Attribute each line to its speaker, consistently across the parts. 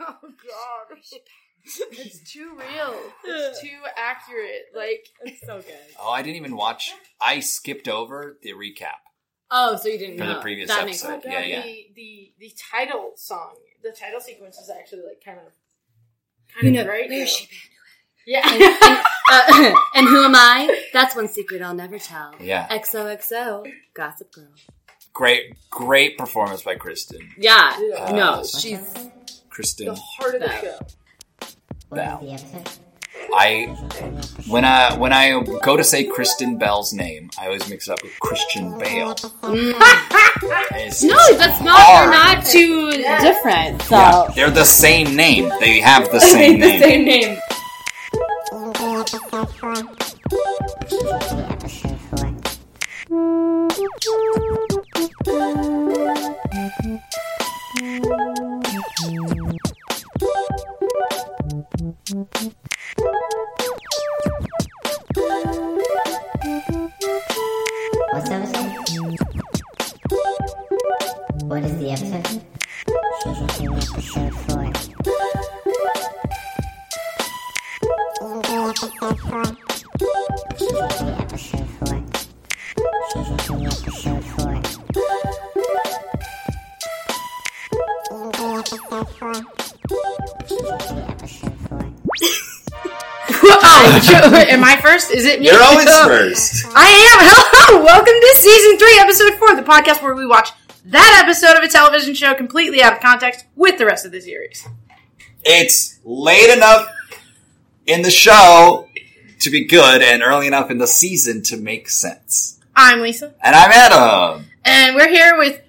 Speaker 1: oh god. It's too real. It's too accurate. Like
Speaker 2: It's so good.
Speaker 3: Oh, I didn't even watch. I skipped over the recap
Speaker 2: Oh, so you didn't
Speaker 3: for
Speaker 2: know
Speaker 3: the previous
Speaker 2: that makes
Speaker 3: episode.
Speaker 2: sense.
Speaker 3: yeah, yeah.
Speaker 1: the the the title song, the title sequence is actually like kind of
Speaker 2: You
Speaker 1: kind
Speaker 2: know,
Speaker 1: of great.
Speaker 2: where
Speaker 1: though.
Speaker 2: she and,
Speaker 1: Yeah.
Speaker 2: and, uh, and who am I? That's one secret I'll never tell.
Speaker 3: Yeah.
Speaker 2: XOXO, Gossip Girl.
Speaker 3: Great, great performance by Kristen.
Speaker 2: Yeah.
Speaker 1: Yeah.
Speaker 2: no,
Speaker 3: Uh,
Speaker 2: she's
Speaker 3: Kristen
Speaker 1: the heart of the
Speaker 2: That-
Speaker 1: show.
Speaker 3: Bell.
Speaker 4: The episode.
Speaker 3: I when I when I go to say Kristen Bell's name, I always mix it up with Christian Bale. It's-
Speaker 2: Mm. no,
Speaker 3: it's
Speaker 2: that's not. They're
Speaker 3: hard.
Speaker 2: not too different. So
Speaker 3: Yeah, they're the same name. They have the same
Speaker 2: the
Speaker 3: name.
Speaker 2: same name.
Speaker 4: The episode four. What's the episode? What is the episode? Season 2, episode 4. Season 2, episode 4. Season 2, episode 4. Season 2, episode 4.
Speaker 1: Am I first? Is it me?
Speaker 3: You're always first.
Speaker 1: I am. Hello, welcome to season three, episode four, the podcast where we watch that episode of a television show completely out of context with the rest of the series.
Speaker 3: It's late enough in the show to be good, and early enough in the season to make sense.
Speaker 1: I'm Lisa,
Speaker 3: And I'm Adam.
Speaker 1: and we're here with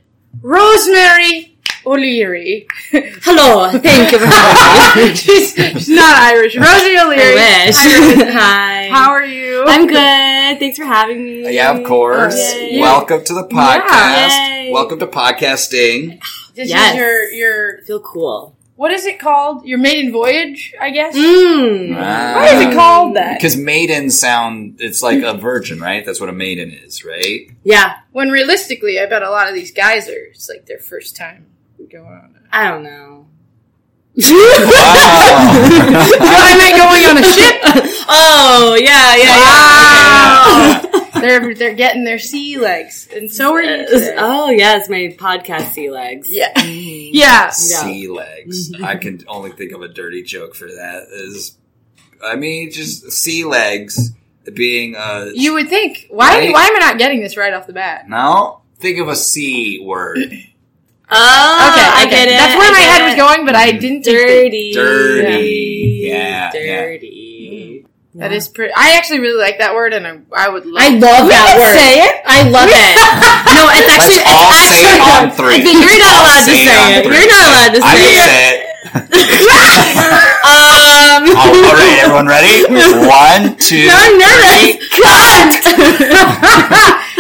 Speaker 1: Rosemary O'Leary.
Speaker 2: Hello, thank you very
Speaker 1: she's, she's not Irish. Rosemary O'Leary.
Speaker 2: much.
Speaker 1: Hi, Rosie.
Speaker 2: Hi.
Speaker 1: How are you?
Speaker 2: I'm good. Thanks for having me.
Speaker 3: Yeah, of course.
Speaker 2: Yay.
Speaker 3: Welcome to the podcast.
Speaker 2: Yeah. Yay.
Speaker 3: Welcome to podcasting.
Speaker 1: This
Speaker 2: Yes.
Speaker 1: is your your
Speaker 2: Feel cool.
Speaker 1: what is it called? Your maiden voyage, I guess.
Speaker 2: Mmm.
Speaker 1: Why is it called that?
Speaker 3: Because maiden sound, it's like a virgin, right? That's what a maiden is, right?
Speaker 2: Yeah.
Speaker 1: When realistically, I bet a lot of these guys are it's like their first time going on. a-
Speaker 2: I don't know.
Speaker 3: Wow.
Speaker 1: I meant going on a ship.
Speaker 2: Oh yeah, yeah,
Speaker 1: Wow.
Speaker 2: yeah.
Speaker 1: they're they're getting their sea legs, and so are you.
Speaker 2: Yes.
Speaker 1: today.
Speaker 2: Oh Mm. yes, my podcast sea legs.
Speaker 1: Yeah, yeah.
Speaker 3: sea legs. I can only think of a dirty joke for that. Is I mean, just sea legs being a
Speaker 1: You would think why
Speaker 3: Right?
Speaker 1: why am I not getting this right off the bat?
Speaker 3: no. Think of a c word.
Speaker 2: Oh,
Speaker 1: okay,
Speaker 2: I
Speaker 1: okay.
Speaker 2: get it.
Speaker 1: That's where
Speaker 2: I
Speaker 1: my
Speaker 2: get
Speaker 1: head was
Speaker 2: it.
Speaker 1: going, but I didn't. think
Speaker 2: Dirty.
Speaker 3: Dirty. Yeah, yeah.
Speaker 2: Dirty.
Speaker 1: That is pretty. I actually really like that word, and I, I would love.
Speaker 2: I love that word.
Speaker 1: say it.
Speaker 2: I love it. No, it's
Speaker 3: Let's
Speaker 2: actually.
Speaker 3: all
Speaker 2: it's
Speaker 3: say it
Speaker 2: actually
Speaker 3: on three.
Speaker 2: Okay, you're not
Speaker 3: All
Speaker 2: allowed to
Speaker 3: it on
Speaker 2: say it.
Speaker 3: three.
Speaker 2: You're not allowed to
Speaker 3: I
Speaker 2: say
Speaker 3: will
Speaker 2: it.
Speaker 3: say it.
Speaker 2: um.
Speaker 3: All, all right, everyone, ready? One, two.
Speaker 2: No, I'm nervous. Cunt.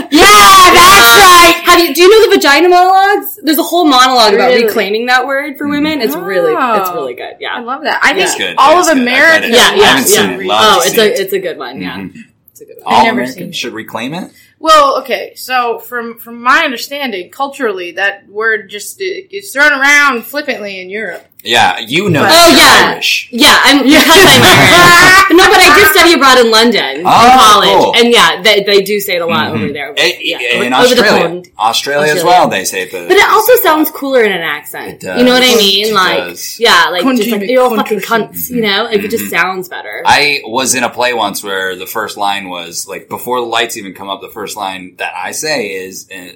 Speaker 2: yeah, that's right. How do you do? You know the vagina monologues? There's a whole monologue about
Speaker 1: Really?
Speaker 2: reclaiming that word for women. It's really,
Speaker 1: Oh.
Speaker 2: it's really good.
Speaker 1: I
Speaker 2: Yeah,
Speaker 1: love that. I
Speaker 3: It's
Speaker 1: think
Speaker 3: good.
Speaker 1: all
Speaker 3: It's
Speaker 1: of
Speaker 3: good. I've read
Speaker 1: America.
Speaker 3: it.
Speaker 2: yeah,
Speaker 3: I
Speaker 2: yeah,
Speaker 3: haven't
Speaker 2: yeah.
Speaker 3: seen it. Love
Speaker 2: Oh,
Speaker 3: to
Speaker 2: it's
Speaker 3: see
Speaker 2: a,
Speaker 3: it.
Speaker 2: it's a good one. Yeah,
Speaker 3: Mhm.
Speaker 2: it's a good one.
Speaker 3: All
Speaker 1: never seen
Speaker 3: Americans
Speaker 1: it.
Speaker 3: should reclaim it.
Speaker 1: Well, okay. So from from my understanding, culturally, that word just it, it's thrown around flippantly in Europe.
Speaker 3: Yeah, you know.
Speaker 2: Oh,
Speaker 3: you're
Speaker 2: yeah.
Speaker 3: Irish.
Speaker 2: Yeah, I'm yeah. I'm Irish. no, but I did study abroad in London in
Speaker 3: Oh,
Speaker 2: college,
Speaker 3: cool.
Speaker 2: and yeah, they, they do say it a lot over there.
Speaker 3: Eh,
Speaker 2: Yeah.
Speaker 3: eh, In
Speaker 2: Over the
Speaker 3: Australia,
Speaker 2: pond.
Speaker 3: Australia as
Speaker 2: Australia.
Speaker 3: well. They say the.
Speaker 2: But it also sounds cooler in an accent.
Speaker 3: It does.
Speaker 2: You know what I mean?
Speaker 3: It
Speaker 2: like,
Speaker 3: does. Mm-hmm.
Speaker 2: yeah, like just
Speaker 1: Country,
Speaker 2: like you're all fucking
Speaker 1: country.
Speaker 2: cunts. You know, like it just sounds better.
Speaker 3: I was in a play once where the first line was like before the lights even come up. The first line that I say is, eh,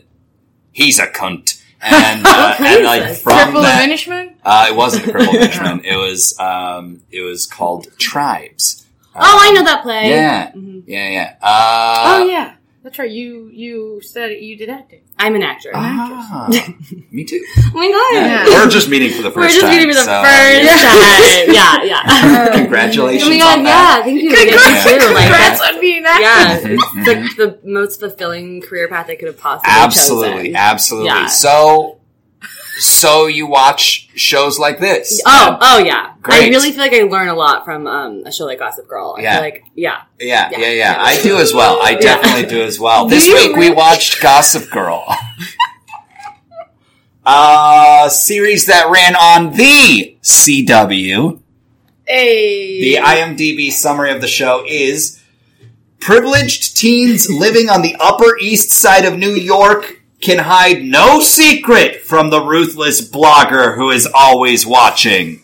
Speaker 3: "He's a cunt," and, uh, and like
Speaker 2: Oh, Jesus.
Speaker 3: from
Speaker 1: Triple
Speaker 3: that,
Speaker 1: diminishment.
Speaker 3: uh, it wasn't a crippled Benjamin. It was um, it was called Tribes. Uh,
Speaker 2: oh, I know that play.
Speaker 3: Yeah,
Speaker 2: Mhm.
Speaker 3: yeah, yeah. Uh,
Speaker 1: oh yeah, that's right. You you said you did acting.
Speaker 2: I'm an actor.
Speaker 3: ah, me too.
Speaker 2: oh my god,
Speaker 1: Yeah.
Speaker 3: We're just meeting for the 1st
Speaker 2: we're just
Speaker 3: time.
Speaker 2: meeting for the
Speaker 3: so,
Speaker 2: first time. Yeah, yeah.
Speaker 3: Congratulations
Speaker 2: oh my god,
Speaker 3: on Um, that.
Speaker 2: yeah, thank you.
Speaker 1: Congrats,
Speaker 2: Yeah, you too, like-
Speaker 1: congrats on being that.
Speaker 2: yeah,
Speaker 3: Mhm,
Speaker 2: it's the, the most fulfilling career path I could have possibly
Speaker 3: Absolutely,
Speaker 2: chosen.
Speaker 3: absolutely.
Speaker 2: Yeah.
Speaker 3: So, so you watch shows like this?
Speaker 2: Oh, oh yeah. I
Speaker 3: Great.
Speaker 2: really feel like I learn a lot from um, a show like Gossip Girl. I
Speaker 3: Yeah.
Speaker 2: feel like yeah.
Speaker 3: Yeah, yeah,
Speaker 2: Yeah.
Speaker 3: yeah, I do as well. I definitely do as well. This
Speaker 2: you
Speaker 3: week we
Speaker 2: really?
Speaker 3: watched Gossip Girl. Uh, series that ran on the CW.
Speaker 1: Hey.
Speaker 3: The IMDb summary of the show is privileged teens living on the Upper East Side of New York can hide no secret from the ruthless blogger who is always watching.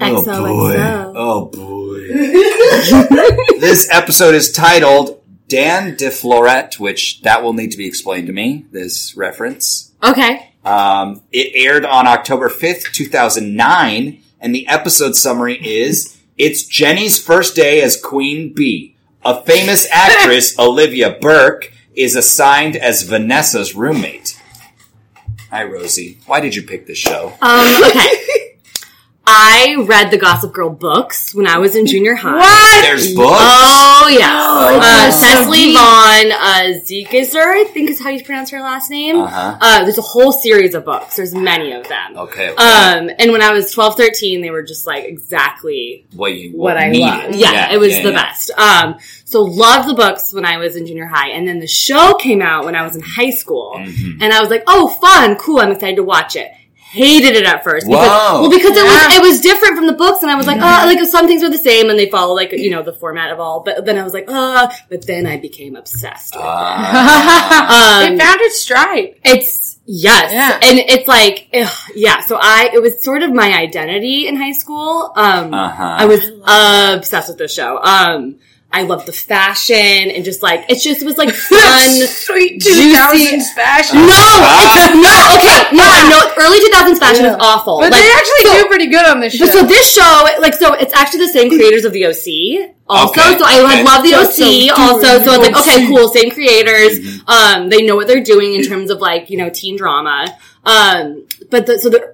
Speaker 3: Oh boy.
Speaker 2: XOXO.
Speaker 3: Oh boy. this episode is titled Dan DeFlorette, which that will need to be explained to me, this reference.
Speaker 2: Okay.
Speaker 3: Um, it aired on October 5th, 2009, and the episode summary is It's Jenny's first day as Queen Bee. A famous actress, Olivia Burke, is assigned as Vanessa's roommate. Hi, Rosie. Why did you pick this show?
Speaker 2: Um, okay. I read the Gossip Girl books when I was in junior high.
Speaker 1: What?
Speaker 3: There's books.
Speaker 2: Oh yes, uh,
Speaker 3: so
Speaker 2: Cecily Vaughn uh, Zekeser, I think is how you pronounce her last name.
Speaker 3: Uh-huh.
Speaker 2: Uh, there's a whole series of books. There's many of them.
Speaker 3: Okay. okay.
Speaker 2: Um, and when I was 12, 13, they were just like exactly
Speaker 3: what you
Speaker 2: what I
Speaker 3: needed.
Speaker 2: loved. Yeah, it was
Speaker 3: yeah,
Speaker 2: the
Speaker 3: yeah.
Speaker 2: best. Um, so loved the books when I was in junior high, and then the show came out when I was in high school,
Speaker 3: Mm. Mm-hmm.
Speaker 2: and I was like, oh, fun, cool, I'm excited to watch it. Hated it at first. Because,
Speaker 3: Whoa.
Speaker 2: Well, because it
Speaker 1: Yeah.
Speaker 2: was it was different from the books, and I was like, oh, like some things were the same, and they follow like you know the format of all. But then I was like, uh But then I became obsessed.
Speaker 3: Uh,
Speaker 2: With it.
Speaker 3: Ah.
Speaker 2: Um,
Speaker 1: it found its stride.
Speaker 2: it's yes,
Speaker 1: Yeah.
Speaker 2: and it's like ugh, yeah. So I it was sort of my identity in high school. Um,
Speaker 3: Uh-huh.
Speaker 2: I was obsessed with this show. Um, I loved the fashion and just like it's just it was like fun.
Speaker 1: Sweet
Speaker 2: Juicy-
Speaker 1: 2000s fashion.
Speaker 3: Oh.
Speaker 2: No, it's no, Ah. okay, no, no. Early two thousands fashion is
Speaker 1: Yeah.
Speaker 2: awful.
Speaker 1: But
Speaker 2: like,
Speaker 1: they actually
Speaker 2: so,
Speaker 1: do pretty good on this show.
Speaker 2: But so this show, like, so it's actually the same creators of the OC. Also,
Speaker 3: Okay,
Speaker 2: so I
Speaker 3: okay.
Speaker 2: like, love the
Speaker 1: So-
Speaker 2: OC.
Speaker 1: so do
Speaker 2: also, so it's like
Speaker 1: OC.
Speaker 2: okay, cool, same creators. Um, they know what they're doing in terms of like you know teen drama. Um, but the, so the,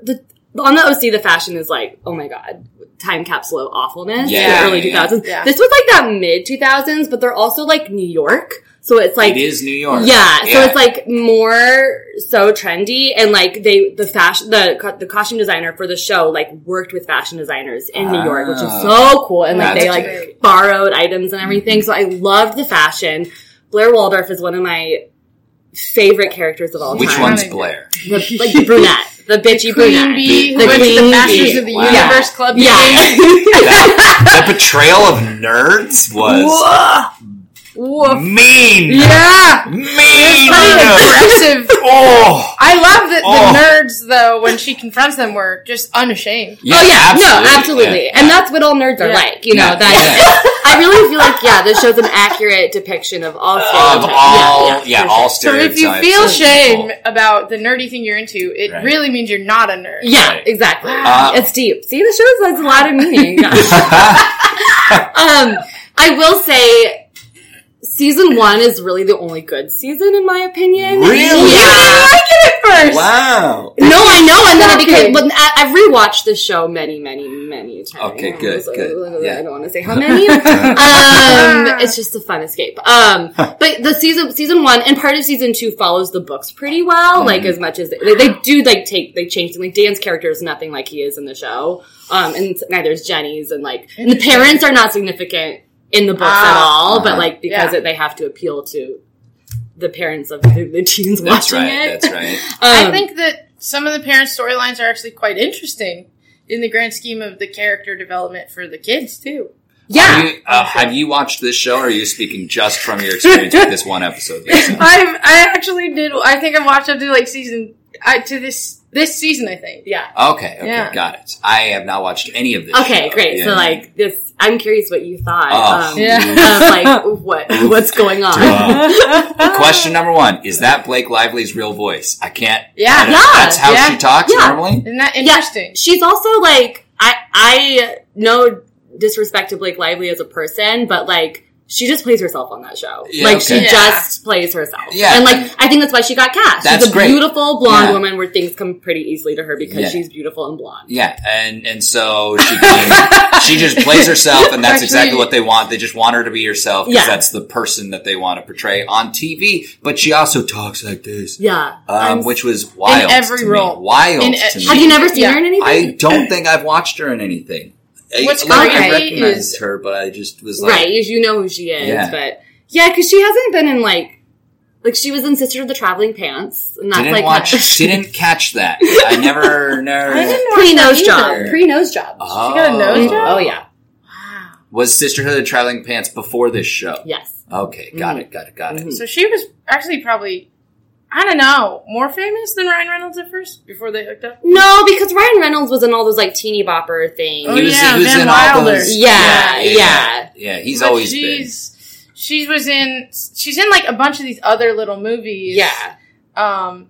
Speaker 2: the on the OC, the fashion is like oh my god, time capsule of awfulness.
Speaker 3: Yeah,
Speaker 2: the early
Speaker 3: yeah,
Speaker 2: two
Speaker 3: yeah.
Speaker 2: thousands.
Speaker 1: Yeah.
Speaker 2: This was like that mid two thousands, but they're also like New York. So it's like
Speaker 3: it is New York.
Speaker 2: yeah, so it's like more so trendy, and like they the fashion the co- the costume designer for the show like worked with fashion designers in New York, which is so cool, and like
Speaker 3: Ah. That's
Speaker 2: they like
Speaker 1: great.
Speaker 2: borrowed items and everything. So I loved the fashion. Blair Waldorf is one of my favorite characters of all
Speaker 3: Which
Speaker 2: time.
Speaker 3: one's
Speaker 1: Iconic.
Speaker 3: Blair?
Speaker 2: The, like the brunette, the bitchy
Speaker 1: Queen
Speaker 2: brunette.
Speaker 1: Bee,
Speaker 2: The
Speaker 1: who went to the
Speaker 2: Queen
Speaker 1: Masters
Speaker 2: Bee.
Speaker 1: of the
Speaker 3: Wow.
Speaker 1: Universe Club. meeting.
Speaker 2: Yeah,
Speaker 3: That, that betrayal of nerds was
Speaker 1: Whoa. Whoa.
Speaker 3: mean.
Speaker 1: Yeah.
Speaker 3: Mean.
Speaker 1: Aggressive.
Speaker 3: Oh.
Speaker 1: I love that
Speaker 3: Oh.
Speaker 1: the nerds, though, when she confronts them, were just unashamed.
Speaker 2: oh yeah, no, absolutely, and that's what all nerds are
Speaker 1: Yeah.
Speaker 2: like. You know
Speaker 3: Yeah.
Speaker 2: that. I really feel like yeah, this shows an accurate depiction of all
Speaker 3: Of
Speaker 2: stereotypes.
Speaker 3: all,
Speaker 2: yeah,
Speaker 3: yeah,
Speaker 2: yeah, for sure.
Speaker 3: all
Speaker 1: So if
Speaker 3: stereotypes.
Speaker 1: you feel
Speaker 3: of
Speaker 1: shame
Speaker 3: people.
Speaker 1: about the nerdy thing you're into, it
Speaker 3: Right.
Speaker 1: really means you're not a nerd.
Speaker 2: Yeah,
Speaker 3: Right.
Speaker 2: exactly.
Speaker 3: Uh,
Speaker 2: it's deep. See, the show has a lot of meaning. um, I will say, season one is really the only good season, in my opinion.
Speaker 3: Really?
Speaker 1: You didn't
Speaker 2: Yeah.
Speaker 1: like it at first.
Speaker 3: wow.
Speaker 2: No, I know, and then
Speaker 1: Shocking.
Speaker 2: because but I- I've rewatched the show many, many, many times.
Speaker 3: Okay, good,
Speaker 2: So,
Speaker 3: good. Yeah.
Speaker 2: I don't want to say how many. um, it's just a fun escape. Um, but the season season one and part of season two follows the books pretty well.
Speaker 1: Hmm.
Speaker 2: Like as much as they, they do, like take they change. Like Dan's character is nothing like he is in the show, um, and neither is Jenny's. And like and the parents are not significant in the books at
Speaker 1: Ah.
Speaker 2: all, but
Speaker 3: Uh-huh.
Speaker 2: like because
Speaker 1: Yeah.
Speaker 2: it, they have to appeal to. The parents of the, the teens
Speaker 3: That's
Speaker 2: watching
Speaker 3: right.
Speaker 2: it.
Speaker 3: That's right.
Speaker 1: I
Speaker 2: Um,
Speaker 1: think that some of the parents' storylines are actually quite interesting in the grand scheme of the character development for the kids, too.
Speaker 2: yeah.
Speaker 3: You- uh, have you watched this show, or are you speaking just from your experience with this one episode? Lisa?
Speaker 1: I've, I actually did. I think I've watched up to like season I, to this this season. I think. Yeah.
Speaker 3: Okay, okay,
Speaker 1: Yeah.
Speaker 3: got it. I have not watched any of this.
Speaker 2: Okay,
Speaker 3: show.
Speaker 2: great.
Speaker 3: Yeah.
Speaker 2: So like this, I'm curious what you thought.
Speaker 3: Oh.
Speaker 2: um,
Speaker 1: Yeah.
Speaker 2: of like what what's going on?
Speaker 3: Wow. Question number one is that Blake Lively's real voice? I can't.
Speaker 1: Yeah.
Speaker 3: I don't-
Speaker 2: uh, Yeah.
Speaker 3: That's how
Speaker 1: Yeah.
Speaker 3: she talks
Speaker 2: Yeah.
Speaker 3: normally.
Speaker 1: Isn't that
Speaker 2: Yeah.
Speaker 1: interesting?
Speaker 2: She's also like I I no disrespect to Blake Lively as a person, but like she just plays herself on that show.
Speaker 3: Yeah,
Speaker 2: like
Speaker 3: okay.
Speaker 2: she
Speaker 1: Yeah.
Speaker 2: just plays herself.
Speaker 3: Yeah.
Speaker 2: and like I think that's why she got cast.
Speaker 3: That's
Speaker 2: she's a
Speaker 3: great.
Speaker 2: beautiful blonde
Speaker 3: Yeah.
Speaker 2: woman where things come pretty easily to her because
Speaker 3: Yeah.
Speaker 2: she's beautiful and blonde.
Speaker 3: Yeah, and and so she can, she just plays herself, and that's
Speaker 1: Actually-
Speaker 3: exactly what they want. They just want her to be herself because
Speaker 2: Yeah.
Speaker 3: that's the person that they want to portray on TV. But she also talks like this,
Speaker 2: Yeah. I'm-
Speaker 3: um, which was wild
Speaker 1: every
Speaker 3: to me.
Speaker 1: role.
Speaker 3: Wild
Speaker 1: In
Speaker 3: to
Speaker 1: e-
Speaker 3: me.
Speaker 2: have you never seen
Speaker 1: Yeah.
Speaker 2: her in anything?
Speaker 3: I don't think I've watched her in anything. I-
Speaker 1: What's
Speaker 3: like, I
Speaker 2: great
Speaker 3: recognized
Speaker 1: is-
Speaker 3: her, but I just was like,
Speaker 2: right, you you know who she is,
Speaker 3: Yeah.
Speaker 2: but yeah, because she hasn't been in like Like she was in Sister of the Traveling Pants, and that's
Speaker 3: didn't
Speaker 2: like
Speaker 3: watch. didn't catch that. I never. never
Speaker 1: I didn't watch
Speaker 2: pre nose
Speaker 1: that
Speaker 2: job,
Speaker 1: either.
Speaker 2: pre nose job.
Speaker 3: Oh.
Speaker 1: She got a nose job?
Speaker 2: Oh yeah,
Speaker 3: Was Sisterhood of the Traveling Pants before this show?
Speaker 2: yes.
Speaker 3: Okay, got it, got it, got it.
Speaker 1: So she was actually probably, I don't know, more famous than Ryan Reynolds at first before they hooked up.
Speaker 2: No, because Ryan Reynolds was in all those like teeny bopper things.
Speaker 1: Oh, yeah, Van Wilder.
Speaker 2: Yeah,
Speaker 3: yeah. yeah, he's
Speaker 1: But
Speaker 3: always
Speaker 1: she's, She was in. She's in like a bunch of these other little movies.
Speaker 2: yeah.
Speaker 1: Um,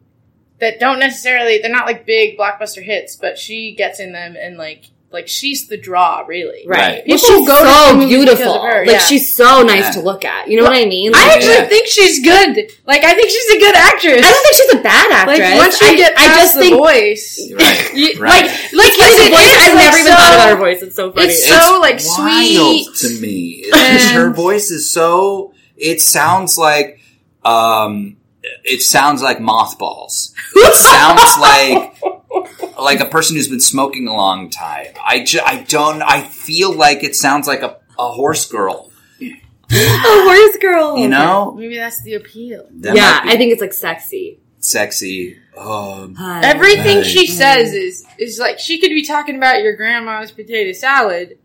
Speaker 1: that don't necessarily. They're not like big blockbuster hits, but she gets in them and like like she's the draw really.
Speaker 3: Right.
Speaker 2: Right.
Speaker 1: People
Speaker 2: she's
Speaker 1: go to the
Speaker 2: so
Speaker 1: movies because
Speaker 2: beautiful.
Speaker 1: of her,
Speaker 2: Like
Speaker 1: yeah.
Speaker 2: she's so nice
Speaker 3: Yeah.
Speaker 2: to look at. You know what I mean? Like,
Speaker 1: I actually
Speaker 3: Yeah.
Speaker 1: think she's good. Like I think she's a good actress.
Speaker 2: I don't think she's a bad actress.
Speaker 1: like once you
Speaker 2: I,
Speaker 1: get
Speaker 2: I
Speaker 1: past
Speaker 2: just
Speaker 1: the
Speaker 2: think
Speaker 1: voice,
Speaker 3: been. Right.
Speaker 2: you-
Speaker 3: Right.
Speaker 2: like like
Speaker 1: like
Speaker 2: yes, her voice.
Speaker 1: it is,
Speaker 2: I've
Speaker 1: like,
Speaker 2: never even
Speaker 1: so-
Speaker 2: thought about her voice. It's so funny.
Speaker 1: it's so like sweet.
Speaker 3: wild to me. It's just her
Speaker 1: And-
Speaker 3: voice is so. It sounds like. Um, it sounds like mothballs. It sounds like like a person who's been smoking a long time. I ju- I don't. I feel like it sounds like a, a horse girl.
Speaker 2: a horse girl.
Speaker 1: Oh,
Speaker 3: You know,
Speaker 1: Maybe that's the appeal.
Speaker 3: That
Speaker 2: yeah,
Speaker 3: might be
Speaker 2: I think it's like sexy.
Speaker 3: sexy. Um,
Speaker 1: Everything
Speaker 3: Right.
Speaker 1: she says is is like she could be talking about your grandma's potato salad,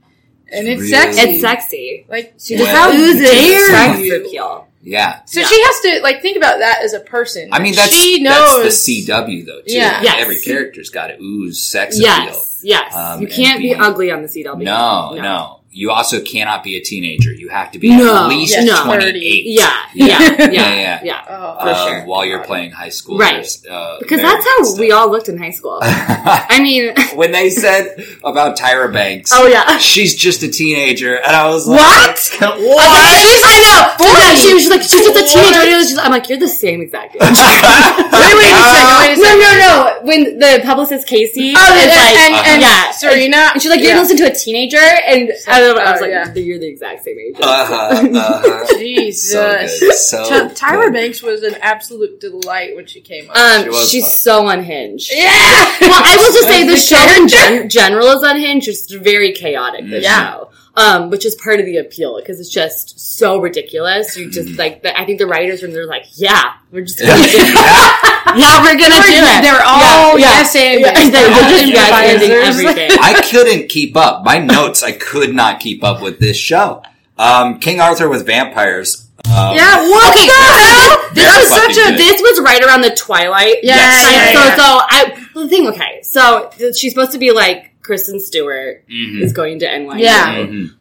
Speaker 1: and it's
Speaker 3: Really?
Speaker 1: sexy.
Speaker 2: it's sexy.
Speaker 1: Like
Speaker 2: She
Speaker 1: she just
Speaker 3: Well,
Speaker 2: just how
Speaker 1: oozes
Speaker 2: dare
Speaker 1: sex
Speaker 2: sex
Speaker 1: you.
Speaker 2: appeal.
Speaker 3: yeah.
Speaker 1: so
Speaker 2: Yeah.
Speaker 1: she has to like think about that as a person.
Speaker 3: I mean, that's
Speaker 1: she knows
Speaker 3: that's the CW though. Too.
Speaker 1: Yeah.
Speaker 2: Yes.
Speaker 3: every character's got to ooze sex appeal.
Speaker 2: Yes, yes.
Speaker 3: Um,
Speaker 2: you
Speaker 3: and
Speaker 2: can't be
Speaker 3: being-
Speaker 2: ugly on the CW.
Speaker 3: No, no, You also cannot be a teenager. You have to be
Speaker 2: No,
Speaker 3: at least
Speaker 1: yeah, no.
Speaker 3: 28.
Speaker 2: Yeah, yeah, yeah,
Speaker 3: Yeah,
Speaker 2: yeah,
Speaker 3: yeah.
Speaker 1: Oh,
Speaker 2: For
Speaker 3: uh,
Speaker 2: sure.
Speaker 3: While you're playing high school.
Speaker 2: Right.
Speaker 3: there's, Uh,
Speaker 2: Because that's how we all looked in high school. I mean,
Speaker 3: when they said about Tyra Banks,
Speaker 2: oh yeah.
Speaker 3: she's just a teenager. And I was like,
Speaker 2: What?
Speaker 3: what?
Speaker 2: I know. Yeah, she was like, she's just a teenager. And it was just, I'm like, you're the same exact age.
Speaker 1: wait, wait a second. Wait a
Speaker 2: no,
Speaker 1: second.
Speaker 2: no, no. When the publicist Casey
Speaker 1: Oh,
Speaker 2: is
Speaker 1: and,
Speaker 2: like,
Speaker 1: and, and
Speaker 2: yeah,
Speaker 1: Serena,
Speaker 2: and she's like, you're
Speaker 1: yeah.
Speaker 2: listening to a teenager, and I, don't know, I was
Speaker 1: Oh,
Speaker 2: like,
Speaker 1: yeah.
Speaker 2: you're the exact same age.
Speaker 3: Uh-huh, uh-huh. So
Speaker 1: Jesus.
Speaker 3: good. So
Speaker 1: Ty- Tyra
Speaker 3: good.
Speaker 1: Banks was an absolute delight when she came up.
Speaker 3: She
Speaker 2: Um,
Speaker 3: was
Speaker 2: she's
Speaker 3: fun.
Speaker 2: so unhinged.
Speaker 1: yeah.
Speaker 2: Well, I will just say the
Speaker 1: The
Speaker 2: show in gen- general is unhinged. It's very chaotic. The
Speaker 1: Yeah.
Speaker 2: show, um, which is part of the appeal because it's just so ridiculous. You just like the, I think the writers when they're like, yeah, we're just gonna do it. yeah, we're gonna do it.
Speaker 1: They're all yes and
Speaker 2: Yeah, they're just yes ending
Speaker 1: improvisers.
Speaker 2: everything.
Speaker 3: I couldn't keep up. My notes, I could not keep up with this show. Um, King Arthur with vampires. Um,
Speaker 1: Yeah, what
Speaker 2: Okay,
Speaker 1: the hell?
Speaker 2: This
Speaker 3: Very
Speaker 2: was such
Speaker 3: fucking
Speaker 2: a.
Speaker 3: good.
Speaker 2: This was right around the Twilight.
Speaker 1: Yeah,
Speaker 2: time.
Speaker 1: yeah, yeah.
Speaker 2: So, so I the thing. Okay, so th- she's supposed to be like Kristen Stewart
Speaker 3: Mhm.
Speaker 2: is going to NYU.
Speaker 1: Yeah.
Speaker 3: Mhm.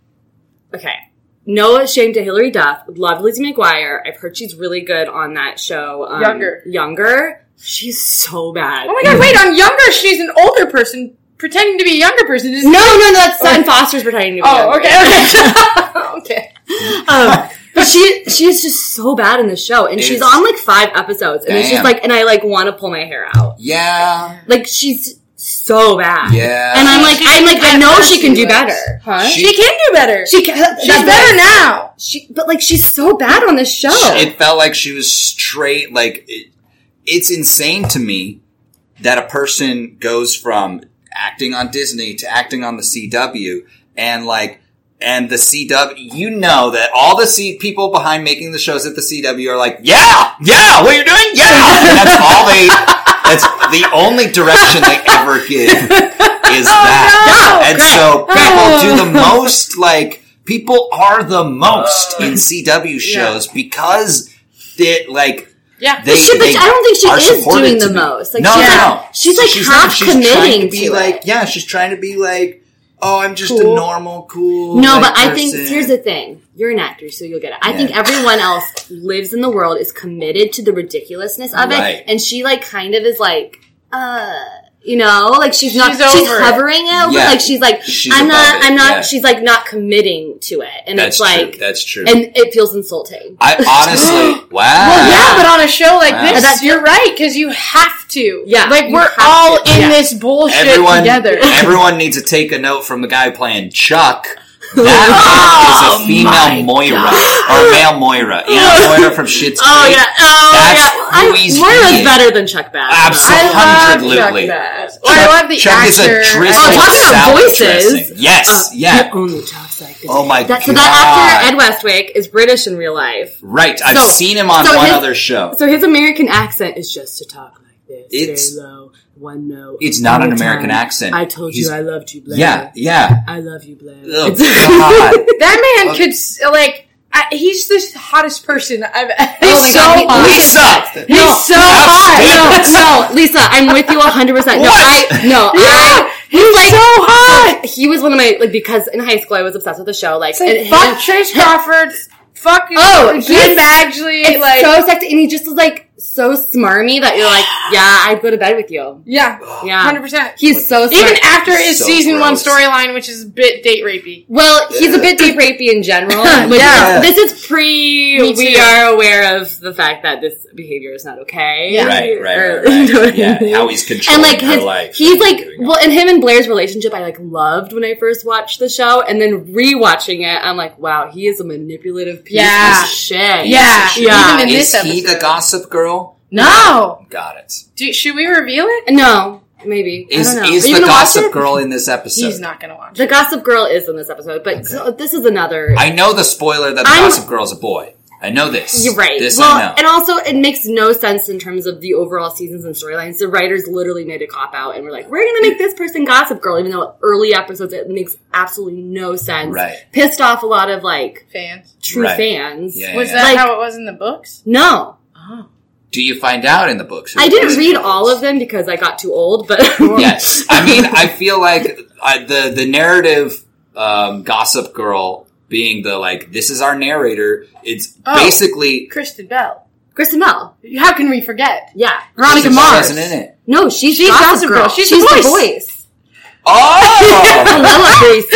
Speaker 2: Okay. No shame to Hillary Duff. Love Lizzie McGuire. I've heard she's really good on that show. Um,
Speaker 1: Younger.
Speaker 2: Younger. She's so bad.
Speaker 1: Oh my god, wait, on younger, she's an older person pretending to be a younger person. This
Speaker 2: No,
Speaker 1: is-
Speaker 2: no, no. That's Sutton Foster's pretending to be.
Speaker 1: Oh,
Speaker 2: younger.
Speaker 1: okay, okay. okay.
Speaker 2: Um, but she she's just so bad in this show, and she's
Speaker 3: It's-
Speaker 2: on like five episodes, and it's
Speaker 3: Damn.
Speaker 2: just like, and I like want to pull my hair out.
Speaker 3: Yeah.
Speaker 2: Like she's so bad.
Speaker 3: Yeah.
Speaker 2: And I'm like,
Speaker 1: She's
Speaker 2: I'm like,
Speaker 1: that
Speaker 2: I know she
Speaker 1: person
Speaker 2: can do
Speaker 1: that's-
Speaker 2: better, huh?
Speaker 3: She-
Speaker 1: She can do better.
Speaker 2: She can,
Speaker 1: she's
Speaker 2: that's-
Speaker 1: better now.
Speaker 2: She, but like, she's so bad on this show.
Speaker 3: It felt like she was straight. Like it, it's insane to me that a person goes from acting on Disney to acting on the CW, and like, and the CW. You know that all the C people behind making the shows at the CW are like, yeah, yeah, what you're doing, yeah. And that's all they. That's the only direction they ever give is that.
Speaker 1: no!
Speaker 3: And so people do the most, like, people are the most in CW shows because they like,
Speaker 1: Yeah.
Speaker 3: they,
Speaker 2: She- but
Speaker 3: they
Speaker 2: I don't think she
Speaker 3: are
Speaker 2: is
Speaker 3: supported
Speaker 2: doing
Speaker 3: to
Speaker 2: the
Speaker 3: be-
Speaker 2: most. Like,
Speaker 3: no,
Speaker 2: she's
Speaker 3: no,
Speaker 2: like-
Speaker 3: no.
Speaker 2: she's, like, half
Speaker 3: trying
Speaker 2: committing
Speaker 3: to be
Speaker 2: to
Speaker 3: like,
Speaker 2: it.
Speaker 3: yeah, she's trying to be like, oh, I'm just a
Speaker 1: Cool.
Speaker 3: normal, cool.
Speaker 2: no,
Speaker 3: like,
Speaker 2: but I think
Speaker 3: person.
Speaker 2: here's the thing: you're an actor, so you'll get it. I think
Speaker 3: Yeah.
Speaker 2: everyone else lives in the world is committed to the ridiculousness of
Speaker 3: Right.
Speaker 2: it, and she like kind of is like, uh, you know, like she's not
Speaker 1: She's
Speaker 2: she's,
Speaker 1: over it.
Speaker 2: covering it, but,
Speaker 3: Yeah.
Speaker 2: like she's like,
Speaker 3: She's
Speaker 2: I'm
Speaker 3: above
Speaker 2: not,
Speaker 3: it,
Speaker 2: I'm not.
Speaker 3: yeah.
Speaker 2: She's like not committing to it, and it's
Speaker 3: That's
Speaker 2: like,
Speaker 3: true. That's true.
Speaker 2: and it feels insulting.
Speaker 3: I honestly, wow.
Speaker 1: Well, yeah, but on a show like
Speaker 3: Wow.
Speaker 1: this,
Speaker 2: That's-
Speaker 1: you're right because you have to.
Speaker 2: Yeah,
Speaker 1: like
Speaker 2: you
Speaker 1: we're
Speaker 2: have
Speaker 1: all
Speaker 2: to.
Speaker 1: in
Speaker 2: Yeah.
Speaker 1: this bullshit
Speaker 3: everyone,
Speaker 1: together.
Speaker 3: everyone needs to take a note from the guy playing Chuck, That
Speaker 2: Oh
Speaker 3: is a female Moira or a male Moira. You know, Moira from Shit's Creek.
Speaker 2: Oh yeah. Oh
Speaker 3: That's
Speaker 2: yeah.
Speaker 3: who
Speaker 2: I-
Speaker 3: he's
Speaker 2: Moira's
Speaker 3: being.
Speaker 2: better than Chuck Bass.
Speaker 3: Absolutely.
Speaker 1: I love
Speaker 3: Hundredly.
Speaker 1: Chuck Bass. Or I love the
Speaker 3: Chuck
Speaker 1: actor.
Speaker 3: is a drizzle.
Speaker 2: Oh, talk about
Speaker 3: salad
Speaker 2: voices.
Speaker 3: dressing. Yes, yeah.
Speaker 2: He only talks like this.
Speaker 3: Oh my
Speaker 2: That,
Speaker 3: god.
Speaker 2: so that actor Ed Westwick is British in real life.
Speaker 3: Right, I've
Speaker 2: So-
Speaker 3: seen him on
Speaker 2: so
Speaker 3: one
Speaker 2: his-
Speaker 3: other show.
Speaker 2: So his American accent is just to talk like this.
Speaker 3: It's-
Speaker 2: very low, one note.
Speaker 3: It's not
Speaker 2: one
Speaker 3: an American
Speaker 2: time.
Speaker 3: accent.
Speaker 2: I told
Speaker 3: He's-
Speaker 2: you I loved you, Blair.
Speaker 3: Yeah, yeah.
Speaker 2: I love you, Blair.
Speaker 3: Oh,
Speaker 2: It's-
Speaker 3: God.
Speaker 1: That man
Speaker 3: Oh.
Speaker 1: could s- like. I, he's the hottest person I've. Oh He's
Speaker 2: my
Speaker 1: so
Speaker 2: God, he-
Speaker 1: hot.
Speaker 3: Lisa!
Speaker 1: He's
Speaker 2: No.
Speaker 1: so
Speaker 3: That's
Speaker 2: no,
Speaker 1: hot.
Speaker 2: no, Lisa, I'm with you 100. percent No,
Speaker 3: What?
Speaker 2: I no,
Speaker 1: Yeah,
Speaker 2: I. He's like
Speaker 1: so hot.
Speaker 2: he was one of my like because in high school I was obsessed with the show. Like,
Speaker 1: It's like,
Speaker 2: and him-
Speaker 1: fuck Trish Crawford. Fuck
Speaker 2: Oh,
Speaker 1: oh, Jim
Speaker 2: he's-
Speaker 1: Bagley.
Speaker 2: it's
Speaker 1: like,
Speaker 2: so sexy, and he just is like so smarmy that you're like, yeah, I'd go to bed with you.
Speaker 1: yeah,
Speaker 2: Yeah,
Speaker 1: hundred percent.
Speaker 2: He's so smart.
Speaker 1: Even after
Speaker 3: It's
Speaker 1: his
Speaker 3: so
Speaker 1: season one
Speaker 3: gross.
Speaker 1: storyline, which is a bit date rapey.
Speaker 2: well, he's a bit deep rapey in general. But
Speaker 1: Yeah.
Speaker 2: this is pre.
Speaker 1: Me
Speaker 2: We
Speaker 1: too.
Speaker 2: are aware of the fact that this behavior is not okay.
Speaker 1: Yeah.
Speaker 3: Right, right,
Speaker 2: Or-
Speaker 3: right, right.
Speaker 2: you know what I mean?
Speaker 3: Yeah, how he's
Speaker 2: and
Speaker 3: controlling
Speaker 2: like
Speaker 3: her
Speaker 2: his,
Speaker 3: life.
Speaker 2: he's like
Speaker 3: Doing all
Speaker 2: well, and him and Blair's relationship, I like loved when I first watched the show, and then rewatching it, I'm like, wow, he is a manipulative piece
Speaker 1: Yeah.
Speaker 2: of shit.
Speaker 1: Yeah,
Speaker 2: Yeah.
Speaker 1: Even in
Speaker 3: Is
Speaker 1: this
Speaker 3: he
Speaker 1: episode.
Speaker 3: the gossip girl?
Speaker 1: No.
Speaker 3: Got it.
Speaker 1: Do, should we reveal it?
Speaker 2: No, maybe I
Speaker 3: Is
Speaker 2: don't know.
Speaker 3: is
Speaker 2: Are you
Speaker 3: the
Speaker 2: gonna watch
Speaker 3: gossip
Speaker 2: it?
Speaker 3: girl in this episode?
Speaker 1: He's not gonna watch.
Speaker 2: The
Speaker 1: it.
Speaker 2: Gossip Girl is in this episode, but so this is another.
Speaker 3: I know the spoiler that the
Speaker 2: I'm-
Speaker 3: gossip girl's a boy. I know this.
Speaker 2: You're right.
Speaker 3: This
Speaker 2: well,
Speaker 3: I know.
Speaker 2: and also it makes no sense in terms of the overall seasons and storylines. The writers literally made a cop out, and we're like, we're going to make this person Gossip Girl, even though early episodes it makes absolutely no sense.
Speaker 3: Right.
Speaker 2: Pissed off a lot of like
Speaker 1: Fans.
Speaker 2: true
Speaker 3: Right.
Speaker 2: fans.
Speaker 3: Yeah,
Speaker 1: Was
Speaker 3: yeah.
Speaker 1: that
Speaker 2: Like-
Speaker 1: how it was in the books?
Speaker 2: No,
Speaker 1: Oh.
Speaker 3: Do you find out in the books?
Speaker 2: I didn't read all of them because I got too old. But
Speaker 3: Yes, I mean, I feel like I, the the narrative, um, Gossip Girl being the like, this is our narrator. It's
Speaker 1: Oh.
Speaker 3: basically
Speaker 1: Kristen Bell.
Speaker 2: Kristen Bell,
Speaker 1: How can we forget?
Speaker 2: yeah,
Speaker 1: Veronica
Speaker 3: Kristen
Speaker 1: Mars.
Speaker 3: wasn't in it.
Speaker 2: no, she's,
Speaker 1: She's
Speaker 2: Gossip,
Speaker 1: Gossip
Speaker 2: Girl.
Speaker 1: Girl. She's the
Speaker 2: the
Speaker 1: voice.
Speaker 2: voice.
Speaker 3: Oh,
Speaker 2: Hello, Oh, Grace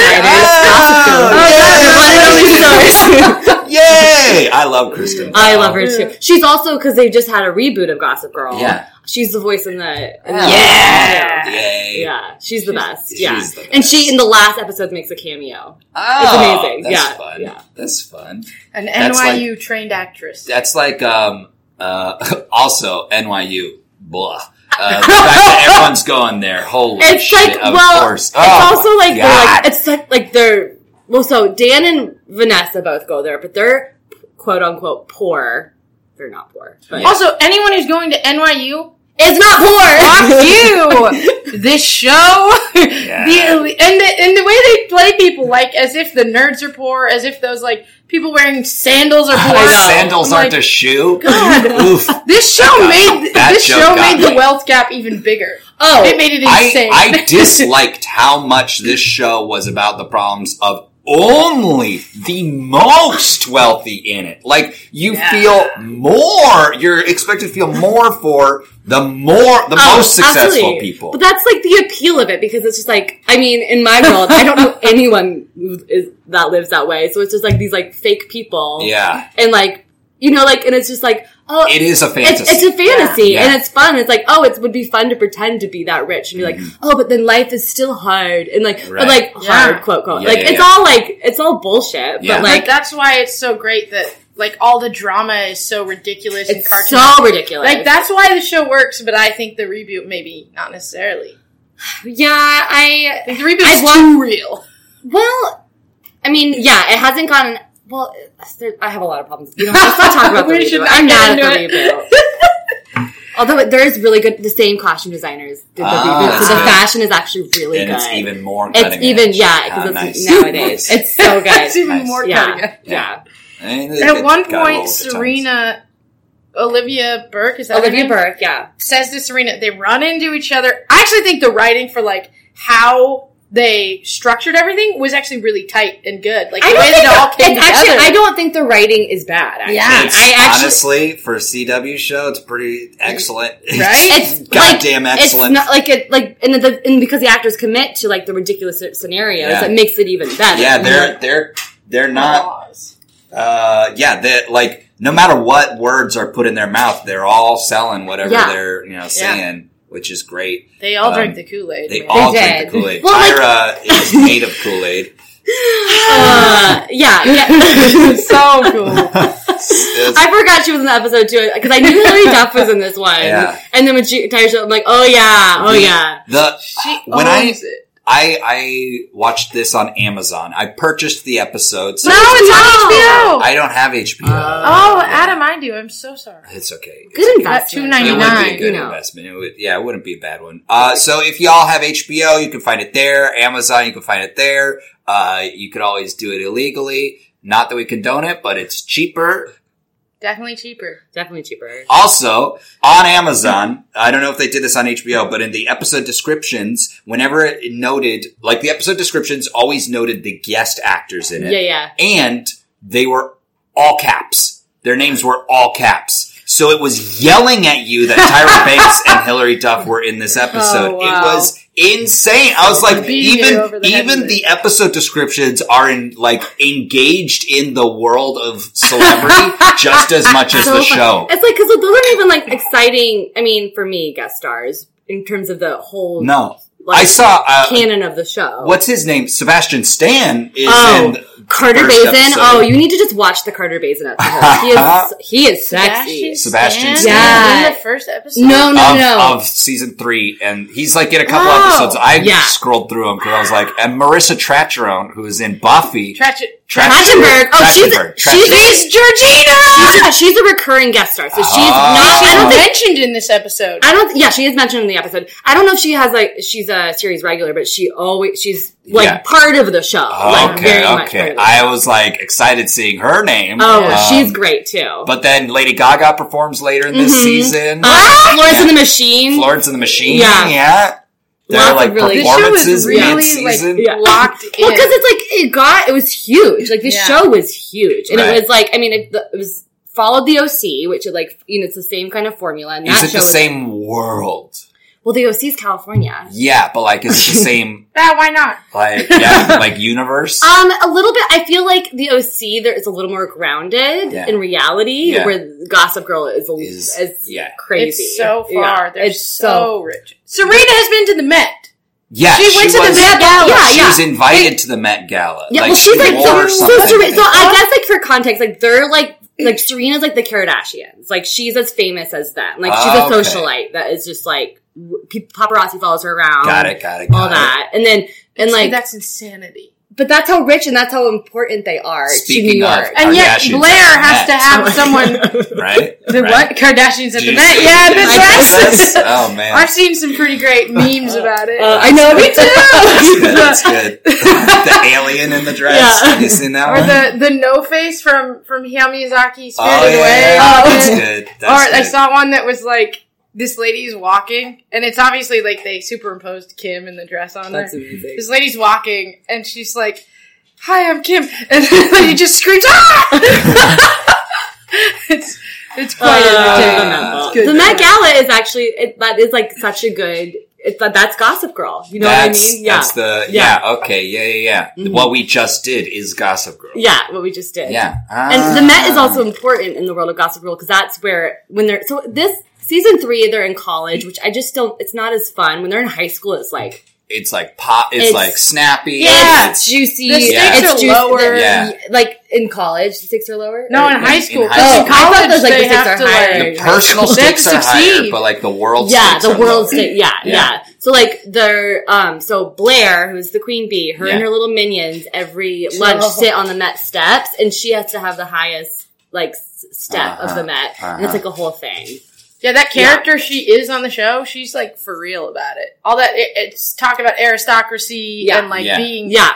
Speaker 2: Snyder.
Speaker 1: Oh,
Speaker 3: yay! I love Kristen.
Speaker 2: I love her
Speaker 1: Yeah.
Speaker 2: too. She's also because they just had a reboot of Gossip Girl.
Speaker 3: Yeah.
Speaker 2: she's the voice in the in the-
Speaker 3: Yeah, yay!
Speaker 2: yeah. She's the best.
Speaker 3: she's
Speaker 2: yeah,
Speaker 3: the
Speaker 2: and
Speaker 3: best.
Speaker 2: she in the last episode makes a cameo.
Speaker 3: Oh,
Speaker 2: It's amazing.
Speaker 3: That's
Speaker 2: Yeah,
Speaker 3: fun.
Speaker 2: yeah.
Speaker 3: That's fun.
Speaker 1: An
Speaker 3: That's
Speaker 1: NYU trained actress.
Speaker 3: That's like um uh also NYU. Blah. Uh, the fact that everyone's going there. Holy
Speaker 2: It's
Speaker 3: shit!
Speaker 2: like
Speaker 3: of
Speaker 2: well,
Speaker 3: course.
Speaker 2: it's
Speaker 3: Oh,
Speaker 2: also like
Speaker 3: God.
Speaker 2: they're like it's like like they're well. So Dan and Vanessa both go there, but they're quote unquote poor. They're not poor. But
Speaker 3: Yeah.
Speaker 1: Also, anyone who's going to NYU,
Speaker 2: It's not
Speaker 1: fuck
Speaker 2: poor.
Speaker 1: you. This show,
Speaker 3: Yeah.
Speaker 1: the and the and the way they play people, like as if the nerds are poor, as if those like people wearing sandals are poor.
Speaker 3: My sandals
Speaker 1: I'm
Speaker 3: aren't
Speaker 1: like,
Speaker 3: a shoe.
Speaker 1: God.
Speaker 3: Oof.
Speaker 1: This show made
Speaker 3: that
Speaker 1: this
Speaker 3: joke
Speaker 1: show
Speaker 3: got
Speaker 1: made the
Speaker 3: me.
Speaker 1: wealth gap even bigger.
Speaker 2: Oh,
Speaker 1: It made it
Speaker 3: I,
Speaker 1: insane.
Speaker 3: I disliked how much this show was about the problems of only the most wealthy in it. Like you
Speaker 1: Yeah.
Speaker 3: feel more, you're expected to feel more for the more the
Speaker 2: Oh,
Speaker 3: most successful
Speaker 2: absolutely.
Speaker 3: people.
Speaker 2: But that's like the appeal of it because it's just like I mean, in my world, I don't know anyone who is, that lives that way. So it's just like these like fake people,
Speaker 3: yeah,
Speaker 2: and like you know, like and it's just like oh.
Speaker 3: it is a
Speaker 2: it's,
Speaker 3: fantasy.
Speaker 2: it's a fantasy
Speaker 3: Yeah.
Speaker 2: and it's fun. It's like, oh, it would be fun to pretend to be that rich and be like, oh, but then life is still hard and like, or
Speaker 3: Mm-hmm. Right.
Speaker 2: like
Speaker 1: Yeah.
Speaker 2: hard quote quote.
Speaker 3: Yeah,
Speaker 2: like
Speaker 3: yeah,
Speaker 2: it's
Speaker 3: yeah.
Speaker 2: all like it's all bullshit,
Speaker 3: Yeah.
Speaker 2: but
Speaker 1: Like
Speaker 2: like
Speaker 1: that's why it's so great that like all the drama is so ridiculous and
Speaker 2: it's
Speaker 1: cartoon.
Speaker 2: so ridiculous.
Speaker 1: like that's why the show works, but I think the reboot maybe not necessarily.
Speaker 2: Yeah, I
Speaker 1: Like, the reboot
Speaker 2: I've
Speaker 1: is
Speaker 2: watched-
Speaker 1: too real.
Speaker 2: Well, I mean, yeah, it hasn't gotten. Well, there, I have a lot of problems. You know, let's not talk about the
Speaker 1: We
Speaker 2: reboot.
Speaker 1: should not
Speaker 2: I'm
Speaker 1: get
Speaker 2: mad at the
Speaker 1: into
Speaker 2: reboot. Although it- there is really good, the same costume designers did the
Speaker 3: Ah,
Speaker 2: reboot, so
Speaker 3: that's
Speaker 2: the
Speaker 3: good.
Speaker 2: fashion is actually really
Speaker 3: and
Speaker 2: good.
Speaker 3: it's even more.
Speaker 2: It's
Speaker 3: cutting
Speaker 2: even-
Speaker 3: edge.
Speaker 2: yeah, 'cause
Speaker 3: Ah,
Speaker 2: it's
Speaker 3: nice.
Speaker 2: nowadays. It's so good.
Speaker 1: It's even
Speaker 3: Nice.
Speaker 1: more
Speaker 2: Oh, Yeah.
Speaker 1: cutting edge.
Speaker 2: yeah,
Speaker 3: And it-
Speaker 1: At
Speaker 3: it
Speaker 1: one
Speaker 3: got old
Speaker 1: point,
Speaker 3: times.
Speaker 1: Serena, Olivia Burke is that her
Speaker 2: Olivia
Speaker 1: name?
Speaker 2: Burke. Yeah,
Speaker 1: says to Serena, they run into each other. I actually think the writing for like how they structured everything was actually really tight and good. Like the way that it all came
Speaker 2: it's actually.
Speaker 1: together.
Speaker 2: I don't think the writing is bad. Actually.
Speaker 1: Yeah.
Speaker 3: It's,
Speaker 2: I actually.
Speaker 3: honestly, for a CW show, it's pretty excellent.
Speaker 1: Right?
Speaker 2: it's
Speaker 3: goddamn
Speaker 2: like,
Speaker 3: excellent.
Speaker 2: It's not like it, like and, the, and because the actors commit to like the ridiculous scenarios,
Speaker 3: Yeah.
Speaker 2: it makes it even better.
Speaker 3: yeah, they're they're they're not uh, yeah, that like no matter what words are put in their mouth, they're all selling whatever
Speaker 2: Yeah.
Speaker 3: they're you know saying, which is great.
Speaker 1: They all
Speaker 3: Um,
Speaker 1: drank the Kool Aid.
Speaker 3: They all
Speaker 2: They
Speaker 3: drink
Speaker 2: did.
Speaker 3: the Kool Aid.
Speaker 2: Well, like-
Speaker 3: Tyra is made of Kool Aid.
Speaker 2: Uh, yeah, yeah.
Speaker 1: so cool.
Speaker 3: It's-
Speaker 2: I forgot she was in the episode too because I knew Hillary Duff was in this one.
Speaker 3: Yeah.
Speaker 2: And then when she entire show, I'm like, oh yeah, oh yeah.
Speaker 3: the
Speaker 1: She
Speaker 3: When I-
Speaker 1: owns it.
Speaker 3: I I watched this on Amazon. I purchased the episode. So
Speaker 1: No, it's
Speaker 2: No.
Speaker 1: on HBO.
Speaker 3: I don't have HBO.
Speaker 1: oh, Adam, I do. I'm so sorry.
Speaker 3: It's okay.
Speaker 2: Good
Speaker 1: At
Speaker 2: investment.
Speaker 3: It
Speaker 1: $2.99.
Speaker 3: would be a
Speaker 1: nine,
Speaker 3: good
Speaker 2: you know.
Speaker 3: investment. It would, yeah, it wouldn't be a bad one. Uh, so if y'all have HBO, you can find it there. Amazon, you can find it there. Uh, you could always do it illegally. Not that we condone it, but it's cheaper.
Speaker 1: Definitely cheaper.
Speaker 2: Definitely cheaper.
Speaker 3: Also, on Amazon, I don't know if they did this on HBO, but in the episode descriptions, whenever it noted, like the episode descriptions always noted the guest actors in it.
Speaker 2: Yeah, yeah.
Speaker 3: and they were all caps. Their names were all caps. So it was yelling at you that Tyra Banks and Hillary Duff were in this episode.
Speaker 1: Oh, wow.
Speaker 3: It was insane. I was like,
Speaker 1: Beating you over
Speaker 3: even
Speaker 1: the head
Speaker 3: even
Speaker 1: with it.
Speaker 3: the episode descriptions are in like engaged in the world of celebrity just as much as
Speaker 2: So
Speaker 3: the
Speaker 2: fun.
Speaker 3: show.
Speaker 2: It's like because those aren't even like exciting. I mean, for me, guest stars in terms of the whole
Speaker 3: No,
Speaker 2: like,
Speaker 3: I saw uh,
Speaker 2: canon of the show.
Speaker 3: what's his name, Sebastian Stan is
Speaker 2: Oh,
Speaker 3: in
Speaker 2: Carter
Speaker 3: first
Speaker 2: Basin?
Speaker 3: episode.
Speaker 2: Oh, you need to just watch the Carter Basin episode. He is he is sexy.
Speaker 3: Sebastian
Speaker 2: Stan.
Speaker 1: Yeah. In the first episode.
Speaker 2: No, no,
Speaker 3: of,
Speaker 2: no.
Speaker 3: of season three, and he's like in a couple
Speaker 1: Oh,
Speaker 3: episodes. I
Speaker 2: yeah.
Speaker 3: scrolled through them because I was like, and Marissa Tracherone, who is in Buffy,
Speaker 1: Trachit.
Speaker 3: Trach-
Speaker 2: Trachtenberg. Oh, she's
Speaker 3: Trachtenberg.
Speaker 2: she's,
Speaker 1: She's Georgina!
Speaker 2: she's a, she's a recurring guest star, so she's
Speaker 3: Oh.
Speaker 2: not. I
Speaker 1: She's
Speaker 2: don't think
Speaker 1: mentioned in this episode.
Speaker 2: I don't. Yeah, she is mentioned in the episode. I don't know if she has like she's a series regular, but she always she's like
Speaker 3: Yeah.
Speaker 2: part of the show. like, very
Speaker 3: okay,
Speaker 2: much part
Speaker 3: okay.
Speaker 2: of the show.
Speaker 3: I was like excited seeing her name.
Speaker 2: oh,
Speaker 3: Um,
Speaker 2: she's great too.
Speaker 3: But then Lady Gaga performs later in this
Speaker 2: Mhm.
Speaker 3: season.
Speaker 2: uh, Florence and the Machine.
Speaker 3: Florence and the Machine.
Speaker 2: Yeah.
Speaker 3: Yeah, There
Speaker 2: Lots
Speaker 3: are
Speaker 2: of
Speaker 3: like
Speaker 2: really- This show
Speaker 1: is
Speaker 3: performances
Speaker 1: really,
Speaker 3: mid
Speaker 1: like,
Speaker 3: season.
Speaker 2: Yeah.
Speaker 1: Locked in.
Speaker 2: Well, because it's like it got it was huge. Like the
Speaker 1: Yeah.
Speaker 2: show was huge, and
Speaker 3: Right.
Speaker 2: it was like I mean it, the- it was followed the OC, which is like you know it's the same kind of formula. And that
Speaker 3: Is it
Speaker 2: show
Speaker 3: the
Speaker 2: was-
Speaker 3: same world?
Speaker 2: Well, the OC is California.
Speaker 3: Yeah, but like, is it the same
Speaker 1: Ah, why not?
Speaker 3: like yeah like universe?
Speaker 2: Um, a little bit. I feel like the OC there is a little more grounded
Speaker 3: Yeah.
Speaker 2: in reality,
Speaker 3: Yeah.
Speaker 2: where Gossip Girl is a,
Speaker 3: Is-
Speaker 2: is,
Speaker 3: yeah.
Speaker 2: crazy.
Speaker 1: It's so
Speaker 2: Yeah.
Speaker 1: far. They're
Speaker 2: It's
Speaker 1: so, rich. Serena has been to the Met.
Speaker 3: yeah,
Speaker 1: she went to the
Speaker 3: was-
Speaker 1: Met Gala.
Speaker 2: Yeah,
Speaker 3: she
Speaker 2: yeah.
Speaker 3: was invited to the Met Gala.
Speaker 2: Yeah, well, she's
Speaker 3: she
Speaker 2: like
Speaker 3: wore
Speaker 2: so, so,
Speaker 3: something.
Speaker 2: Seren- so I guess like for context, like they're like like Serena's like the Kardashians, like she's as famous as them. Like she's
Speaker 3: Ah,
Speaker 2: a
Speaker 3: okay.
Speaker 2: socialite that is just like pe- paparazzi follows her around.
Speaker 3: got it, got it, got
Speaker 2: All
Speaker 3: it.
Speaker 2: that, and then and
Speaker 1: It's-
Speaker 2: like,
Speaker 1: that's insanity.
Speaker 2: but that's how rich and that's how important they are to
Speaker 3: Speaking
Speaker 2: New
Speaker 3: of-
Speaker 2: York.
Speaker 1: And
Speaker 3: Oh, yeah,
Speaker 1: yet
Speaker 3: she's
Speaker 1: Blair
Speaker 3: at
Speaker 1: has to
Speaker 3: the Met.
Speaker 1: have someone.
Speaker 3: right?
Speaker 1: The
Speaker 3: right?
Speaker 1: what? Kardashians at
Speaker 3: Did
Speaker 1: the
Speaker 3: you
Speaker 1: Met.
Speaker 3: see
Speaker 1: Yeah, the
Speaker 3: that?
Speaker 1: dresses.
Speaker 3: Oh man,
Speaker 1: I've seen some pretty great memes about it.
Speaker 2: Uh, I know, me
Speaker 3: that's good.
Speaker 2: too.
Speaker 3: That's good. the alien in the dress.
Speaker 2: Yeah.
Speaker 3: Have you seen that
Speaker 1: or
Speaker 3: one?
Speaker 1: the the no face from from Hayao Miyazaki Spirited
Speaker 3: oh yeah,
Speaker 1: Away.
Speaker 3: yeah, that's
Speaker 2: Oh,
Speaker 1: Or-
Speaker 3: good. That's
Speaker 1: or I
Speaker 3: good.
Speaker 1: saw one that was like this lady's walking, and it's obviously like they superimposed Kim and the dress on her.
Speaker 2: amazing.
Speaker 1: This lady's walking, and she's like, "Hi, I'm Kim," and then he just screams, "Ah!" it's it's quite entertaining.
Speaker 3: Uh,
Speaker 1: It's good.
Speaker 2: the Met Gala is actually it, that is like such a good. It's that that's Gossip Girl. You know
Speaker 3: that's,
Speaker 2: what I mean? Yeah, Mm-hmm.
Speaker 3: that's the yeah. Okay, yeah, yeah, yeah. What we just did is Gossip Girl.
Speaker 2: yeah. What we just did.
Speaker 3: yeah.
Speaker 2: And the Met is
Speaker 3: Ah.
Speaker 2: also important in the world of Gossip Girl because that's where when they're so this season three they're in college, which I just don't. It's not as fun when they're in high school. It's like
Speaker 3: It's like pop. It's,
Speaker 2: It's-
Speaker 3: like snappy.
Speaker 1: Yeah.
Speaker 2: it's juicy.
Speaker 1: The stakes
Speaker 3: Yeah.
Speaker 2: It's
Speaker 1: are
Speaker 2: juicy.
Speaker 1: lower.
Speaker 3: Yeah.
Speaker 2: Like in college, the stakes are lower.
Speaker 1: No,
Speaker 2: Or-
Speaker 1: in high school.
Speaker 3: in high
Speaker 1: because in
Speaker 3: school.
Speaker 2: Oh, I thought
Speaker 1: college,
Speaker 2: those, like,
Speaker 1: they
Speaker 2: the stakes
Speaker 1: have to
Speaker 2: are higher.
Speaker 1: like
Speaker 3: The personal
Speaker 1: They have to
Speaker 3: stakes are higher,
Speaker 1: succeed.
Speaker 3: but like the world.
Speaker 2: yeah,
Speaker 3: stakes
Speaker 2: the
Speaker 3: are
Speaker 2: world
Speaker 3: lower.
Speaker 2: state. Yeah,
Speaker 3: Yeah.
Speaker 2: yeah, So like they're um so Blair, who's the queen bee, her and
Speaker 3: Yeah.
Speaker 2: her little minions every lunch sit on the Met steps, and she has to have the highest like s- step of
Speaker 3: Uh-huh,
Speaker 2: the Met, and
Speaker 3: uh-huh.
Speaker 2: it's like a whole thing.
Speaker 1: Yeah, that character she is on the show, she's like for real about it. All that it, it's talk about aristocracy
Speaker 2: Yeah.
Speaker 1: and like
Speaker 3: Yeah.
Speaker 1: being
Speaker 2: Yeah,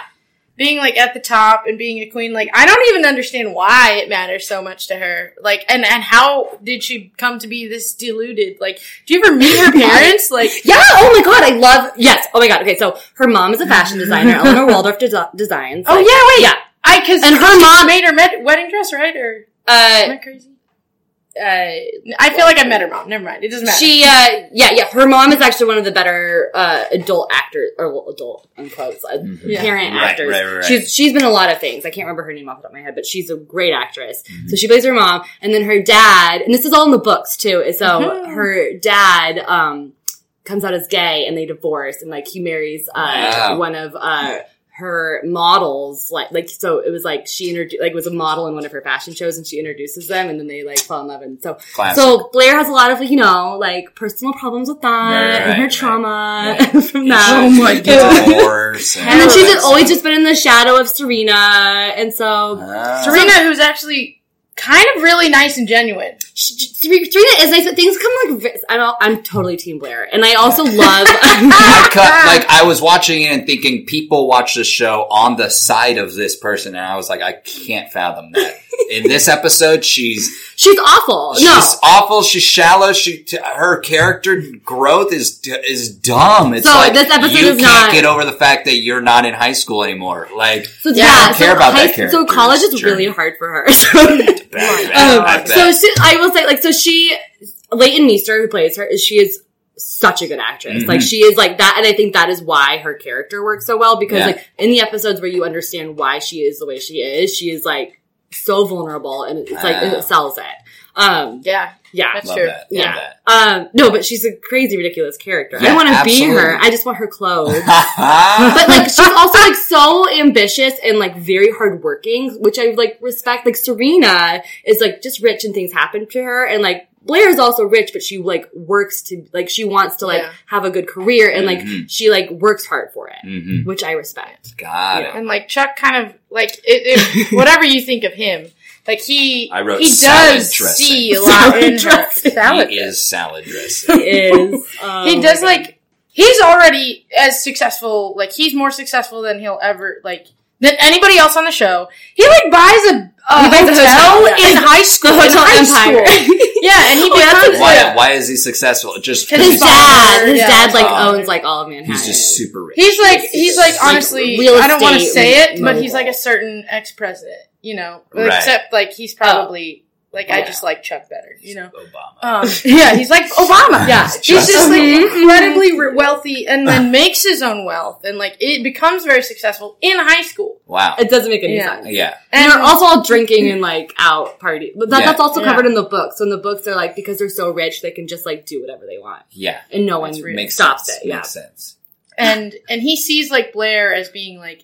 Speaker 1: being like at the top and being a queen. Like I don't even understand why it matters so much to her. Like and and how did she come to be this deluded? Like do you ever meet her parents? Like
Speaker 2: yeah. Oh my god, I love. Yes. Oh my god. Okay, so her mom is a fashion designer, Eleanor Waldorf des- designs.
Speaker 1: oh yeah,
Speaker 2: like-
Speaker 1: wait,
Speaker 2: yeah.
Speaker 1: I because
Speaker 2: And her mom-
Speaker 1: made her med- wedding dress, right? Or am I
Speaker 2: Uh,
Speaker 1: crazy?
Speaker 2: uh,
Speaker 1: I feel like I met her mom. Never mind, it doesn't matter.
Speaker 2: She, uh, yeah, yeah. Her mom is actually one of the better uh, adult actors, or well, adult in quotes, uh,
Speaker 3: Mm-hmm.
Speaker 1: Yeah.
Speaker 2: parent
Speaker 3: Right,
Speaker 2: actors.
Speaker 3: right, right, right.
Speaker 2: She's she's been in a lot of things. I can't remember her name off the top of my head, but she's a great actress.
Speaker 3: Mm-hmm.
Speaker 2: So she plays her mom, and then her dad, and this is all in the books too. is So
Speaker 1: Mhm.
Speaker 2: her dad um, comes out as gay, and they divorce, and like he marries uh,
Speaker 3: Wow.
Speaker 2: one of uh, her models like like so it was like she introduced like was a model in one of her fashion shows and she introduces them and then they like fall in love and so
Speaker 3: Classic.
Speaker 2: so Blair has a lot of you know like personal problems with that
Speaker 3: Right,
Speaker 2: and
Speaker 3: right,
Speaker 2: her
Speaker 3: right.
Speaker 2: trauma
Speaker 3: Right.
Speaker 2: from
Speaker 1: Oh
Speaker 2: that
Speaker 1: my
Speaker 3: It's
Speaker 1: God.
Speaker 3: divorce
Speaker 2: and then she's
Speaker 1: That's
Speaker 2: always just been in the shadow of Serena and so
Speaker 3: Ah.
Speaker 1: Serena, who's actually kind of really nice and genuine.
Speaker 2: Sh- sh- Serena is nice, but things come like vi- I'm, all, I'm totally Team Blair, and I also love.
Speaker 3: I cut like I was watching it and thinking people watch this show on the side of this person, and I was like, I can't fathom that. In this episode, she's
Speaker 2: she's awful.
Speaker 3: she's
Speaker 2: no,
Speaker 3: awful. She's shallow. She t- her character growth is d- is dumb. It's
Speaker 2: So,
Speaker 3: like
Speaker 2: this episode
Speaker 3: you
Speaker 2: is
Speaker 3: can't
Speaker 2: not-
Speaker 3: get over the fact that you're not in high school anymore. Like
Speaker 2: so
Speaker 1: Yeah,
Speaker 2: yeah,
Speaker 1: I
Speaker 3: don't
Speaker 2: so,
Speaker 3: care about that
Speaker 2: high- so
Speaker 3: character's
Speaker 2: college is
Speaker 3: journey.
Speaker 2: really hard for her. So
Speaker 3: bad, bad,
Speaker 2: Um,
Speaker 3: bad,
Speaker 2: so
Speaker 3: bad.
Speaker 2: she, I will say, like, so she, Leighton Meester, who plays her, is she is such a good actress.
Speaker 3: Mhm.
Speaker 2: Like, she is like that, and I think that is why her character works so well because,
Speaker 3: Yeah.
Speaker 2: like, in the episodes where you understand why she is the way she is, she is like so vulnerable, and it's like
Speaker 3: Wow.
Speaker 2: it sells it. Um,
Speaker 1: Yeah.
Speaker 2: yeah.
Speaker 1: That's
Speaker 3: love
Speaker 1: true.
Speaker 3: that.
Speaker 2: Yeah.
Speaker 3: Love that.
Speaker 2: Um, no, but she's a crazy, ridiculous character. I
Speaker 3: Yeah,
Speaker 2: want to be
Speaker 3: absolutely.
Speaker 2: her. I just want her clothes.
Speaker 3: but
Speaker 2: but like she's also like so ambitious and like very hardworking, which I like respect. Like Serena is like just rich and things happen to her, and like Blair is also rich, but she like works to like she wants to like
Speaker 1: Yeah.
Speaker 2: have a good career, and like
Speaker 3: Mhm.
Speaker 2: she like works hard for it,
Speaker 3: hmm
Speaker 2: which I respect.
Speaker 3: Got it.
Speaker 1: And like Chuck kind of like it, it, whatever you think of him. Like he
Speaker 3: I wrote
Speaker 1: he
Speaker 3: salad
Speaker 1: does
Speaker 3: dressing.
Speaker 1: see a lot
Speaker 2: Salad
Speaker 1: in her.
Speaker 2: dressing.
Speaker 1: Salad
Speaker 3: He is Oh salad dressing.
Speaker 2: Is um,
Speaker 1: he does like he's already as successful like he's more successful than he'll ever like than anybody else on the show he like buys a, a
Speaker 2: He buys a
Speaker 1: hotel
Speaker 2: hotel, yeah.
Speaker 1: in high school in
Speaker 2: Hotel
Speaker 1: high
Speaker 2: Empire.
Speaker 1: school yeah and he
Speaker 2: Oh, that's
Speaker 1: becomes
Speaker 2: a-
Speaker 3: Why?
Speaker 1: like,
Speaker 3: Why is he successful? Just
Speaker 1: 'Cause
Speaker 2: his
Speaker 1: his
Speaker 2: dad.
Speaker 1: father,
Speaker 2: His
Speaker 1: yeah.
Speaker 2: dad like
Speaker 3: Oh.
Speaker 2: owns like all of Manhattan.
Speaker 3: He's just super rich.
Speaker 1: he's like he's like honestly
Speaker 2: real
Speaker 1: i don't want to
Speaker 2: estate
Speaker 1: say it but he's
Speaker 2: mogul.
Speaker 1: like a certain ex-president you know
Speaker 3: Right.
Speaker 1: except like he's probably like i
Speaker 2: Yeah.
Speaker 1: just like chuck better you know
Speaker 3: Obama.
Speaker 1: um, yeah, he's like Obama.
Speaker 2: Yeah.
Speaker 1: he's just like
Speaker 2: Mhm.
Speaker 1: incredibly re- wealthy, and then makes his own wealth, and like it becomes very successful in high school.
Speaker 3: Wow.
Speaker 2: It doesn't make any
Speaker 1: Yeah.
Speaker 2: sense.
Speaker 3: Yeah.
Speaker 2: And they're also all drinking and like out party. But that,
Speaker 3: Yeah.
Speaker 2: that's also
Speaker 1: Yeah.
Speaker 2: covered in the books. So in the books, they're like, because they're so rich, they can just like do whatever they want.
Speaker 3: Yeah.
Speaker 2: And no
Speaker 1: That's
Speaker 2: one
Speaker 1: real.
Speaker 3: Makes
Speaker 2: stops
Speaker 3: sense.
Speaker 2: it. Yeah.
Speaker 3: Makes sense.
Speaker 1: and and he sees like Blair as being like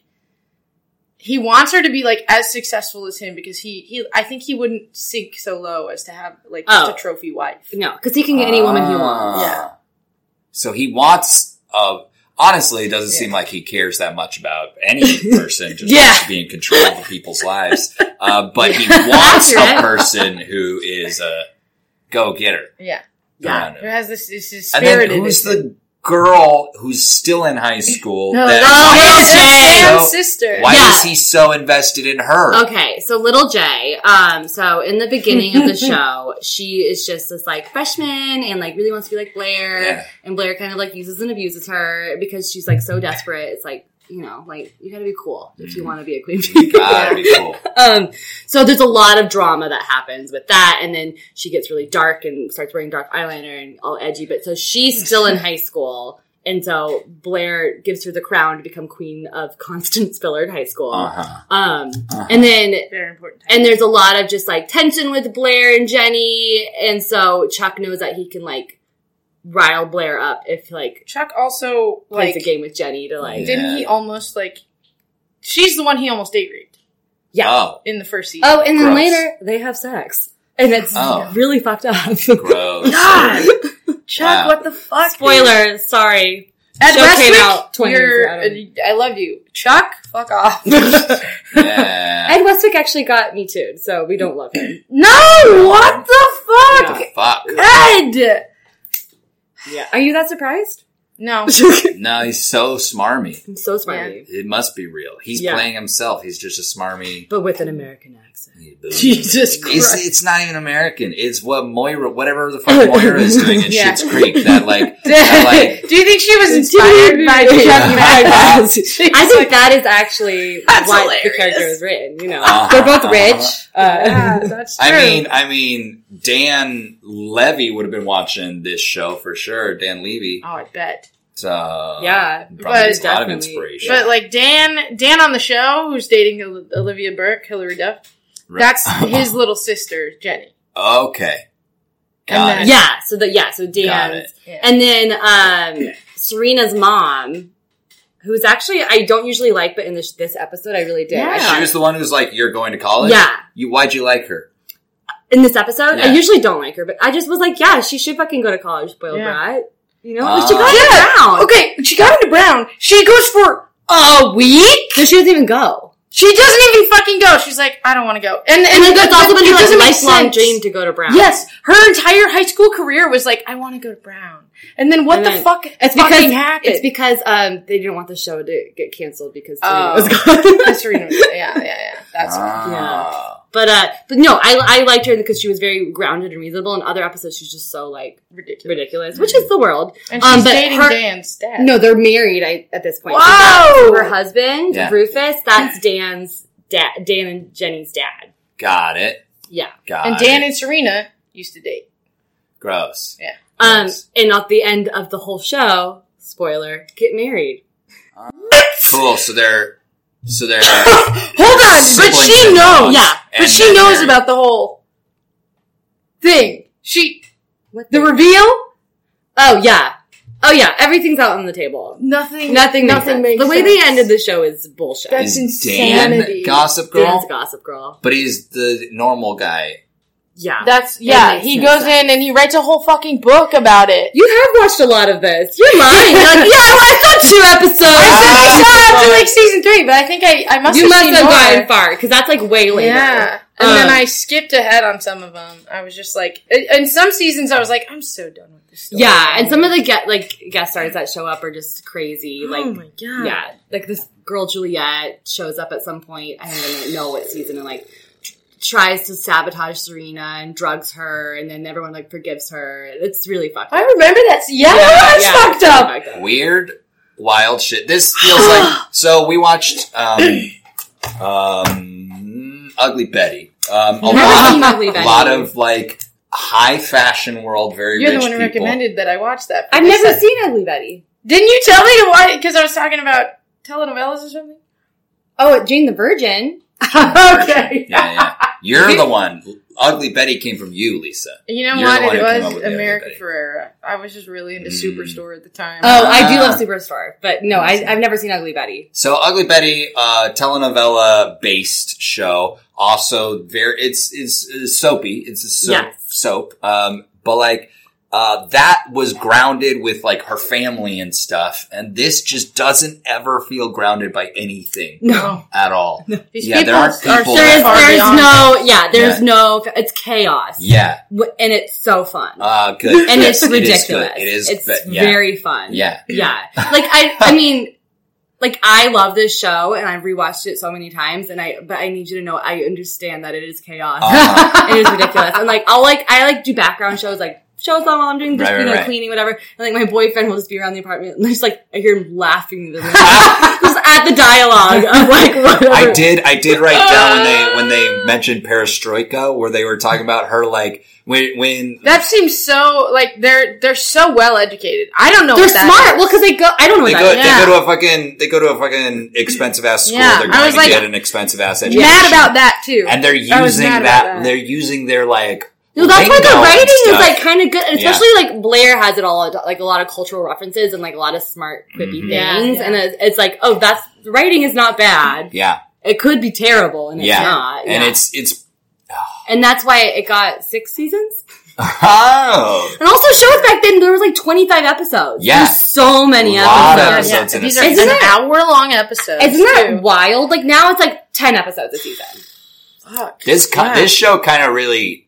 Speaker 1: he wants her to be like as successful as him because he he I think he wouldn't sink so low as to have like
Speaker 2: Oh.
Speaker 1: just a trophy wife.
Speaker 2: No, because he can get any woman he wants.
Speaker 3: Ah.
Speaker 1: Yeah.
Speaker 3: So he wants. Uh, honestly, it doesn't seem like he cares that much about any person. Just
Speaker 1: Yeah.
Speaker 3: wants to be in control of people's lives. Uh, but he wants a
Speaker 2: Accurate.
Speaker 3: person who is a go getter.
Speaker 1: Yeah,
Speaker 2: Yeah.
Speaker 1: who has this this is
Speaker 3: And
Speaker 1: spirited.
Speaker 3: then who's the girl who's still in high school?
Speaker 1: no,
Speaker 3: that-
Speaker 1: that's
Speaker 3: why
Speaker 1: Sam's
Speaker 3: is he
Speaker 1: sister.
Speaker 3: so- why
Speaker 2: Yeah.
Speaker 3: is he so invested in her?
Speaker 2: Okay, so little J. Um, so in the beginning of the show, she is just this like freshman and like really wants to be like Blair,
Speaker 3: Yeah.
Speaker 2: and Blair kind of like uses and abuses her because she's like so desperate. It's like you know, like you gotta be cool if you
Speaker 3: Mhm.
Speaker 2: want to be a queen.
Speaker 3: You gotta be cool.
Speaker 2: Um, so there's a lot of drama that happens with that, and then she gets really dark and starts wearing dark eyeliner and all edgy. But so she's still in high school, and so Blair gives her the crown to become queen of Constance Villard High School.
Speaker 3: Uh-huh.
Speaker 2: Um, and then
Speaker 1: Very important.
Speaker 2: and there's a lot of just like tension with Blair and Jenny, and so Chuck knows that he can like rile Blair up if like
Speaker 1: Chuck also
Speaker 2: plays
Speaker 1: like
Speaker 2: a game with Jenny to like
Speaker 1: didn't he almost like she's the one he almost date raped
Speaker 2: yeah.
Speaker 3: Oh,
Speaker 1: in the first season.
Speaker 2: Oh, and then
Speaker 3: Gross.
Speaker 2: later they have sex, and it's
Speaker 3: Oh.
Speaker 2: really fucked up.
Speaker 3: gross.
Speaker 1: God, Chuck,
Speaker 3: Wow.
Speaker 1: what the fuck?
Speaker 2: Spoiler, sorry.
Speaker 1: Ed
Speaker 2: Show came
Speaker 1: Westwick,
Speaker 2: out 20 minutes
Speaker 1: you're- uh,
Speaker 2: ago.
Speaker 1: I love you, Chuck. Fuck off.
Speaker 3: Yeah.
Speaker 2: Ed Westwick actually got me too, so we don't love him.
Speaker 1: No, what the
Speaker 3: What
Speaker 1: fuck,
Speaker 3: the fuck?
Speaker 1: Ed?
Speaker 2: Yeah. Are you that surprised?
Speaker 1: No,
Speaker 3: No, he's so smarmy.
Speaker 2: I'm so smarmy.
Speaker 3: It must be real. He's
Speaker 2: Yeah.
Speaker 3: playing himself. He's just a smarmy.
Speaker 2: But with an American accent.
Speaker 1: Jesus
Speaker 3: It's, it's not even American. It's what Moira, whatever the fuck Moira is doing in
Speaker 1: Yeah.
Speaker 3: Schitt's Creek. That like, that like,
Speaker 1: Do you think she was inspired by Chuck
Speaker 3: Yeah.
Speaker 2: I
Speaker 1: Madden?
Speaker 2: think that is actually
Speaker 1: That's
Speaker 2: why the
Speaker 1: hilarious.
Speaker 2: character was written, you know.
Speaker 3: Uh-huh,
Speaker 2: They're both rich.
Speaker 3: uh-huh.
Speaker 2: Uh,
Speaker 1: that's
Speaker 3: I mean, I mean, Dan Levy would have been watching this show for sure. Dan Levy.
Speaker 1: oh, I bet.
Speaker 3: So
Speaker 2: Yeah,
Speaker 3: probably
Speaker 1: but
Speaker 3: gets a lot of
Speaker 2: definitely.
Speaker 3: inspiration.
Speaker 1: But like Dan, Dan on the show, who's dating Ol- Olivia Burke, Hillary Duff.
Speaker 3: Right.
Speaker 1: That's his little sister, Jenny.
Speaker 3: okay.
Speaker 1: And
Speaker 3: Got
Speaker 1: then-
Speaker 3: it.
Speaker 2: yeah, so the yeah, so
Speaker 3: Got
Speaker 2: Dan's
Speaker 3: it.
Speaker 1: Yeah.
Speaker 2: and then um Serena's mom who's actually I don't usually like, but in this this episode I really did. I
Speaker 1: Yeah.
Speaker 2: thought-
Speaker 1: Yeah.
Speaker 3: She was the one who's like, "You're going to college."
Speaker 2: Yeah.
Speaker 3: You, why'd you like her?
Speaker 2: in this episode,
Speaker 3: Yeah.
Speaker 2: I usually don't like her, but I just was like, yeah, she should fucking go to college, spoiled
Speaker 1: Yeah.
Speaker 2: brat. You know,
Speaker 3: Ah.
Speaker 2: she got it down.
Speaker 1: Oh. Okay, she got into Brown. She goes for a week.
Speaker 2: No, she doesn't even go.
Speaker 1: She doesn't even fucking go. She's like, I don't want to go. And
Speaker 2: And
Speaker 1: and,
Speaker 2: like, that's also been
Speaker 1: it
Speaker 2: her like,
Speaker 1: doesn't make
Speaker 2: lifelong
Speaker 1: sense.
Speaker 2: dream to go to Brown.
Speaker 1: Yes, her entire high school career was like, I want to go to Brown. And then what
Speaker 2: And
Speaker 1: the
Speaker 2: then-
Speaker 1: fuck?
Speaker 2: It's
Speaker 1: fucking
Speaker 2: because
Speaker 1: happened.
Speaker 2: it's because um they didn't want the show to get canceled because Serena
Speaker 1: Oh.
Speaker 2: was gone.
Speaker 1: Serena was- yeah, yeah, yeah. That's
Speaker 3: Ah.
Speaker 2: but uh but no, I I liked her because she was very grounded and reasonable. In other episodes, she's just so like
Speaker 1: ridiculous.
Speaker 2: ridiculous, which is the world.
Speaker 1: And she's
Speaker 2: Um, but
Speaker 1: dating
Speaker 2: her-
Speaker 1: Dan's dad.
Speaker 2: No, they're married I, at this point.
Speaker 1: Whoa!
Speaker 2: her husband
Speaker 3: Yeah.
Speaker 2: Rufus. That's Dan's dad. Dan and Jenny's dad.
Speaker 3: Got it.
Speaker 2: Yeah.
Speaker 3: Got
Speaker 1: and Dan
Speaker 3: it.
Speaker 1: and Serena used to date.
Speaker 3: Gross.
Speaker 2: Um,
Speaker 3: Yes.
Speaker 2: and at the end of the whole show, spoiler, get married.
Speaker 3: Cool. So they're. So they're.
Speaker 1: Hold on, but
Speaker 3: Siblings
Speaker 1: she
Speaker 3: and
Speaker 1: knows.
Speaker 3: dogs.
Speaker 2: Yeah,
Speaker 1: but
Speaker 3: And
Speaker 1: she
Speaker 3: they're
Speaker 1: knows
Speaker 3: married.
Speaker 1: about the whole thing. She
Speaker 2: What
Speaker 1: the reveal.
Speaker 2: oh yeah, oh yeah, everything's out on the table.
Speaker 1: Nothing.
Speaker 2: Nothing, makes
Speaker 1: Nothing
Speaker 2: sense.
Speaker 1: makes
Speaker 2: the way
Speaker 1: sense.
Speaker 2: they ended the show is bullshit.
Speaker 1: That's
Speaker 3: Is
Speaker 1: insanity.
Speaker 3: Dan Gossip Girl,
Speaker 2: Dan's Gossip Girl.
Speaker 3: but he's the normal guy.
Speaker 2: Yeah,
Speaker 1: That's
Speaker 2: It
Speaker 1: yeah.
Speaker 2: makes
Speaker 1: He
Speaker 2: no
Speaker 1: goes
Speaker 2: sense.
Speaker 1: in and he writes a whole fucking book about it.
Speaker 2: you have watched a lot of this. You're lying. You're like, yeah, well, I saw two episodes.
Speaker 1: I said I got Ah. up to like season three, but I think I I must
Speaker 2: you
Speaker 1: have
Speaker 2: must
Speaker 1: seen
Speaker 2: have
Speaker 1: more.
Speaker 2: gotten far because that's like way later.
Speaker 1: Yeah. And then
Speaker 2: Um,
Speaker 1: I skipped ahead on some of them. I was just like, in some seasons, I was like, I'm so done with this. Story.
Speaker 2: yeah, and some of the get like guest stars that show up are just crazy. Like,
Speaker 1: oh my god,
Speaker 2: yeah, like this girl Juliet shows up at some point. I don't even know what season, and like tr- tries to sabotage Serena and drugs her, and then everyone like forgives her. It's really fucked.
Speaker 1: I
Speaker 2: up.
Speaker 1: remember that. Yeah,
Speaker 2: Yeah,
Speaker 1: that's
Speaker 2: yeah,
Speaker 1: fucked
Speaker 2: it's really
Speaker 1: up.
Speaker 2: fucked
Speaker 3: Weird, wild shit. This feels like. So we watched. Um, um, Ugly Betty. Um, a
Speaker 2: Never
Speaker 3: lot,
Speaker 2: seen Ugly
Speaker 3: a
Speaker 2: Betty.
Speaker 3: lot of like high fashion world, very
Speaker 1: You're the
Speaker 3: rich
Speaker 1: one who
Speaker 3: people.
Speaker 1: recommended that I watch that.
Speaker 2: I've
Speaker 1: This
Speaker 2: never
Speaker 1: is-
Speaker 2: seen Ugly Betty.
Speaker 1: Didn't you tell me to watch it because I was talking about telenovelas or something?
Speaker 2: Oh, Jane the Virgin.
Speaker 1: okay.
Speaker 3: Yeah, yeah. You're the one. Ugly Betty came from you, Lisa.
Speaker 1: You know
Speaker 3: You're the
Speaker 1: what?
Speaker 3: one
Speaker 1: It
Speaker 3: who came up
Speaker 1: was
Speaker 3: with the other
Speaker 1: America
Speaker 3: day.
Speaker 1: Ferrera. I was just really into
Speaker 3: Mm.
Speaker 1: Superstore at the time.
Speaker 2: Oh, I do
Speaker 3: Ah.
Speaker 2: love Superstore, but no, I, I've never seen Ugly Betty.
Speaker 3: So Ugly Betty, uh, telenovela based show. Also very, it's, it's, it's soapy. It's a soap,
Speaker 2: Yes.
Speaker 3: soap. Um, but like, uh, that was grounded with like her family and stuff. And this just doesn't ever feel grounded by anything
Speaker 1: no.
Speaker 3: at all.
Speaker 1: These
Speaker 3: Yeah, there aren't people
Speaker 2: There is,
Speaker 3: Far
Speaker 2: there is
Speaker 1: beyond-
Speaker 2: no, yeah, there's
Speaker 3: Yeah.
Speaker 2: no, it's chaos.
Speaker 3: Yeah.
Speaker 2: W- And it's so fun.
Speaker 3: Uh, good.
Speaker 2: and it's
Speaker 3: It is good.
Speaker 2: ridiculous.
Speaker 3: It is,
Speaker 2: It's
Speaker 3: but- yeah.
Speaker 2: very fun.
Speaker 3: yeah.
Speaker 2: Yeah. Like I I mean like I love this show and I've rewatched it so many times and I but I need you to know I understand that it is chaos.
Speaker 3: Uh-huh.
Speaker 2: it is ridiculous. And like I'll like I like do background shows like shows on while I'm doing just
Speaker 3: Right,
Speaker 2: you know,
Speaker 3: right, right.
Speaker 2: cleaning, whatever. And like my boyfriend will just be around the apartment and just like I hear him laughing in the room. just at the dialogue of like whatever.
Speaker 3: I did. I did write down when they when they mentioned Perestroika, where they were talking about her like when when
Speaker 1: That seems so like they're they're so well educated. I don't know.
Speaker 2: They're
Speaker 1: what that
Speaker 2: smart.
Speaker 1: is.
Speaker 2: Well, cause they go, I don't know
Speaker 3: they
Speaker 2: what
Speaker 3: go
Speaker 2: that is.
Speaker 3: they go to a fucking they go to a fucking expensive ass school.
Speaker 1: Yeah,
Speaker 3: They're
Speaker 1: I
Speaker 3: going
Speaker 1: was
Speaker 3: to
Speaker 1: like,
Speaker 3: get an expensive ass education.
Speaker 1: mad about that too.
Speaker 3: and they're
Speaker 1: I was
Speaker 3: using
Speaker 1: mad
Speaker 3: that,
Speaker 1: about that.
Speaker 3: They're using their like.
Speaker 2: No, that's why the
Speaker 3: lingo and
Speaker 2: writing is
Speaker 3: stuff.
Speaker 2: like kind of good, and
Speaker 3: Yeah.
Speaker 2: especially like Blair has it all like a lot of cultural references and like a lot of smart quippy things,
Speaker 3: Mhm.
Speaker 1: Yeah. Yeah.
Speaker 2: and it's, it's like oh that's the writing is not bad.
Speaker 3: Yeah,
Speaker 2: It could be terrible, and it's
Speaker 3: Yeah.
Speaker 2: not.
Speaker 3: and
Speaker 2: Yeah.
Speaker 3: it's it's
Speaker 2: and that's why it got six seasons.
Speaker 3: oh
Speaker 2: And also shows back then there was like twenty five episodes.
Speaker 3: Yeah.
Speaker 2: There's so many
Speaker 3: Lot of
Speaker 2: episodes.
Speaker 3: episodes. in a
Speaker 1: These are
Speaker 2: season.
Speaker 1: an hour long episodes.
Speaker 2: Isn't that
Speaker 1: too.
Speaker 2: wild? Like now it's like ten episodes a season.
Speaker 1: Fuck.
Speaker 3: this ki-
Speaker 1: Yeah.
Speaker 3: this show kind of really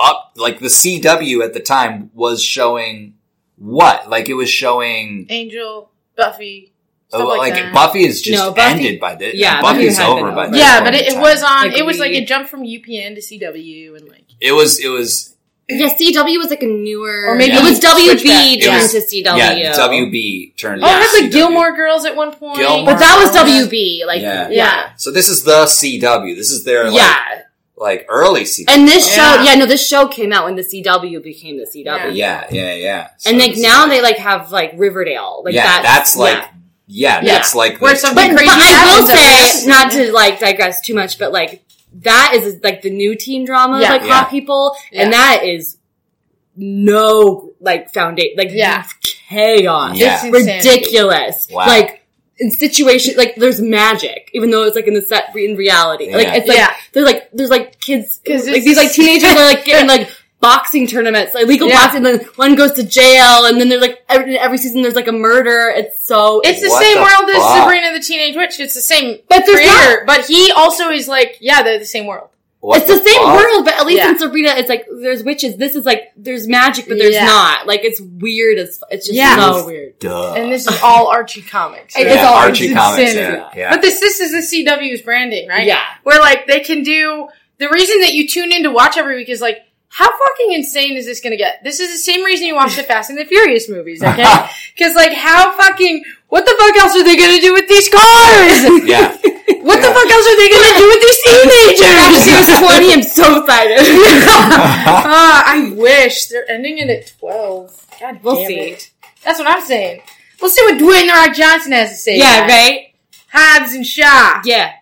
Speaker 3: up like the CW at the time was showing what like it was showing
Speaker 1: Angel Buffy? Stuff
Speaker 3: Oh,
Speaker 1: like,
Speaker 3: like,
Speaker 1: that.
Speaker 3: Buffy is just
Speaker 2: No, Buffy-
Speaker 3: ended by this.
Speaker 2: yeah, Buffy
Speaker 3: Buffy's
Speaker 2: had
Speaker 3: over
Speaker 2: been
Speaker 3: by
Speaker 2: over.
Speaker 3: this.
Speaker 1: yeah,
Speaker 3: point
Speaker 1: but
Speaker 3: in
Speaker 1: it, it
Speaker 3: time.
Speaker 1: was on.
Speaker 2: Like
Speaker 1: it was
Speaker 2: we-
Speaker 1: like a jump from UPN to CW and like
Speaker 3: It was. It was.
Speaker 2: Yeah, CW was like a newer,
Speaker 1: Or maybe
Speaker 2: it was
Speaker 1: switch back.
Speaker 2: WB
Speaker 1: It
Speaker 2: turned
Speaker 3: was-
Speaker 2: to CW.
Speaker 3: Yeah, WB turned.
Speaker 1: oh, it had
Speaker 3: to
Speaker 1: the
Speaker 3: CW.
Speaker 1: Gilmore Girls at one point.
Speaker 3: Gilmore
Speaker 2: but that was WB. Like
Speaker 3: Yeah.
Speaker 1: Yeah.
Speaker 3: So this is the CW. This is their like,
Speaker 2: yeah.
Speaker 3: like early CW.
Speaker 2: And this
Speaker 1: Yeah.
Speaker 2: show, yeah, no, this show came out when the CW became the CW.
Speaker 1: Yeah.
Speaker 3: yeah, yeah, yeah. So
Speaker 2: And like
Speaker 3: this is
Speaker 2: now they like have like Riverdale. Like
Speaker 3: yeah,
Speaker 2: that,
Speaker 3: that's like
Speaker 2: yeah.
Speaker 3: yeah,
Speaker 1: Yeah.
Speaker 3: that's like
Speaker 1: Where
Speaker 3: the-
Speaker 1: something-
Speaker 2: But, but
Speaker 1: Crazy
Speaker 2: I will
Speaker 1: Hours of
Speaker 2: say,
Speaker 1: Action.
Speaker 2: not to like digress too much, but like that is like the new teen drama,
Speaker 1: Yeah.
Speaker 2: like
Speaker 3: Yeah.
Speaker 2: hot people,
Speaker 1: Yeah.
Speaker 2: and that is no like foundation, like
Speaker 1: Yeah.
Speaker 2: chaos,
Speaker 3: Yeah.
Speaker 1: It's insanity.
Speaker 2: ridiculous,
Speaker 3: Wow.
Speaker 2: like in situation like there's magic, even though it's like in the set in reality. Like
Speaker 3: Yeah.
Speaker 2: it's like
Speaker 1: Yeah.
Speaker 2: there's like there's like kids
Speaker 1: 'Cause
Speaker 2: like
Speaker 1: it's-
Speaker 2: these like teenagers are like getting like boxing tournaments, like legal
Speaker 1: Yeah.
Speaker 2: boxing, and then one goes to jail and then they're like every, every season there's like a murder. It's so
Speaker 1: It's the
Speaker 3: What
Speaker 1: same
Speaker 3: the
Speaker 1: world
Speaker 3: fuck?
Speaker 1: as Sabrina the Teenage Witch. It's the same
Speaker 2: But there's
Speaker 1: creator, but he also is like, yeah, they're the same world.
Speaker 3: What
Speaker 2: it's the, same
Speaker 3: fuck?
Speaker 2: world, but at least
Speaker 1: Yeah.
Speaker 2: in Sabrina, it's like there's witches. This is like there's magic, but there's
Speaker 1: Yeah.
Speaker 2: not. Like it's weird. It's it's just
Speaker 1: Yeah.
Speaker 2: so weird.
Speaker 3: Duh.
Speaker 1: And this is all Archie comics.
Speaker 2: It-
Speaker 1: right?
Speaker 2: it's
Speaker 3: Uh. yeah,
Speaker 2: all
Speaker 3: Archie
Speaker 2: it's
Speaker 3: comics.
Speaker 2: insanity.
Speaker 3: Yeah, yeah.
Speaker 1: But this this is the CW's branding, right?
Speaker 2: Yeah.
Speaker 1: Where like they can do the reason that you tune in to watch every week is like how fucking insane is this going to get? This is the same reason you watch the Fast and the Furious movies, okay? Because like how fucking what the fuck else are they going to do with these cars?
Speaker 3: yeah.
Speaker 1: What the
Speaker 3: Yeah.
Speaker 1: fuck else are they going to do with these teenagers?
Speaker 2: she was twenty. I'm so excited.
Speaker 1: Ah, I wish they're ending it at twelve. God,
Speaker 2: We'll
Speaker 1: damn
Speaker 2: see.
Speaker 1: it. That's what I'm saying. We'll see what Dwayne the Rock Johnson has to say.
Speaker 2: yeah,
Speaker 1: about it.
Speaker 2: right.
Speaker 1: Hobbs and Shaw.
Speaker 2: Yeah,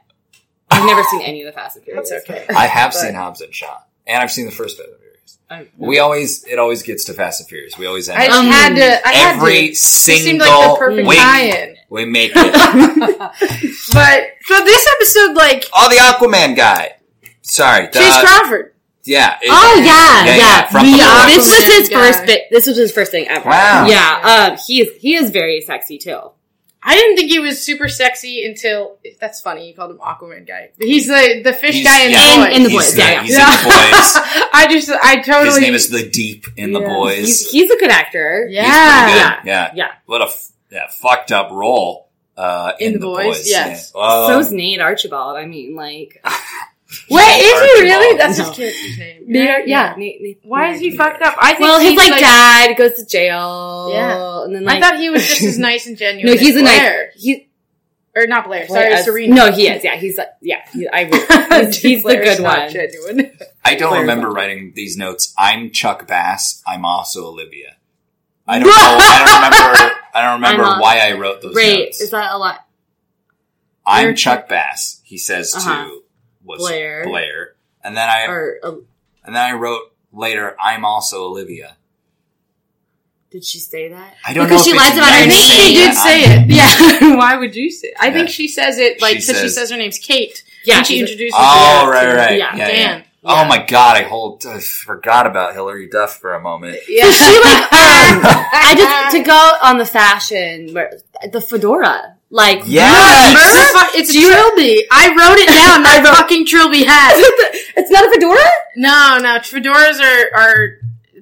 Speaker 2: I've never seen any of the Fast and Furious.
Speaker 1: That's okay.
Speaker 3: I have
Speaker 1: But-
Speaker 3: seen Hobbs and Shaw, and I've seen the first Fast and Furious.
Speaker 2: I-
Speaker 3: We always, it always gets to Fast and Furious. We always
Speaker 1: I
Speaker 3: end
Speaker 1: just
Speaker 2: Um,
Speaker 1: had to. I had
Speaker 3: every
Speaker 1: to. It
Speaker 3: single
Speaker 1: seemed like the perfect
Speaker 3: week.
Speaker 1: tie-in.
Speaker 3: We make it.
Speaker 1: But so this episode, like
Speaker 3: oh, the Aquaman guy. Sorry, the-
Speaker 1: Chase Crawford.
Speaker 3: Yeah. it-
Speaker 2: Oh yeah, yeah.
Speaker 3: Yeah, yeah, from
Speaker 2: The-
Speaker 3: the-
Speaker 2: this was his
Speaker 1: Aquaman guy.
Speaker 2: first bit. This was his first thing ever.
Speaker 3: Wow.
Speaker 2: Yeah. Um. He is. He is very sexy too.
Speaker 1: I didn't think he was super sexy until that's funny. You called him Aquaman guy. He's the the fish
Speaker 3: He's-
Speaker 1: guy in
Speaker 3: yeah.
Speaker 1: the
Speaker 2: And-
Speaker 1: boys.
Speaker 2: and the
Speaker 3: he's
Speaker 2: boys, yeah, yeah.
Speaker 3: he's in the boys.
Speaker 1: I just I totally.
Speaker 3: His name is the Deep in the
Speaker 1: Yeah.
Speaker 3: Boys.
Speaker 2: He's, he's a good actor.
Speaker 1: yeah.
Speaker 3: He's pretty good. Yeah.
Speaker 2: Yeah.
Speaker 3: What a f- yeah, fucked up role uh, in,
Speaker 1: In The Boys, yes.
Speaker 3: Yeah. Um,
Speaker 2: So's Nate Archibald. I mean, like
Speaker 1: Wait, is he
Speaker 3: Archibald.
Speaker 1: really? That's his
Speaker 2: No.
Speaker 1: character's name.
Speaker 2: Nate. Ar-
Speaker 1: right?
Speaker 2: yeah. Nate, Nate-
Speaker 1: Why is he
Speaker 3: Yeah.
Speaker 1: fucked up? I think
Speaker 2: Well, his
Speaker 1: he's
Speaker 2: like, dad goes to jail.
Speaker 1: Yeah.
Speaker 2: and then
Speaker 1: I
Speaker 2: like
Speaker 1: thought he was just as nice and genuine.
Speaker 2: no, he's
Speaker 1: as
Speaker 2: a nice.
Speaker 1: Blair.
Speaker 2: He,
Speaker 1: or not Blair.
Speaker 2: Blair
Speaker 1: sorry,
Speaker 2: as-
Speaker 1: Serena.
Speaker 2: No, he is. Yeah, he's uh, yeah. He, I he's, he's the
Speaker 1: Blair's
Speaker 2: good
Speaker 1: not
Speaker 2: one.
Speaker 1: Genuine.
Speaker 3: I don't
Speaker 2: Where is
Speaker 3: remember
Speaker 2: it?
Speaker 3: writing these notes. I'm Chuck Bass. I'm also Olivia. I don't know. I don't remember. I don't remember
Speaker 2: I'm, uh,
Speaker 3: why I wrote those
Speaker 2: Right?
Speaker 3: notes.
Speaker 2: Is that a lot?
Speaker 3: I'm
Speaker 2: you're-
Speaker 3: Chuck Bass. He says
Speaker 2: Uh-huh.
Speaker 3: to was
Speaker 2: Blair.
Speaker 3: Blair, and then I
Speaker 2: Or uh,
Speaker 3: and then I wrote later. I'm also Olivia.
Speaker 2: did she say that?
Speaker 3: I don't
Speaker 2: Because
Speaker 3: know
Speaker 2: she
Speaker 3: if
Speaker 2: lies
Speaker 3: it's
Speaker 2: about her
Speaker 1: I
Speaker 3: nice
Speaker 1: think
Speaker 3: or
Speaker 1: she
Speaker 2: name.
Speaker 1: did
Speaker 3: not.
Speaker 1: say it. Yeah. Why would you say? I think
Speaker 3: Yeah.
Speaker 1: she says it like
Speaker 3: She
Speaker 1: because she
Speaker 3: says-
Speaker 1: says her name's Kate.
Speaker 2: Yeah,
Speaker 1: and she
Speaker 2: she's a-
Speaker 1: introduces.
Speaker 3: Oh
Speaker 1: her
Speaker 3: right,
Speaker 1: to-
Speaker 3: right.
Speaker 2: Yeah.
Speaker 3: Yeah, yeah.
Speaker 1: Dan.
Speaker 3: Oh my god! I hold. I forgot about Hillary Duff for a moment.
Speaker 1: Yeah.
Speaker 2: She like um, I just to go on the fashion where- the fedora like
Speaker 3: Yes!
Speaker 1: Remember? It's a trilby. I wrote it down. My fucking trilby hat.
Speaker 2: it's not a fedora.
Speaker 1: No, no. Fedoras are are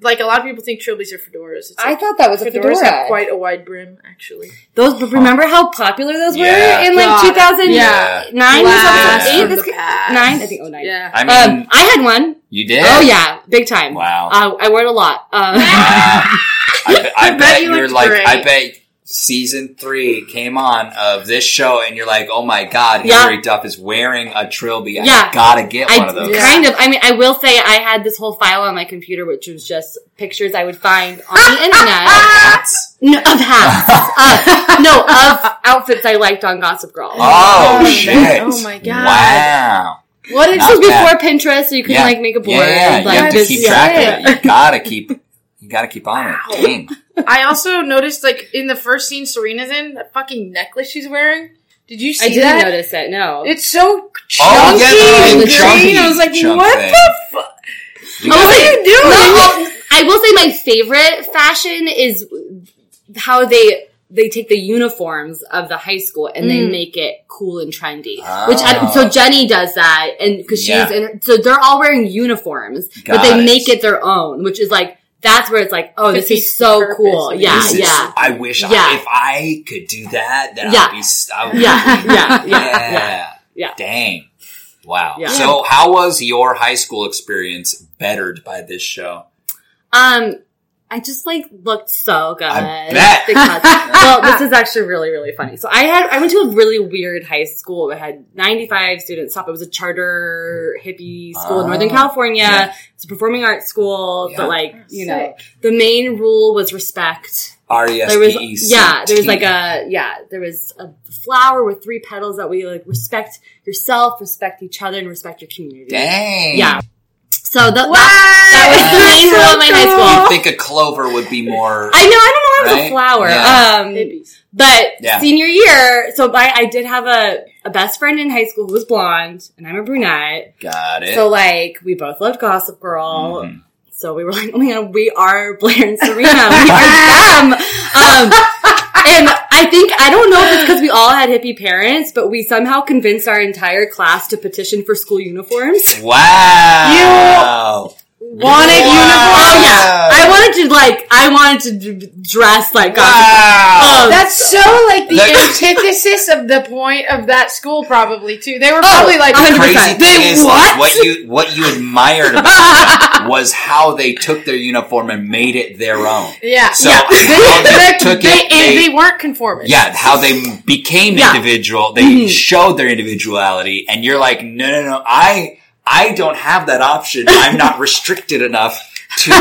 Speaker 1: like a lot of people think trilbies are fedoras. It's
Speaker 2: I
Speaker 1: like,
Speaker 2: thought that was a
Speaker 1: fedoras have
Speaker 2: fedora.
Speaker 1: quite a wide brim, actually.
Speaker 2: those but remember how popular those
Speaker 3: Yeah.
Speaker 2: were in like
Speaker 1: God.
Speaker 2: two thousand
Speaker 1: Yeah.
Speaker 2: nine
Speaker 1: Blast
Speaker 2: or
Speaker 1: from
Speaker 2: something?
Speaker 1: the
Speaker 2: Eight, this-
Speaker 1: past.
Speaker 2: nine, I think. Oh nine.
Speaker 1: Yeah.
Speaker 3: I mean,
Speaker 2: Um, I had one.
Speaker 3: you did.
Speaker 2: Oh yeah, big time.
Speaker 3: Wow.
Speaker 2: Uh, I wore it a lot. Uh,
Speaker 3: Wow. I, bet- I
Speaker 1: I
Speaker 3: bet,
Speaker 1: bet you
Speaker 3: you are
Speaker 1: looked
Speaker 3: like,
Speaker 1: great.
Speaker 3: I bet season three came on of this show, and you're like, oh my god,
Speaker 2: Yeah.
Speaker 3: Hillary Duff is wearing a trilby. I
Speaker 2: Yeah.
Speaker 3: gotta get
Speaker 2: I
Speaker 3: one of those.
Speaker 1: Yeah.
Speaker 2: kind of. I mean, I will say I had this whole file on my computer, which was just pictures I would find on the internet
Speaker 3: That's-
Speaker 2: no, of hats. Uh, no, of outfits I liked on Gossip Girl. Um,
Speaker 3: Oh, shit!
Speaker 1: Oh my god.
Speaker 3: Wow!
Speaker 2: What is
Speaker 3: Not
Speaker 2: this was
Speaker 3: bad.
Speaker 2: before Pinterest, so you could
Speaker 3: Yeah.
Speaker 2: like make a board.
Speaker 3: Yeah,
Speaker 2: like,
Speaker 3: yeah, you have to
Speaker 2: this-
Speaker 3: keep
Speaker 2: yeah.
Speaker 3: track of it. You gotta keep. You gotta keep on it. Dang.
Speaker 1: I also noticed, like in the first scene Serena's in, that fucking necklace she's wearing. Did you see
Speaker 2: I didn't
Speaker 1: that?
Speaker 2: notice it. No.
Speaker 1: It's so chunky
Speaker 3: Oh, yeah, the
Speaker 1: and
Speaker 3: little
Speaker 1: green.
Speaker 3: chunky
Speaker 1: I was like,
Speaker 3: chunk
Speaker 1: what
Speaker 3: thing.
Speaker 1: the fuck?
Speaker 3: You
Speaker 2: I was like,
Speaker 3: gotta-
Speaker 1: What are you doing?
Speaker 2: no, I'll- I will say my favorite fashion is how they they take the uniforms of the high school and they
Speaker 1: Mm.
Speaker 2: make it cool and trendy. Which I,
Speaker 3: Oh.
Speaker 2: so Jenny does that, and because
Speaker 3: Yeah.
Speaker 2: she's in, so they're all wearing uniforms, but
Speaker 3: Got
Speaker 2: they
Speaker 3: it.
Speaker 2: make it their own, which is like that's where it's like, oh, this
Speaker 1: Defeats
Speaker 2: is
Speaker 1: the
Speaker 2: so
Speaker 1: purpose
Speaker 2: cool.
Speaker 1: of it.
Speaker 2: Yeah,
Speaker 3: This is-
Speaker 2: yeah,
Speaker 3: I wish I,
Speaker 2: Yeah.
Speaker 3: if I could do that, then
Speaker 2: Yeah.
Speaker 3: I'd be. s- I would
Speaker 2: yeah,
Speaker 3: be-
Speaker 2: yeah, yeah,
Speaker 3: yeah.
Speaker 2: yeah. yeah.
Speaker 3: Dang. Wow.
Speaker 2: Yeah.
Speaker 3: So, how was your high school experience bettered by this show?
Speaker 2: Um, I just like looked so good.
Speaker 3: I bet.
Speaker 2: Because, well, this is actually really, really funny. So I had, I went to a really weird high school that had 95 students top. It was a charter hippie school
Speaker 3: Oh.
Speaker 2: in Northern California.
Speaker 3: Yeah.
Speaker 2: It's a performing arts school,
Speaker 3: Yeah.
Speaker 2: but like, you know, the main rule was respect.
Speaker 3: RESPECT.
Speaker 2: There was,
Speaker 3: E
Speaker 2: yeah, there was like a, yeah, there was a flower with three petals that we like respect yourself, respect each other, and respect your community.
Speaker 3: Dang.
Speaker 2: Yeah. So the,
Speaker 1: Wow.
Speaker 2: that, that was the main rule of my high school.
Speaker 3: I think a clover would be more.
Speaker 2: I know. I don't know I was a
Speaker 3: Right?
Speaker 2: flower.
Speaker 3: Yeah.
Speaker 2: Um,
Speaker 1: Babies.
Speaker 2: But
Speaker 3: Yeah.
Speaker 2: senior year, so I, I did have a, a best friend in high school who was blonde, and I'm a brunette.
Speaker 3: Got it.
Speaker 2: So like, we both loved Gossip Girl.
Speaker 3: Mhm.
Speaker 2: So we were like, oh my god, we are Blair and Serena. We are them. Um, and I think, I don't know if it's because we all had hippie parents, but we somehow convinced our entire class to petition for school uniforms.
Speaker 3: Wow.
Speaker 1: Wanted
Speaker 3: Wow.
Speaker 2: Oh
Speaker 1: uniforms.
Speaker 2: yeah. I wanted to like, I wanted to d- dress like Gossip Girl.
Speaker 3: Wow.
Speaker 2: Um,
Speaker 1: That's so like the
Speaker 3: Like-
Speaker 1: antithesis of the point of that school, probably too. They
Speaker 2: Oh,
Speaker 1: were probably like,
Speaker 2: 100%.
Speaker 3: Crazy thing
Speaker 2: They-
Speaker 3: is
Speaker 2: what?
Speaker 3: what you what you admired about them was how they took their uniform and made it their own.
Speaker 1: yeah,
Speaker 3: So
Speaker 1: yeah.
Speaker 3: how they
Speaker 1: They,
Speaker 3: took
Speaker 1: they-
Speaker 3: it,
Speaker 1: and
Speaker 3: they-
Speaker 1: they weren't conformist.
Speaker 3: Yeah, how they became
Speaker 2: Yeah. Mm-hmm.
Speaker 3: individual. They showed their individuality, and you're like, no, no, no. I I don't have that option. I'm not restricted enough to to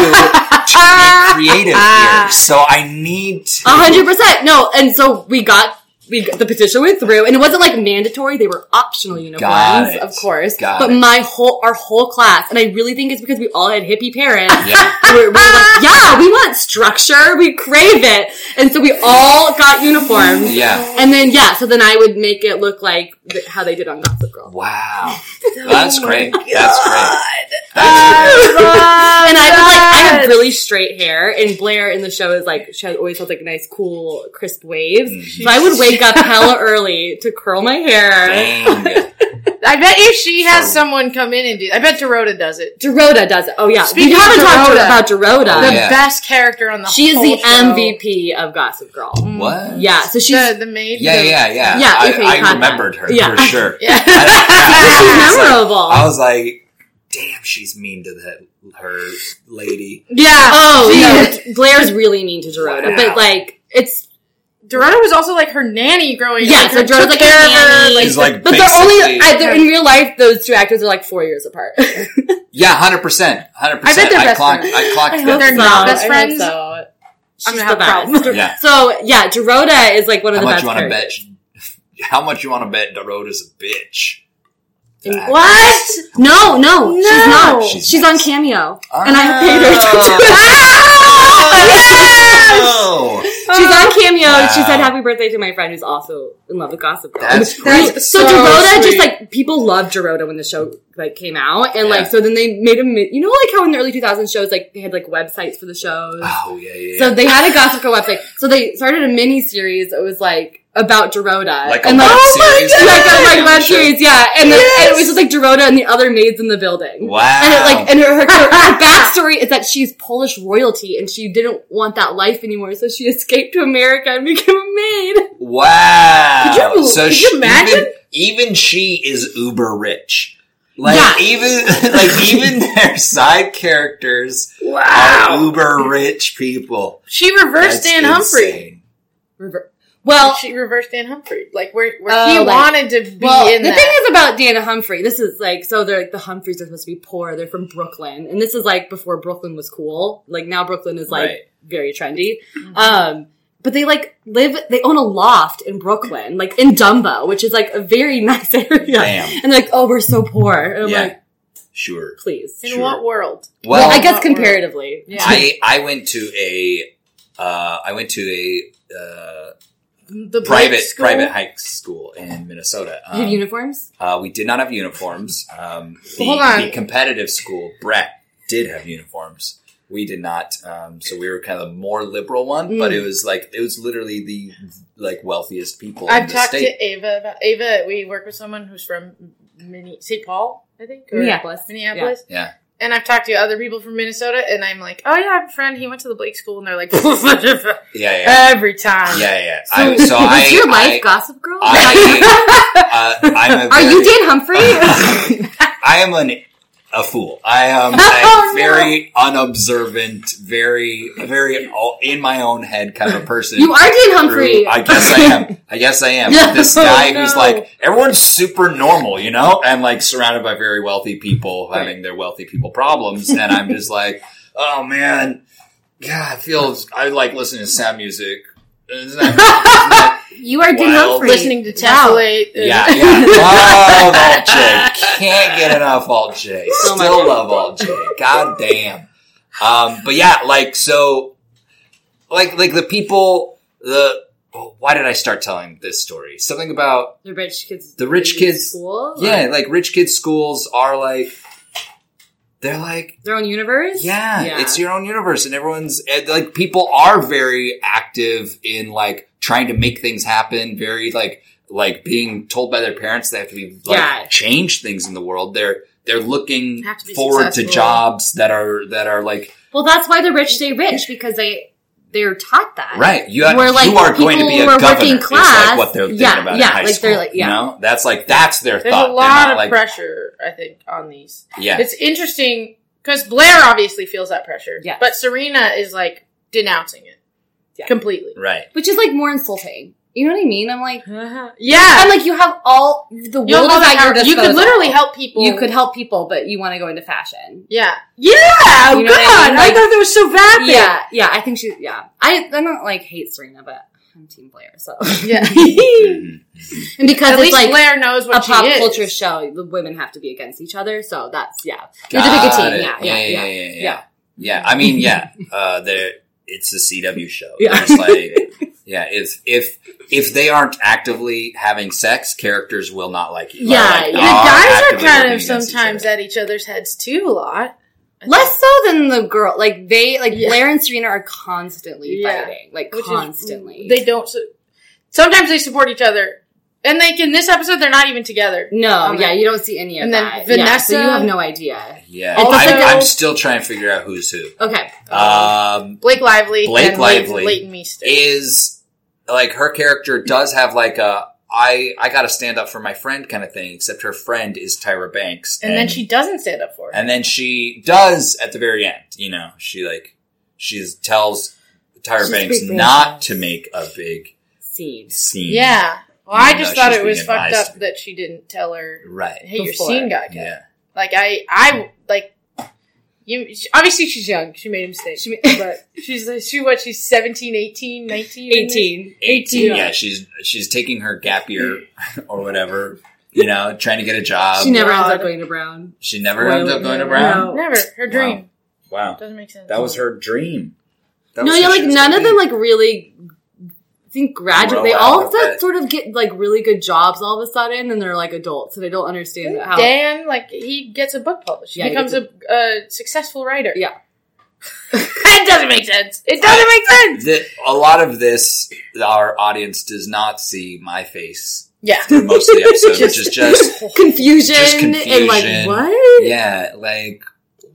Speaker 3: be creative here. So I need to.
Speaker 2: A hundred percent. No, and so we got we got, the petition went through, and it wasn't like mandatory; they were optional
Speaker 3: Got
Speaker 2: uniforms,
Speaker 3: it.
Speaker 2: of course.
Speaker 3: Got
Speaker 2: but
Speaker 3: it.
Speaker 2: my whole our whole class, and I really think it's because we all had hippie parents.
Speaker 3: Yeah.
Speaker 2: We were, we were like, yeah, we want structure. We crave it, and so we all got uniforms.
Speaker 3: Yeah.
Speaker 2: And then yeah, so then I would make it look like th- how they did on Gossip Girl.
Speaker 3: Wow. That's
Speaker 1: my
Speaker 3: great. That's great.
Speaker 1: Oh,
Speaker 2: Uh, and I was like, I
Speaker 1: God.
Speaker 2: have really straight hair, and Blair in the show is like, she has always has like nice, cool, crisp waves.
Speaker 3: Mm-hmm.
Speaker 2: So I would wake up hella early to curl my hair.
Speaker 3: Dang.
Speaker 1: I bet if she has someone come in and do, I bet Dorota does it.
Speaker 2: Dorota does it. Oh yeah,
Speaker 1: Speaking
Speaker 2: we
Speaker 1: of
Speaker 2: haven't talked
Speaker 1: Dorota.
Speaker 2: about
Speaker 3: Oh,
Speaker 2: Dorota.
Speaker 1: The
Speaker 3: yeah.
Speaker 1: best character on the
Speaker 2: She is
Speaker 1: whole
Speaker 2: the Mm-hmm.
Speaker 1: show.
Speaker 2: MVP of Gossip Girl.
Speaker 3: What?
Speaker 2: Mm. Yeah, so she's
Speaker 1: The, the maid.
Speaker 3: Yeah,
Speaker 1: the-
Speaker 3: yeah, yeah.
Speaker 2: Yeah,
Speaker 3: I,
Speaker 2: okay,
Speaker 3: I
Speaker 2: Conrad.
Speaker 3: remembered her
Speaker 2: Yeah.
Speaker 3: for sure.
Speaker 1: Yeah.
Speaker 2: she's
Speaker 3: I was like-
Speaker 2: memorable.
Speaker 3: I was like, damn, she's mean to the, her lady.
Speaker 1: yeah.
Speaker 2: oh
Speaker 1: she
Speaker 2: no,
Speaker 1: is.
Speaker 2: Blair's really mean to Dorota,
Speaker 3: Wow.
Speaker 2: but like it's
Speaker 1: Dorota was also like her nanny growing
Speaker 2: Yeah,
Speaker 1: up.
Speaker 2: so
Speaker 1: Like,
Speaker 2: Dorota's
Speaker 1: took
Speaker 2: like a
Speaker 1: care of her,
Speaker 2: nanny.
Speaker 1: like,
Speaker 3: He's like,
Speaker 2: but they're only
Speaker 3: basically-
Speaker 2: I, they're, in real life those two actors are like four years apart.
Speaker 3: yeah, hundred percent, hundred
Speaker 1: I bet
Speaker 3: percent.
Speaker 1: they're
Speaker 3: I
Speaker 1: best
Speaker 3: clocked,
Speaker 1: friends.
Speaker 3: I clocked
Speaker 2: I
Speaker 3: them.
Speaker 2: hope
Speaker 1: They're
Speaker 2: so.
Speaker 1: not best
Speaker 2: I hope
Speaker 1: friends?
Speaker 2: so.
Speaker 1: I'm
Speaker 2: She's
Speaker 1: gonna have
Speaker 2: the
Speaker 1: a
Speaker 2: best.
Speaker 1: problem.
Speaker 3: Yeah.
Speaker 2: So yeah, Dorota is like one of
Speaker 3: How
Speaker 2: the
Speaker 3: much
Speaker 2: best.
Speaker 3: you want to bet?
Speaker 2: characters.
Speaker 3: How much you want to bet Dorota's a bitch? That-
Speaker 1: What?
Speaker 2: No, no, she's
Speaker 1: No. Oh.
Speaker 2: not.
Speaker 3: She's
Speaker 2: She's,
Speaker 3: not.
Speaker 2: on Cameo,
Speaker 3: Oh.
Speaker 2: and I paid her. To do it.
Speaker 3: Oh,
Speaker 2: she's on Cameo. and She
Speaker 3: Wow.
Speaker 2: said "Happy Birthday" to my friend who's also in love with Gossip Girl.
Speaker 3: That's
Speaker 2: We-
Speaker 3: great.
Speaker 1: That's
Speaker 2: so,
Speaker 1: so
Speaker 2: Dorota
Speaker 1: sweet.
Speaker 2: just like people loved Dorota when the show like came out, and
Speaker 3: Yeah.
Speaker 2: like so then they made a mi- you know like how in the early 2000s shows like they had like websites for the shows.
Speaker 3: oh yeah, yeah.
Speaker 2: So
Speaker 3: yeah.
Speaker 2: they had a Gossip Girl website. So they started a mini series that was like about Dorota.
Speaker 3: like a
Speaker 2: and
Speaker 3: web
Speaker 2: like
Speaker 3: series.
Speaker 2: Yeah, like,
Speaker 3: Yeah.
Speaker 2: like web
Speaker 3: Sure.
Speaker 2: series, yeah. And, then, and it was just like Dorota and the other maids in the building.
Speaker 3: Wow.
Speaker 2: And it, like, and her, her, her backstory is that she's Polish royalty and she didn't want that life anymore, so she escaped to America and became a maid.
Speaker 3: Wow.
Speaker 2: Could you-
Speaker 3: so
Speaker 2: could
Speaker 3: she,
Speaker 2: you imagine?
Speaker 3: Even, even she is uber rich. Like
Speaker 2: Yeah.
Speaker 3: even like even their side characters are uber rich people.
Speaker 1: She reversed
Speaker 3: Oh, That's
Speaker 1: Dan Humphrey.
Speaker 3: insane.
Speaker 2: Rever- Well,
Speaker 1: she reversed Dan Humphrey, like where, where
Speaker 2: Oh,
Speaker 1: he
Speaker 2: like-
Speaker 1: wanted to be
Speaker 2: well,
Speaker 1: in
Speaker 2: the
Speaker 1: that.
Speaker 2: thing is about Dana Humphrey. This is like so they're like the Humphreys are supposed to be poor. They're from Brooklyn, and this is like before Brooklyn was cool. Like now Brooklyn is like
Speaker 3: Right. Mm-hmm.
Speaker 2: very trendy. Um, but they like live. They own a loft in Brooklyn, like in Dumbo, which is like a very nice area.
Speaker 3: Damn.
Speaker 2: And they're like, oh, we're so poor. And I'm
Speaker 3: Yeah.
Speaker 2: like,
Speaker 3: Sure.
Speaker 2: please.
Speaker 1: in
Speaker 3: Sure.
Speaker 1: what world?
Speaker 3: Well, uh,
Speaker 2: I
Speaker 3: I,
Speaker 2: guess comparatively, yeah.
Speaker 3: I went to a uh, I went to a uh,
Speaker 1: The
Speaker 3: private
Speaker 1: school?
Speaker 3: private hike school in Minnesota.
Speaker 2: You have
Speaker 3: Um,
Speaker 2: uniforms.
Speaker 3: uh, we did not have uniforms. Um, the,
Speaker 1: Hold on.
Speaker 3: the competitive school Brett did have uniforms. We did not, um, so we were kind of the more liberal one. But it was like it was literally the like wealthiest people in
Speaker 1: I've
Speaker 3: the
Speaker 1: talked
Speaker 3: state.
Speaker 1: to Ava about Ava. We work with someone who's from Minne St. Paul, I think, or
Speaker 2: Minneapolis.
Speaker 1: Minneapolis.
Speaker 3: Yeah.
Speaker 1: And I've talked to other people from Minnesota, and I'm like, oh yeah, I have a friend. He went to the Blake School, and they're like,
Speaker 3: Yeah, yeah.
Speaker 1: every time.
Speaker 3: Yeah, yeah.
Speaker 2: Yeah.
Speaker 3: I, so
Speaker 2: was
Speaker 3: I,
Speaker 2: your life
Speaker 3: I,
Speaker 2: Gossip Girl?
Speaker 3: I, uh, I'm a
Speaker 2: Are
Speaker 3: very,
Speaker 2: you Dan Humphrey?
Speaker 3: I am an, a fool. I am
Speaker 2: Oh,
Speaker 3: a
Speaker 2: no.
Speaker 3: very unobservant, very, very all, in my own head kind of person.
Speaker 2: you are Dan Humphrey.
Speaker 3: True. I guess I am. I guess I am. This guy
Speaker 1: No.
Speaker 3: who's like everyone's super normal, you know, and like surrounded by very wealthy people having their wealthy people problems, and I'm just like, oh man, God, I feel I like listening to sad music. Isn't that- isn't that
Speaker 2: You are Dan
Speaker 3: Wild.
Speaker 2: Humphrey.
Speaker 1: Listening to
Speaker 2: Wow.
Speaker 1: Tessellate. and-
Speaker 3: Yeah, yeah. Love Alt J. Can't get enough Alt J.
Speaker 2: Oh my
Speaker 3: Still
Speaker 2: God.
Speaker 3: love Alt J. God damn. Um, but yeah, like so. like like the people the oh, why did I start telling this story? Something about
Speaker 2: The rich kids.
Speaker 3: The rich
Speaker 2: in
Speaker 3: kids-
Speaker 2: School.
Speaker 3: yeah, like rich kids schools are like they're like
Speaker 2: their own universe.
Speaker 3: yeah, it's your own universe, and everyone's and, like people are very active in like trying to make things happen. Very like like being told by their parents they have to be like
Speaker 2: Yeah.
Speaker 3: change things in the world. They're they're looking
Speaker 1: Have to be
Speaker 3: forward to
Speaker 1: successful.
Speaker 3: jobs that are that are like
Speaker 2: Well, that's why the rich stay rich because they they're taught that.
Speaker 3: right. You have,
Speaker 2: Where, like,
Speaker 3: you are going to
Speaker 2: people
Speaker 3: be
Speaker 2: who
Speaker 3: a
Speaker 2: are
Speaker 3: governor.
Speaker 2: working
Speaker 3: is,
Speaker 2: class-
Speaker 3: like what they're thinking
Speaker 2: yeah,
Speaker 3: about
Speaker 2: yeah,
Speaker 3: in high
Speaker 2: like,
Speaker 3: school.
Speaker 2: they're, like, yeah.
Speaker 3: You know, that's like that's their
Speaker 1: There's a
Speaker 3: thought. They're
Speaker 1: lot
Speaker 3: not,
Speaker 1: of
Speaker 3: like,
Speaker 1: pressure, I think, on these.
Speaker 3: Yeah,
Speaker 1: It's interesting because Blair obviously feels that pressure.
Speaker 2: Yes.
Speaker 1: But Serena is like denouncing it
Speaker 2: Yeah.
Speaker 1: completely.
Speaker 3: right.
Speaker 2: Which is like more insulting. You know what I mean? I'm like,
Speaker 1: Uh-huh. Yeah.
Speaker 2: I'm like, you have all the
Speaker 1: You'll
Speaker 2: world is
Speaker 1: love
Speaker 2: at your
Speaker 1: how- you could
Speaker 2: disposal.
Speaker 1: literally help people.
Speaker 2: you could help people, but you want to go into fashion.
Speaker 1: Yeah. Yeah.
Speaker 2: You know what Oh, I mean? Like-
Speaker 1: thought that was so bad.
Speaker 2: Yeah, yeah. I think she. Yeah, I. I don't like hate Serena, but I'm Team Blair. So
Speaker 1: Yeah.
Speaker 3: Mhm.
Speaker 2: and because
Speaker 1: At
Speaker 2: it's
Speaker 1: least
Speaker 2: like
Speaker 1: Blair knows
Speaker 2: a
Speaker 1: what she
Speaker 2: pop
Speaker 1: is.
Speaker 2: culture show, the women have to be against each other. So that's yeah. You're the bigger
Speaker 3: Got
Speaker 2: team.
Speaker 3: it.
Speaker 2: Yeah, yeah,
Speaker 3: yeah,
Speaker 2: yeah.
Speaker 3: yeah, yeah.
Speaker 2: yeah.
Speaker 3: Yeah, I mean, yeah, uh, there. It's a CW show.
Speaker 2: Yeah.
Speaker 3: There's like, yeah. If if if they aren't actively having sex, characters will not like you.
Speaker 2: Yeah,
Speaker 3: Like,
Speaker 2: the
Speaker 1: The
Speaker 2: They are
Speaker 1: guys are kind
Speaker 3: actively working
Speaker 1: of
Speaker 3: against each
Speaker 1: sometimes
Speaker 3: other.
Speaker 1: at each other's heads too a lot. I
Speaker 2: Less so than the girl. Like they, like
Speaker 1: Yeah.
Speaker 2: Blair and Serena are constantly
Speaker 1: Yeah.
Speaker 2: fighting, like
Speaker 1: Which is-
Speaker 2: constantly.
Speaker 1: They don't. su- Sometimes they support each other, and like in this episode, they're not even together.
Speaker 2: no,
Speaker 1: Okay.
Speaker 2: yeah, you don't see any of
Speaker 1: And then
Speaker 2: that. Yeah, so you
Speaker 1: Vanessa-
Speaker 2: have no idea.
Speaker 3: Yeah,
Speaker 2: Also-
Speaker 3: I'm, I'm still trying to figure out who's who.
Speaker 2: Okay,
Speaker 3: Um,
Speaker 1: Blake Lively,
Speaker 3: Blake
Speaker 1: and Leighton-
Speaker 3: Lively
Speaker 1: Leighton Meester.
Speaker 3: is like her character does have like a I I got to stand up for my friend kind of thing. Except her friend is Tyra Banks,
Speaker 1: and then she doesn't stand up for it.
Speaker 3: And then she does at the very end, you know, she like she tells Tyra
Speaker 2: She's
Speaker 3: Banks
Speaker 2: big fan.
Speaker 3: not to make a big
Speaker 2: scenes.
Speaker 3: scene.
Speaker 1: yeah. Well, I
Speaker 3: No,
Speaker 1: just thought
Speaker 3: she's
Speaker 1: it was
Speaker 3: being
Speaker 1: fucked
Speaker 3: advised.
Speaker 1: up that she didn't tell her,
Speaker 3: Right.
Speaker 1: "Hey, your
Speaker 2: Before.
Speaker 1: scene got cut."
Speaker 3: Yeah.
Speaker 1: Like I, I like. You, she- obviously she's young. She made a mistake. She made, but she's she what she's 17, 18, 19?
Speaker 2: 18.
Speaker 3: 18.
Speaker 1: Yeah.
Speaker 3: Yeah, she's she's taking her gap year or whatever, you know, trying to get a job.
Speaker 2: She
Speaker 3: She,
Speaker 2: never ends
Speaker 1: God.
Speaker 2: up going to Brown.
Speaker 3: never
Speaker 2: Well,
Speaker 3: ended up going to
Speaker 2: no.
Speaker 3: Brown.
Speaker 1: Never. Her dream.
Speaker 3: Wow.
Speaker 1: Doesn't make sense.
Speaker 3: That was her dream. That
Speaker 2: no,
Speaker 3: was
Speaker 2: yeah,
Speaker 3: who she
Speaker 2: like
Speaker 3: was
Speaker 2: none
Speaker 3: gonna
Speaker 2: of
Speaker 3: be.
Speaker 2: them like really I think graduate.
Speaker 3: Grow
Speaker 2: They
Speaker 3: out
Speaker 2: all
Speaker 3: of
Speaker 2: sort-
Speaker 3: it.
Speaker 2: sort of get like really good jobs all of a sudden, and they're like adults, so they don't understand how.
Speaker 1: Dan, like he gets a book published.
Speaker 2: Yeah,
Speaker 1: he
Speaker 2: he
Speaker 1: becomes a, a successful writer.
Speaker 2: Yeah.
Speaker 1: it doesn't make sense. It doesn't make sense.
Speaker 3: The- a lot of this, our audience does not see my face
Speaker 1: Yeah.
Speaker 3: for most of the episode,
Speaker 1: Just-
Speaker 3: which is just
Speaker 2: Confusion,
Speaker 3: Just
Speaker 2: and
Speaker 3: confusion.
Speaker 2: like what?
Speaker 3: yeah, like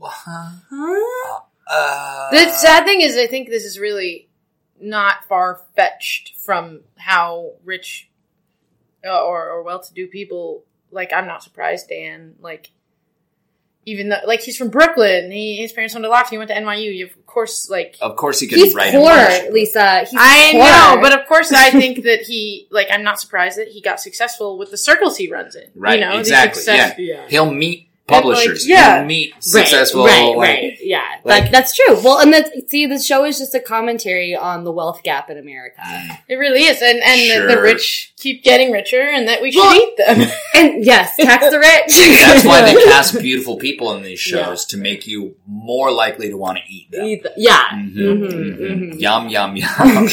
Speaker 3: huh?
Speaker 2: Huh?
Speaker 3: uh,
Speaker 1: The sad thing is, I think this is really not far fetched from how rich uh, or, or well to do people. Like, I'm not surprised, Dan. Like, even though, like, he's from Brooklyn. He, his parents owned a lot. He went to NYU. You, of course, like,
Speaker 3: Of course, he could
Speaker 2: He's
Speaker 3: write
Speaker 2: poor,
Speaker 3: emotion.
Speaker 2: Lisa. He's
Speaker 1: I
Speaker 2: poor.
Speaker 1: know, but of course, I think that he, like, I'm not surprised that he got successful with the circles he runs in.
Speaker 3: Right,
Speaker 1: You know, the
Speaker 3: exactly,
Speaker 1: success-
Speaker 2: yeah,
Speaker 3: He'll meet
Speaker 1: like,
Speaker 3: publishers.
Speaker 1: yeah.
Speaker 3: He'll meet successful.
Speaker 2: Right, right,
Speaker 3: like,
Speaker 2: right. Yeah,
Speaker 3: like-
Speaker 2: That- that's true. Well, and that's see, the show is just a commentary on the wealth gap in America,
Speaker 1: It really is. And, and the, the
Speaker 3: Sure.
Speaker 1: rich keep getting richer and that we should
Speaker 2: Well-
Speaker 1: eat them.
Speaker 2: and yes, tax the rich.
Speaker 3: That's why they cast beautiful people in these shows to make you more likely to want to eat them.
Speaker 2: Yeah.
Speaker 3: Mhm,
Speaker 2: Mhm,
Speaker 3: mhm.
Speaker 2: mhm.
Speaker 3: Yum yum yum.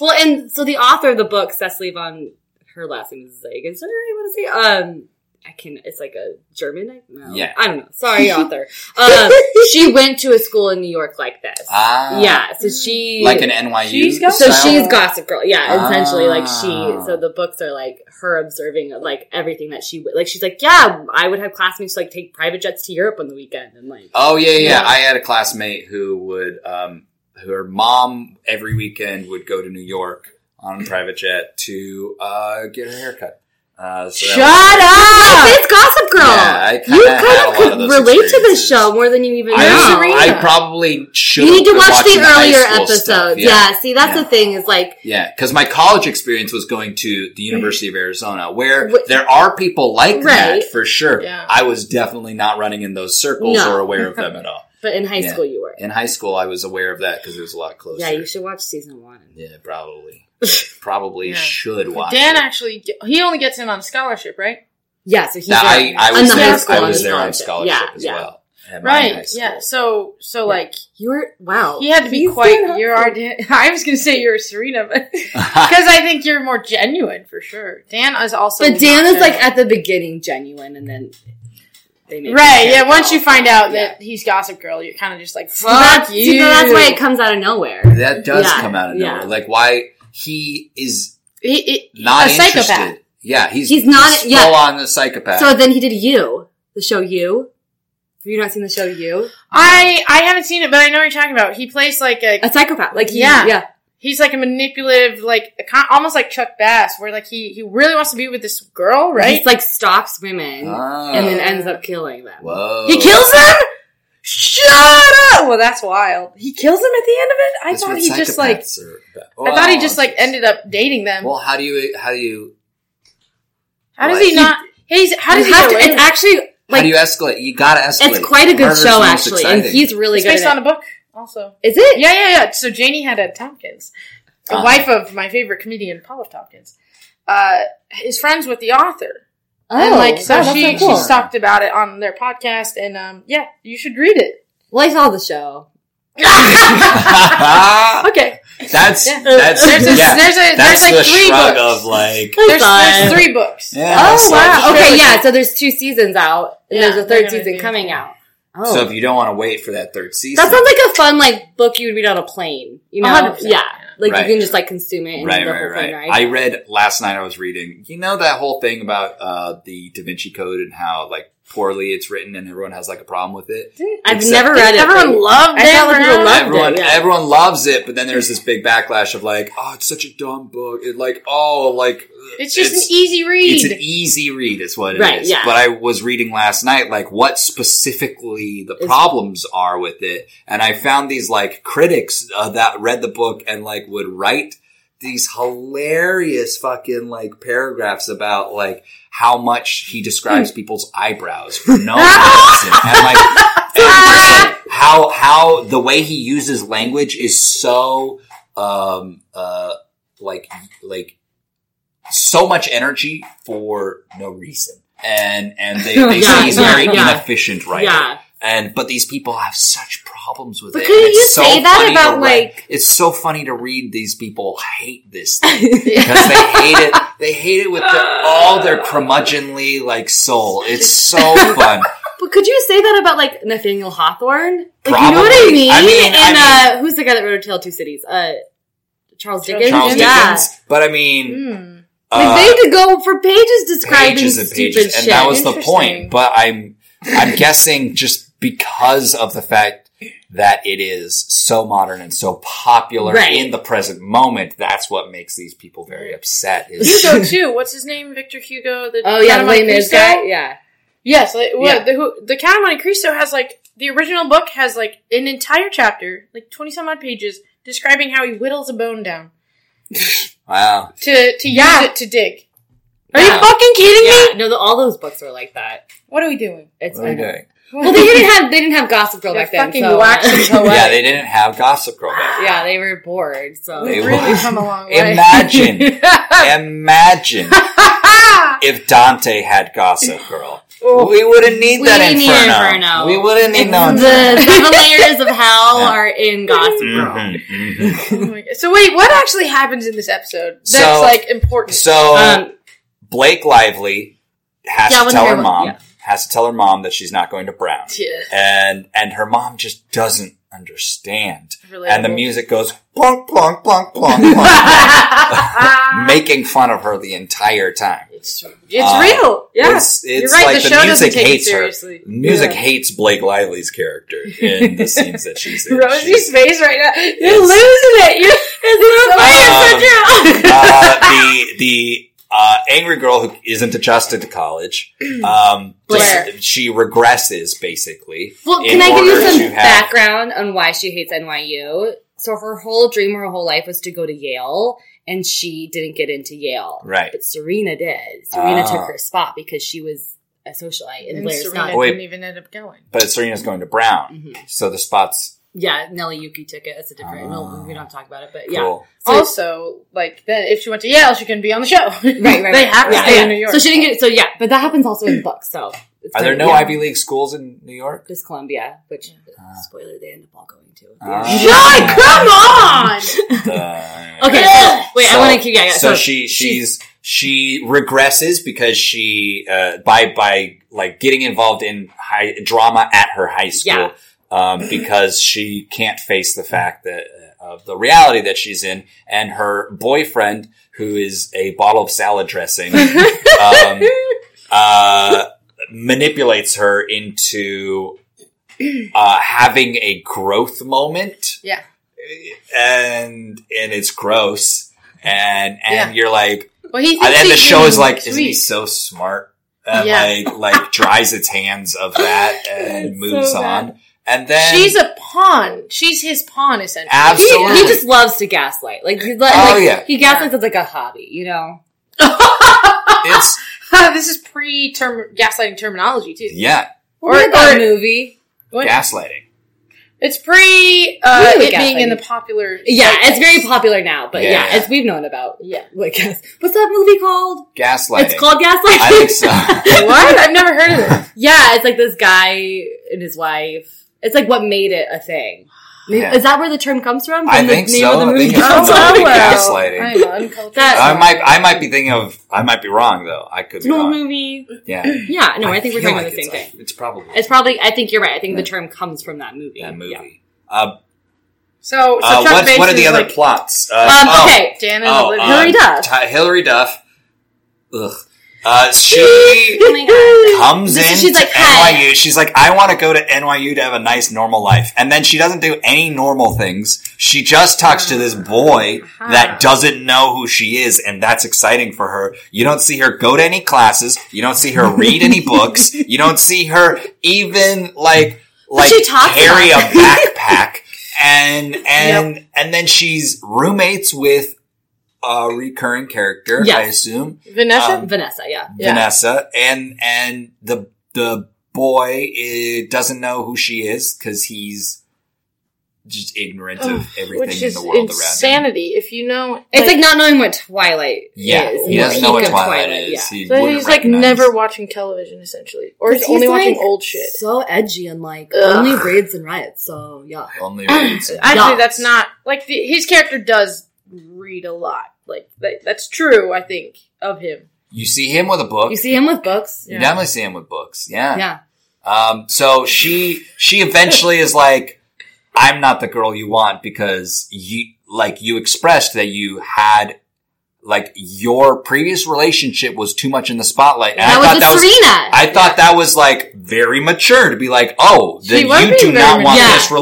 Speaker 2: well, and so the author of the book, Cecily von, her last name is Zig. Is that right? What is he? Um, I can. It's like a German. I, no,
Speaker 3: Yeah.
Speaker 2: I don't know. Sorry, author. Um, she went to a school in New York like this.
Speaker 3: ah,
Speaker 2: yeah. So she
Speaker 3: like an NYU.
Speaker 1: She's got-
Speaker 2: So
Speaker 3: style?
Speaker 2: she's Ah. Gossip Girl, yeah.
Speaker 3: Ah.
Speaker 2: Essentially, like she. So the books are like her observing like everything that she would. Like she's like, yeah, I would have classmates like take private jets to Europe on the weekend and like.
Speaker 3: Oh yeah, yeah,
Speaker 2: Yeah.
Speaker 3: I had a classmate who would, um, her mom every weekend would go to New York on a private jet to uh, get her haircut. Uh, so that
Speaker 1: Shut
Speaker 3: was-
Speaker 1: up!
Speaker 2: It's Gossip Girl.
Speaker 3: Yeah, I kinda
Speaker 2: you
Speaker 3: had a lot
Speaker 2: kind
Speaker 3: of
Speaker 2: of
Speaker 3: those
Speaker 2: could relate to
Speaker 3: experiences.
Speaker 2: this show more than you even know.
Speaker 3: I, I probably should.
Speaker 2: you need to
Speaker 3: have
Speaker 2: watch
Speaker 3: watched
Speaker 2: the earlier
Speaker 3: high school
Speaker 2: episodes.
Speaker 3: stuff,
Speaker 2: yeah. see, that's
Speaker 3: Yeah.
Speaker 2: the thing is like,
Speaker 3: yeah. Because my college experience was going to the University of Arizona, where
Speaker 2: Wh-
Speaker 3: there are people like
Speaker 2: Right.
Speaker 3: that for sure.
Speaker 1: Yeah.
Speaker 3: I was definitely not running in those circles
Speaker 2: No.
Speaker 3: or aware of them at all.
Speaker 2: but in high
Speaker 3: Yeah.
Speaker 2: school you were.
Speaker 3: In high school, I was aware of that because it was a lot closer.
Speaker 2: Yeah, you should watch season one.
Speaker 3: Yeah, probably. probably
Speaker 1: Yeah.
Speaker 3: should watch.
Speaker 1: Dan
Speaker 3: it.
Speaker 1: actually, he only gets in on scholarship, right?
Speaker 2: Yeah, so he's
Speaker 3: Now, I, I
Speaker 2: on
Speaker 3: was
Speaker 2: the
Speaker 3: there.
Speaker 2: high school
Speaker 3: I was
Speaker 2: on the
Speaker 3: there on
Speaker 2: scholarship.
Speaker 3: scholarship
Speaker 2: Yeah,
Speaker 3: as
Speaker 2: yeah.
Speaker 3: well. at my high
Speaker 1: Right.
Speaker 3: school.
Speaker 1: Yeah. So so like
Speaker 2: You were wow.
Speaker 1: he had to be
Speaker 2: He's
Speaker 1: quite.
Speaker 2: doing
Speaker 1: You're
Speaker 2: awesome.
Speaker 1: our. Dan- I was gonna say you're Serena, but because I think you're more genuine for sure. Dan is also.
Speaker 2: But Dan
Speaker 1: not
Speaker 2: is like
Speaker 1: the-
Speaker 2: at the beginning genuine, and then they make
Speaker 1: right.
Speaker 2: him
Speaker 1: Yeah.
Speaker 2: care
Speaker 1: Once you
Speaker 2: about-
Speaker 1: find out
Speaker 2: Yeah.
Speaker 1: that he's Gossip Girl, you're kind of just like
Speaker 2: So that's-
Speaker 1: fuck
Speaker 2: see,
Speaker 1: you.
Speaker 2: That's why it comes out of nowhere.
Speaker 3: That does
Speaker 2: Yeah,
Speaker 3: come out of nowhere.
Speaker 2: yeah.
Speaker 3: Like why he is
Speaker 1: He- he-
Speaker 3: not
Speaker 1: a
Speaker 3: interested.
Speaker 1: psychopath.
Speaker 3: Yeah, he's
Speaker 2: He's not-
Speaker 3: full
Speaker 2: yeah.
Speaker 3: on the psychopath.
Speaker 2: So then he did you, the show you. Have you not seen the show you?
Speaker 1: I I haven't seen it, but I know what you're talking about. He plays like a
Speaker 2: A psychopath, like he, yeah,
Speaker 1: Yeah.
Speaker 2: yeah.
Speaker 1: he's like a manipulative, like a con- almost like Chuck Bass, where like he he really wants to be with this girl, right?
Speaker 2: He's like stalks women
Speaker 3: Ah.
Speaker 2: and then ends up killing them.
Speaker 3: Whoa.
Speaker 1: he kills him. Shut up! Well, that's wild. He kills him at the end of it. I
Speaker 3: That's
Speaker 1: thought
Speaker 3: what
Speaker 1: he just like
Speaker 3: psychopaths are about.
Speaker 1: I thought he
Speaker 3: Well,
Speaker 1: just like ended up dating them.
Speaker 3: Well, how do you how do you
Speaker 1: how does
Speaker 3: what?
Speaker 1: he not? He's how does
Speaker 2: You
Speaker 1: he
Speaker 2: have
Speaker 1: get
Speaker 2: to- it's
Speaker 1: away? with it?
Speaker 2: actually
Speaker 3: how
Speaker 2: like
Speaker 3: do you escalate? You gotta escalate.
Speaker 2: it's quite a good
Speaker 3: Murder's
Speaker 2: show
Speaker 3: most
Speaker 2: actually, and
Speaker 3: exciting.
Speaker 2: he's really
Speaker 1: It's
Speaker 2: good.
Speaker 1: based
Speaker 2: at
Speaker 1: on
Speaker 2: it.
Speaker 1: a book, also.
Speaker 2: Is it?
Speaker 1: Yeah, yeah, yeah. So Janie Haddad Tompkins, the
Speaker 3: Uh-huh.
Speaker 1: wife of my favorite comedian, Paula Tompkins, uh, is friends with the author.
Speaker 2: Oh,
Speaker 1: and like so
Speaker 2: wow, that's
Speaker 1: she
Speaker 2: so cool.
Speaker 1: she's talked about it on their podcast and um yeah you should read it
Speaker 2: well, I saw the show.
Speaker 1: okay
Speaker 3: that's
Speaker 1: Yeah.
Speaker 3: that's
Speaker 1: there's a,
Speaker 3: yeah,
Speaker 1: there's a there's
Speaker 3: that's
Speaker 1: like
Speaker 3: the
Speaker 1: three
Speaker 3: shrug
Speaker 1: books
Speaker 3: of like.
Speaker 1: there's, there's three books
Speaker 3: Yeah,
Speaker 2: Oh
Speaker 3: so-
Speaker 2: wow!
Speaker 1: Sure.
Speaker 2: Okay, yeah. So there's two seasons out, and
Speaker 1: Yeah,
Speaker 2: there's a
Speaker 1: they're
Speaker 2: third
Speaker 1: gonna
Speaker 2: season
Speaker 1: do-
Speaker 2: coming out. Oh,
Speaker 3: So if you don't want to wait for that third season,
Speaker 2: that sounds like a fun like book you would read on a plane. You know?
Speaker 1: 100%.
Speaker 2: Yeah, like
Speaker 3: Right.
Speaker 2: you can just like consume it. And
Speaker 3: right,
Speaker 2: the
Speaker 3: right,
Speaker 2: whole
Speaker 3: right.
Speaker 2: Thing, right.
Speaker 3: I read last night. I was reading, you know, that whole thing about uh, the Da Vinci Code and how like poorly it's written, and everyone has like a problem with it.
Speaker 2: I've
Speaker 3: Except-
Speaker 2: never read it.
Speaker 1: everyone
Speaker 2: but-
Speaker 1: loved
Speaker 2: I
Speaker 1: it
Speaker 2: thought people
Speaker 1: Brown.
Speaker 2: loved it.
Speaker 3: everyone
Speaker 2: yeah.
Speaker 3: everyone loves it, but then there's this big backlash of like, oh, it's such a dumb book. It like, oh, like
Speaker 1: it's just an easy read
Speaker 3: It's an easy read, is what it is.
Speaker 2: Right, yeah.
Speaker 3: But I was reading last night, like what specifically the
Speaker 2: Is-
Speaker 3: problems are with it, and I found these like critics uh, that read the book and like would write these hilarious fucking like paragraphs about like how much he
Speaker 2: Hmm.
Speaker 3: describes people's eyebrows for no reason, and like and, like, how how the way he uses language is so um uh like like so much energy for no reason. And and they, they
Speaker 2: Yeah,
Speaker 3: say he's very
Speaker 2: yeah, yeah.
Speaker 3: inefficient writer.
Speaker 2: Yeah.
Speaker 3: And but these people have such problems with
Speaker 2: But
Speaker 3: it.
Speaker 2: couldn't
Speaker 3: and it's
Speaker 2: you
Speaker 3: so
Speaker 2: say that
Speaker 3: funny to
Speaker 2: about,
Speaker 3: read-
Speaker 2: like-
Speaker 3: it's so funny to read these people hate this thing because they hate it. They hate it with their, all their curmudgeonly like soul. It's so fun.
Speaker 2: But could you say that about like Nathaniel Hawthorne? Like you know what I
Speaker 3: Probably.
Speaker 2: mean?
Speaker 3: I mean,
Speaker 2: and
Speaker 3: I
Speaker 2: uh, who's the guy that wrote A Tale of Two Cities? Uh, Charles Dickens.
Speaker 3: Charles
Speaker 2: yeah.
Speaker 3: Dickens. But I mean
Speaker 1: Mm.
Speaker 3: uh,
Speaker 2: Hmm. like they could go for pages describing
Speaker 3: pages and
Speaker 2: stupid
Speaker 3: pages,
Speaker 2: shit.
Speaker 3: and that was the
Speaker 1: Interesting.
Speaker 3: point. But I'm I'm guessing just because of the fact that it is so modern and so popular
Speaker 2: Right.
Speaker 3: in the present moment, that's what makes these people very upset. Is
Speaker 1: Hugo too what's his name Victor Hugo the
Speaker 2: oh yeah, the
Speaker 1: Count of
Speaker 2: William
Speaker 1: Monte
Speaker 2: Mays
Speaker 1: Cristo?
Speaker 2: guy. Yeah.
Speaker 1: yes like, what,
Speaker 2: Yeah.
Speaker 1: the who, the Count of Monte Cristo has like the original book has like an entire chapter like twenty some odd pages describing how he whittles a bone down
Speaker 3: wow,
Speaker 1: to to
Speaker 2: Yeah.
Speaker 1: use it to dig are
Speaker 2: Yeah.
Speaker 1: you fucking kidding me
Speaker 2: Yeah. No, the, all those books were like that.
Speaker 1: What are we doing?
Speaker 2: It's
Speaker 3: what are we doing?
Speaker 2: well, they didn't have they didn't have Gossip Girl
Speaker 1: They're
Speaker 2: back then.
Speaker 1: fucking
Speaker 2: so.
Speaker 1: waxing
Speaker 2: Oh,
Speaker 1: poetic.
Speaker 3: Yeah, they didn't have Gossip Girl. Back.
Speaker 2: yeah, they were bored. So
Speaker 3: They
Speaker 1: We've
Speaker 3: were-
Speaker 1: really come a long way.
Speaker 3: Imagine, imagine if Dante had Gossip Girl.
Speaker 1: Oh,
Speaker 3: We wouldn't need
Speaker 2: We
Speaker 3: that
Speaker 2: didn't need
Speaker 3: inferno.
Speaker 2: Inferno.
Speaker 3: We wouldn't need
Speaker 2: It's
Speaker 3: no inferno.
Speaker 2: the seven layers of hell
Speaker 3: Yeah.
Speaker 2: are in Gossip Girl.
Speaker 3: Mhm, mhm.
Speaker 1: Oh my God. So wait, what actually happens in this episode that's
Speaker 3: So-
Speaker 1: like important?
Speaker 3: So
Speaker 1: Uh,
Speaker 2: Um,
Speaker 3: Blake Lively has
Speaker 2: Yeah, I
Speaker 3: to
Speaker 2: wasn't
Speaker 3: tell
Speaker 2: here
Speaker 3: her
Speaker 2: when-
Speaker 3: mom
Speaker 2: yeah.
Speaker 3: has to tell her mom that she's not going to Brown,
Speaker 1: Yeah.
Speaker 3: and and her mom just doesn't understand.
Speaker 1: Relatable.
Speaker 3: And the music goes plonk plonk plonk plonk, plonk, plonk making fun of her the entire time.
Speaker 1: Ah, it's it's
Speaker 3: Uh,
Speaker 1: real. Yeah.
Speaker 3: It's,
Speaker 1: You're
Speaker 3: it's
Speaker 1: right,
Speaker 3: like
Speaker 1: the
Speaker 3: the,
Speaker 1: show doesn't
Speaker 3: music
Speaker 1: take it
Speaker 3: hates her.
Speaker 1: seriously.
Speaker 3: Music
Speaker 1: Yeah.
Speaker 3: hates Blake Lively's character in the scenes that she's in.
Speaker 1: Rosie's
Speaker 3: She's-
Speaker 1: face right now. You're
Speaker 3: It's-
Speaker 1: losing it. You're, it's so true.
Speaker 3: uh, the the uh, angry girl who isn't adjusted to college. Um,
Speaker 2: Mm. Blair.
Speaker 3: just- she regresses basically.
Speaker 2: well,
Speaker 3: in
Speaker 2: can I give you
Speaker 3: order
Speaker 2: some
Speaker 3: to have-
Speaker 2: background on why she hates NYU? So her whole dream, her whole life was to go to Yale, and she didn't get into Yale.
Speaker 3: Right.
Speaker 2: But Serena did. Serena
Speaker 3: Ah.
Speaker 2: took her spot because she was a socialite, and,
Speaker 1: And
Speaker 2: Blair's
Speaker 1: Serena
Speaker 2: not. Mm-hmm.
Speaker 3: Wait.
Speaker 1: didn't even end up going.
Speaker 3: But Serena's going to Brown, so the spot's
Speaker 2: yeah, Nelly Yuki took it. That's a different. we'll- we don't have to talk about it, but yeah.
Speaker 3: Ah.
Speaker 2: So-
Speaker 3: Cool.
Speaker 1: also, like then if she went to Yale, she couldn't be on the show.
Speaker 2: Right, right,
Speaker 1: they
Speaker 2: right.
Speaker 1: have to
Speaker 2: Yeah,
Speaker 1: stay
Speaker 2: yeah.
Speaker 1: in New York.
Speaker 2: So she didn't get it. So yeah, but that happens also in books. So it's
Speaker 3: Hmm. Are
Speaker 2: kind
Speaker 3: there
Speaker 2: of-
Speaker 3: no
Speaker 2: yeah.
Speaker 3: Ivy League schools in New York?
Speaker 2: There's Columbia, which spoiler they end up all going to.
Speaker 3: Ah.
Speaker 1: God, come on!
Speaker 3: Uh,
Speaker 2: Okay, so, wait, I want to. Yeah, yeah.
Speaker 3: So, she she's she regresses because she uh, by by like getting involved in high drama at her high school um, because she can't face the fact that uh, of the reality that she's in and her boyfriend who is a bottle of salad dressing um, uh, manipulates her into uh, having a growth moment
Speaker 1: Yeah.
Speaker 3: and and it's gross and and
Speaker 1: Yeah.
Speaker 3: you're like
Speaker 1: Well, he
Speaker 3: and
Speaker 1: thinks
Speaker 3: then the
Speaker 1: he's
Speaker 3: show
Speaker 1: being
Speaker 3: is like isn't he
Speaker 1: sweet.
Speaker 3: so smart and
Speaker 1: Yeah.
Speaker 3: like like dries its hands of that and moves
Speaker 2: so
Speaker 3: on and then
Speaker 1: She's a pawn. She's his pawn, essentially.
Speaker 2: he,
Speaker 3: absolutely
Speaker 2: he just loves to gaslight. Like, he, like,
Speaker 3: Oh,
Speaker 2: like,
Speaker 3: yeah.
Speaker 2: he gaslights as like a hobby, you know.
Speaker 3: it's
Speaker 1: this is pre term gaslighting terminology too.
Speaker 3: yeah
Speaker 1: Or,
Speaker 2: Look at that
Speaker 1: or
Speaker 2: movie.
Speaker 1: What?
Speaker 3: gaslighting
Speaker 1: it's pre uh,
Speaker 2: Really
Speaker 1: it being in
Speaker 2: gaslighting.
Speaker 1: the popular.
Speaker 2: Yeah, it's very popular now, but yeah,
Speaker 3: Yeah.
Speaker 2: it's we've known about.
Speaker 1: Yeah.
Speaker 2: Like, gas- what's that movie called?
Speaker 3: gaslighting
Speaker 2: It's called Gaslighting.
Speaker 3: I think so
Speaker 1: What? I've never heard of it.
Speaker 2: yeah, it's like this guy and his wife. It's like what made it a thing. Maybe-
Speaker 3: Yeah.
Speaker 2: Is that where the term comes from? From
Speaker 3: I
Speaker 2: the
Speaker 3: think
Speaker 2: name
Speaker 3: so.
Speaker 2: of the
Speaker 3: I
Speaker 2: movie?
Speaker 3: think it's
Speaker 2: Oh,
Speaker 3: from the movie
Speaker 2: well.
Speaker 3: gaslighting.
Speaker 1: I'm uncultured.
Speaker 2: That-
Speaker 3: I might I might be thinking of I might be wrong though I could be
Speaker 2: No
Speaker 3: wrong
Speaker 2: movie.
Speaker 3: yeah
Speaker 2: Yeah, no, I, think we're
Speaker 3: feel
Speaker 2: talking about
Speaker 3: like
Speaker 2: the same
Speaker 3: it's
Speaker 2: thing.
Speaker 3: a- it's probably
Speaker 2: It's probably. I think you're right. I think the term comes from that movie.
Speaker 3: that movie
Speaker 2: Yeah.
Speaker 3: uh,
Speaker 1: so, so
Speaker 3: uh,
Speaker 1: Chuck
Speaker 3: what,
Speaker 1: Bass
Speaker 3: what are the
Speaker 1: is
Speaker 3: other
Speaker 1: like,
Speaker 3: plots uh,
Speaker 2: Um,
Speaker 3: oh,
Speaker 2: Okay.
Speaker 1: Dan and
Speaker 3: Oh,
Speaker 1: Olivia.
Speaker 3: uh,
Speaker 2: Hillary Duff.
Speaker 3: Ti- Hillary Duff. Ugh. Uh, she
Speaker 2: Oh my God.
Speaker 3: comes
Speaker 2: This-
Speaker 3: in
Speaker 2: she's
Speaker 3: to
Speaker 2: like, "Hi."
Speaker 3: NYU. She's like, I want to go to NYU to have a nice, normal life. And then she doesn't do any normal things. She just talks to this boy that doesn't know who she is, and that's exciting for her. You don't see her go to any classes. You don't see her read any books. You don't see her even like like
Speaker 2: she talks
Speaker 3: carry
Speaker 2: about
Speaker 3: a backpack. And and and then she's roommates with a recurring character, I
Speaker 2: Yes.
Speaker 3: assume,
Speaker 1: Vanessa?
Speaker 3: um,
Speaker 2: Vanessa. Yeah.
Speaker 1: Yeah.
Speaker 3: Vanessa, and and the the boy eh, doesn't know who she is because he's just ignorant
Speaker 1: Ugh,
Speaker 3: of everything
Speaker 1: which
Speaker 3: in
Speaker 1: is
Speaker 3: the world around him.
Speaker 1: insanity. If you know,
Speaker 2: It's like, not knowing what Twilight
Speaker 3: Yeah,
Speaker 2: is.
Speaker 3: he doesn't
Speaker 2: Like,
Speaker 3: know what
Speaker 2: could
Speaker 3: Twilight is.
Speaker 2: yeah.
Speaker 3: He
Speaker 1: so
Speaker 3: wouldn't
Speaker 1: he's like
Speaker 3: recognize.
Speaker 1: never watching television, essentially, or he's
Speaker 2: Because
Speaker 1: only
Speaker 2: he's,
Speaker 1: watching
Speaker 2: like,
Speaker 1: old shit.
Speaker 2: So edgy and like
Speaker 1: Ugh.
Speaker 2: only raids and riots. So yeah.
Speaker 3: only reads.
Speaker 1: Actually,
Speaker 2: Yeah.
Speaker 1: that's not like the, his character does read a lot. Like that, that's true, I think, of him.
Speaker 3: You see him with a book.
Speaker 2: You see him with books.
Speaker 3: You definitely see him with books. Yeah.
Speaker 2: Yeah.
Speaker 3: Um. So she she eventually is like, I'm not the girl you want because you like you expressed that you had. Like your previous relationship was too much in the spotlight, and I
Speaker 2: that was
Speaker 3: thought
Speaker 2: with
Speaker 3: that was
Speaker 2: Serena.
Speaker 3: I thought that was like very mature to be like, oh,
Speaker 1: She
Speaker 3: then
Speaker 1: was
Speaker 3: you do
Speaker 1: being very
Speaker 3: not want
Speaker 2: mature.
Speaker 3: this
Speaker 2: Yeah,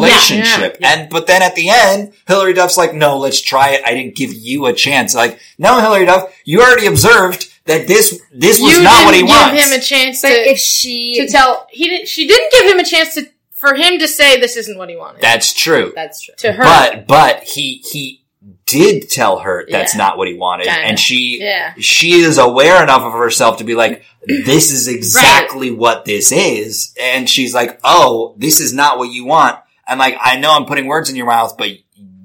Speaker 3: relationship.
Speaker 2: yeah, yeah.
Speaker 3: And but then at the end, Hillary Duff's like, no, let's try it. I didn't give you a chance. Like, no, Hillary Duff, you already observed that this this was
Speaker 1: you
Speaker 3: not what he
Speaker 1: didn't give
Speaker 3: wants.
Speaker 1: him a chance
Speaker 2: but
Speaker 1: to,
Speaker 2: if she,
Speaker 1: to tell. He didn't. She didn't give him a chance to for him to say this isn't what he wanted.
Speaker 3: That's true.
Speaker 2: that's true.
Speaker 1: to her,
Speaker 3: But but he he did tell her that's
Speaker 1: Yeah.
Speaker 3: not what he wanted,
Speaker 1: Kinda.
Speaker 3: and she
Speaker 1: Yeah.
Speaker 3: she is aware enough of herself to be like, this is exactly what this is, and she's like, oh, this is not what you want, and like I know I'm putting words in your mouth, but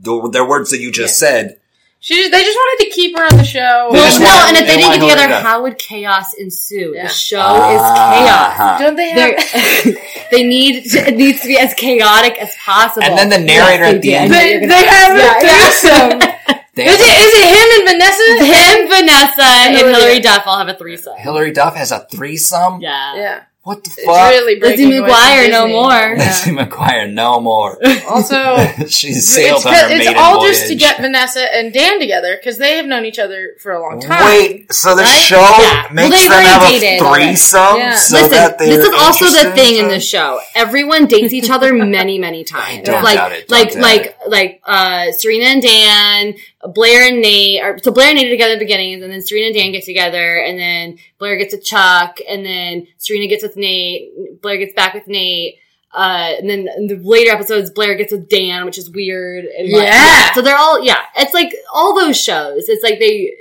Speaker 3: the, the words that you just said,
Speaker 1: she just, they just wanted to keep her on the show.
Speaker 3: They
Speaker 2: Well,
Speaker 3: just
Speaker 2: no,
Speaker 3: want-
Speaker 2: and if they,
Speaker 3: they
Speaker 2: didn't
Speaker 3: want
Speaker 2: get together,
Speaker 3: Hillary Duff.
Speaker 2: how would chaos ensue?
Speaker 1: Yeah.
Speaker 2: The show is chaos.
Speaker 3: Ah.
Speaker 1: don't they have?
Speaker 2: They're- they need it needs to be as chaotic as possible.
Speaker 3: And then the narrator at the
Speaker 2: did.
Speaker 3: end-
Speaker 2: I know you're
Speaker 1: They,
Speaker 2: gonna-
Speaker 1: they have
Speaker 2: Yeah,
Speaker 1: a threesome.
Speaker 3: They-
Speaker 1: Is it, is it him and Vanessa?
Speaker 2: Him, Vanessa, and
Speaker 1: Hillary.
Speaker 2: Hillary Duff all have a threesome.
Speaker 3: Hillary Duff has a threesome.
Speaker 2: Yeah.
Speaker 1: Yeah,
Speaker 3: What the
Speaker 1: it's
Speaker 3: fuck?
Speaker 1: really
Speaker 2: Lizzie
Speaker 1: breaking away from
Speaker 2: McGuire, no
Speaker 1: Disney.
Speaker 2: more.
Speaker 1: Yeah.
Speaker 3: Lizzie McGuire, no more.
Speaker 1: Also,
Speaker 3: She's sailed
Speaker 1: it's,
Speaker 3: on her
Speaker 1: it's
Speaker 3: maiden
Speaker 1: all
Speaker 3: voyage.
Speaker 1: just to get Vanessa and Dan together because they have known each other for a long time.
Speaker 3: Wait, so the
Speaker 2: Right?
Speaker 3: show
Speaker 2: Yeah. Well,
Speaker 3: makes
Speaker 2: they've
Speaker 3: them
Speaker 2: already
Speaker 3: have a
Speaker 2: dated already.
Speaker 3: threesome,
Speaker 1: Yeah.
Speaker 3: so
Speaker 2: Listen,
Speaker 3: that they're
Speaker 2: this is also the
Speaker 3: interested
Speaker 2: thing in
Speaker 3: them?
Speaker 2: this show. Everyone dates each other many, many times.
Speaker 3: Don't
Speaker 2: like,
Speaker 3: doubt it, don't
Speaker 2: like,
Speaker 3: doubt
Speaker 2: like,
Speaker 3: it.
Speaker 2: like, uh, Serena and Dan, Blair and Nate, or, so Blair and Nate are together at the beginning, and then Serena and Dan get together, and then Blair gets with Chuck, and then Serena gets with Nate, Blair gets back with Nate, uh, and then in the later episodes, Blair gets with Dan, which is weird. And like-
Speaker 1: Yeah.
Speaker 2: So they're all, yeah, it's like all those shows. It's like they,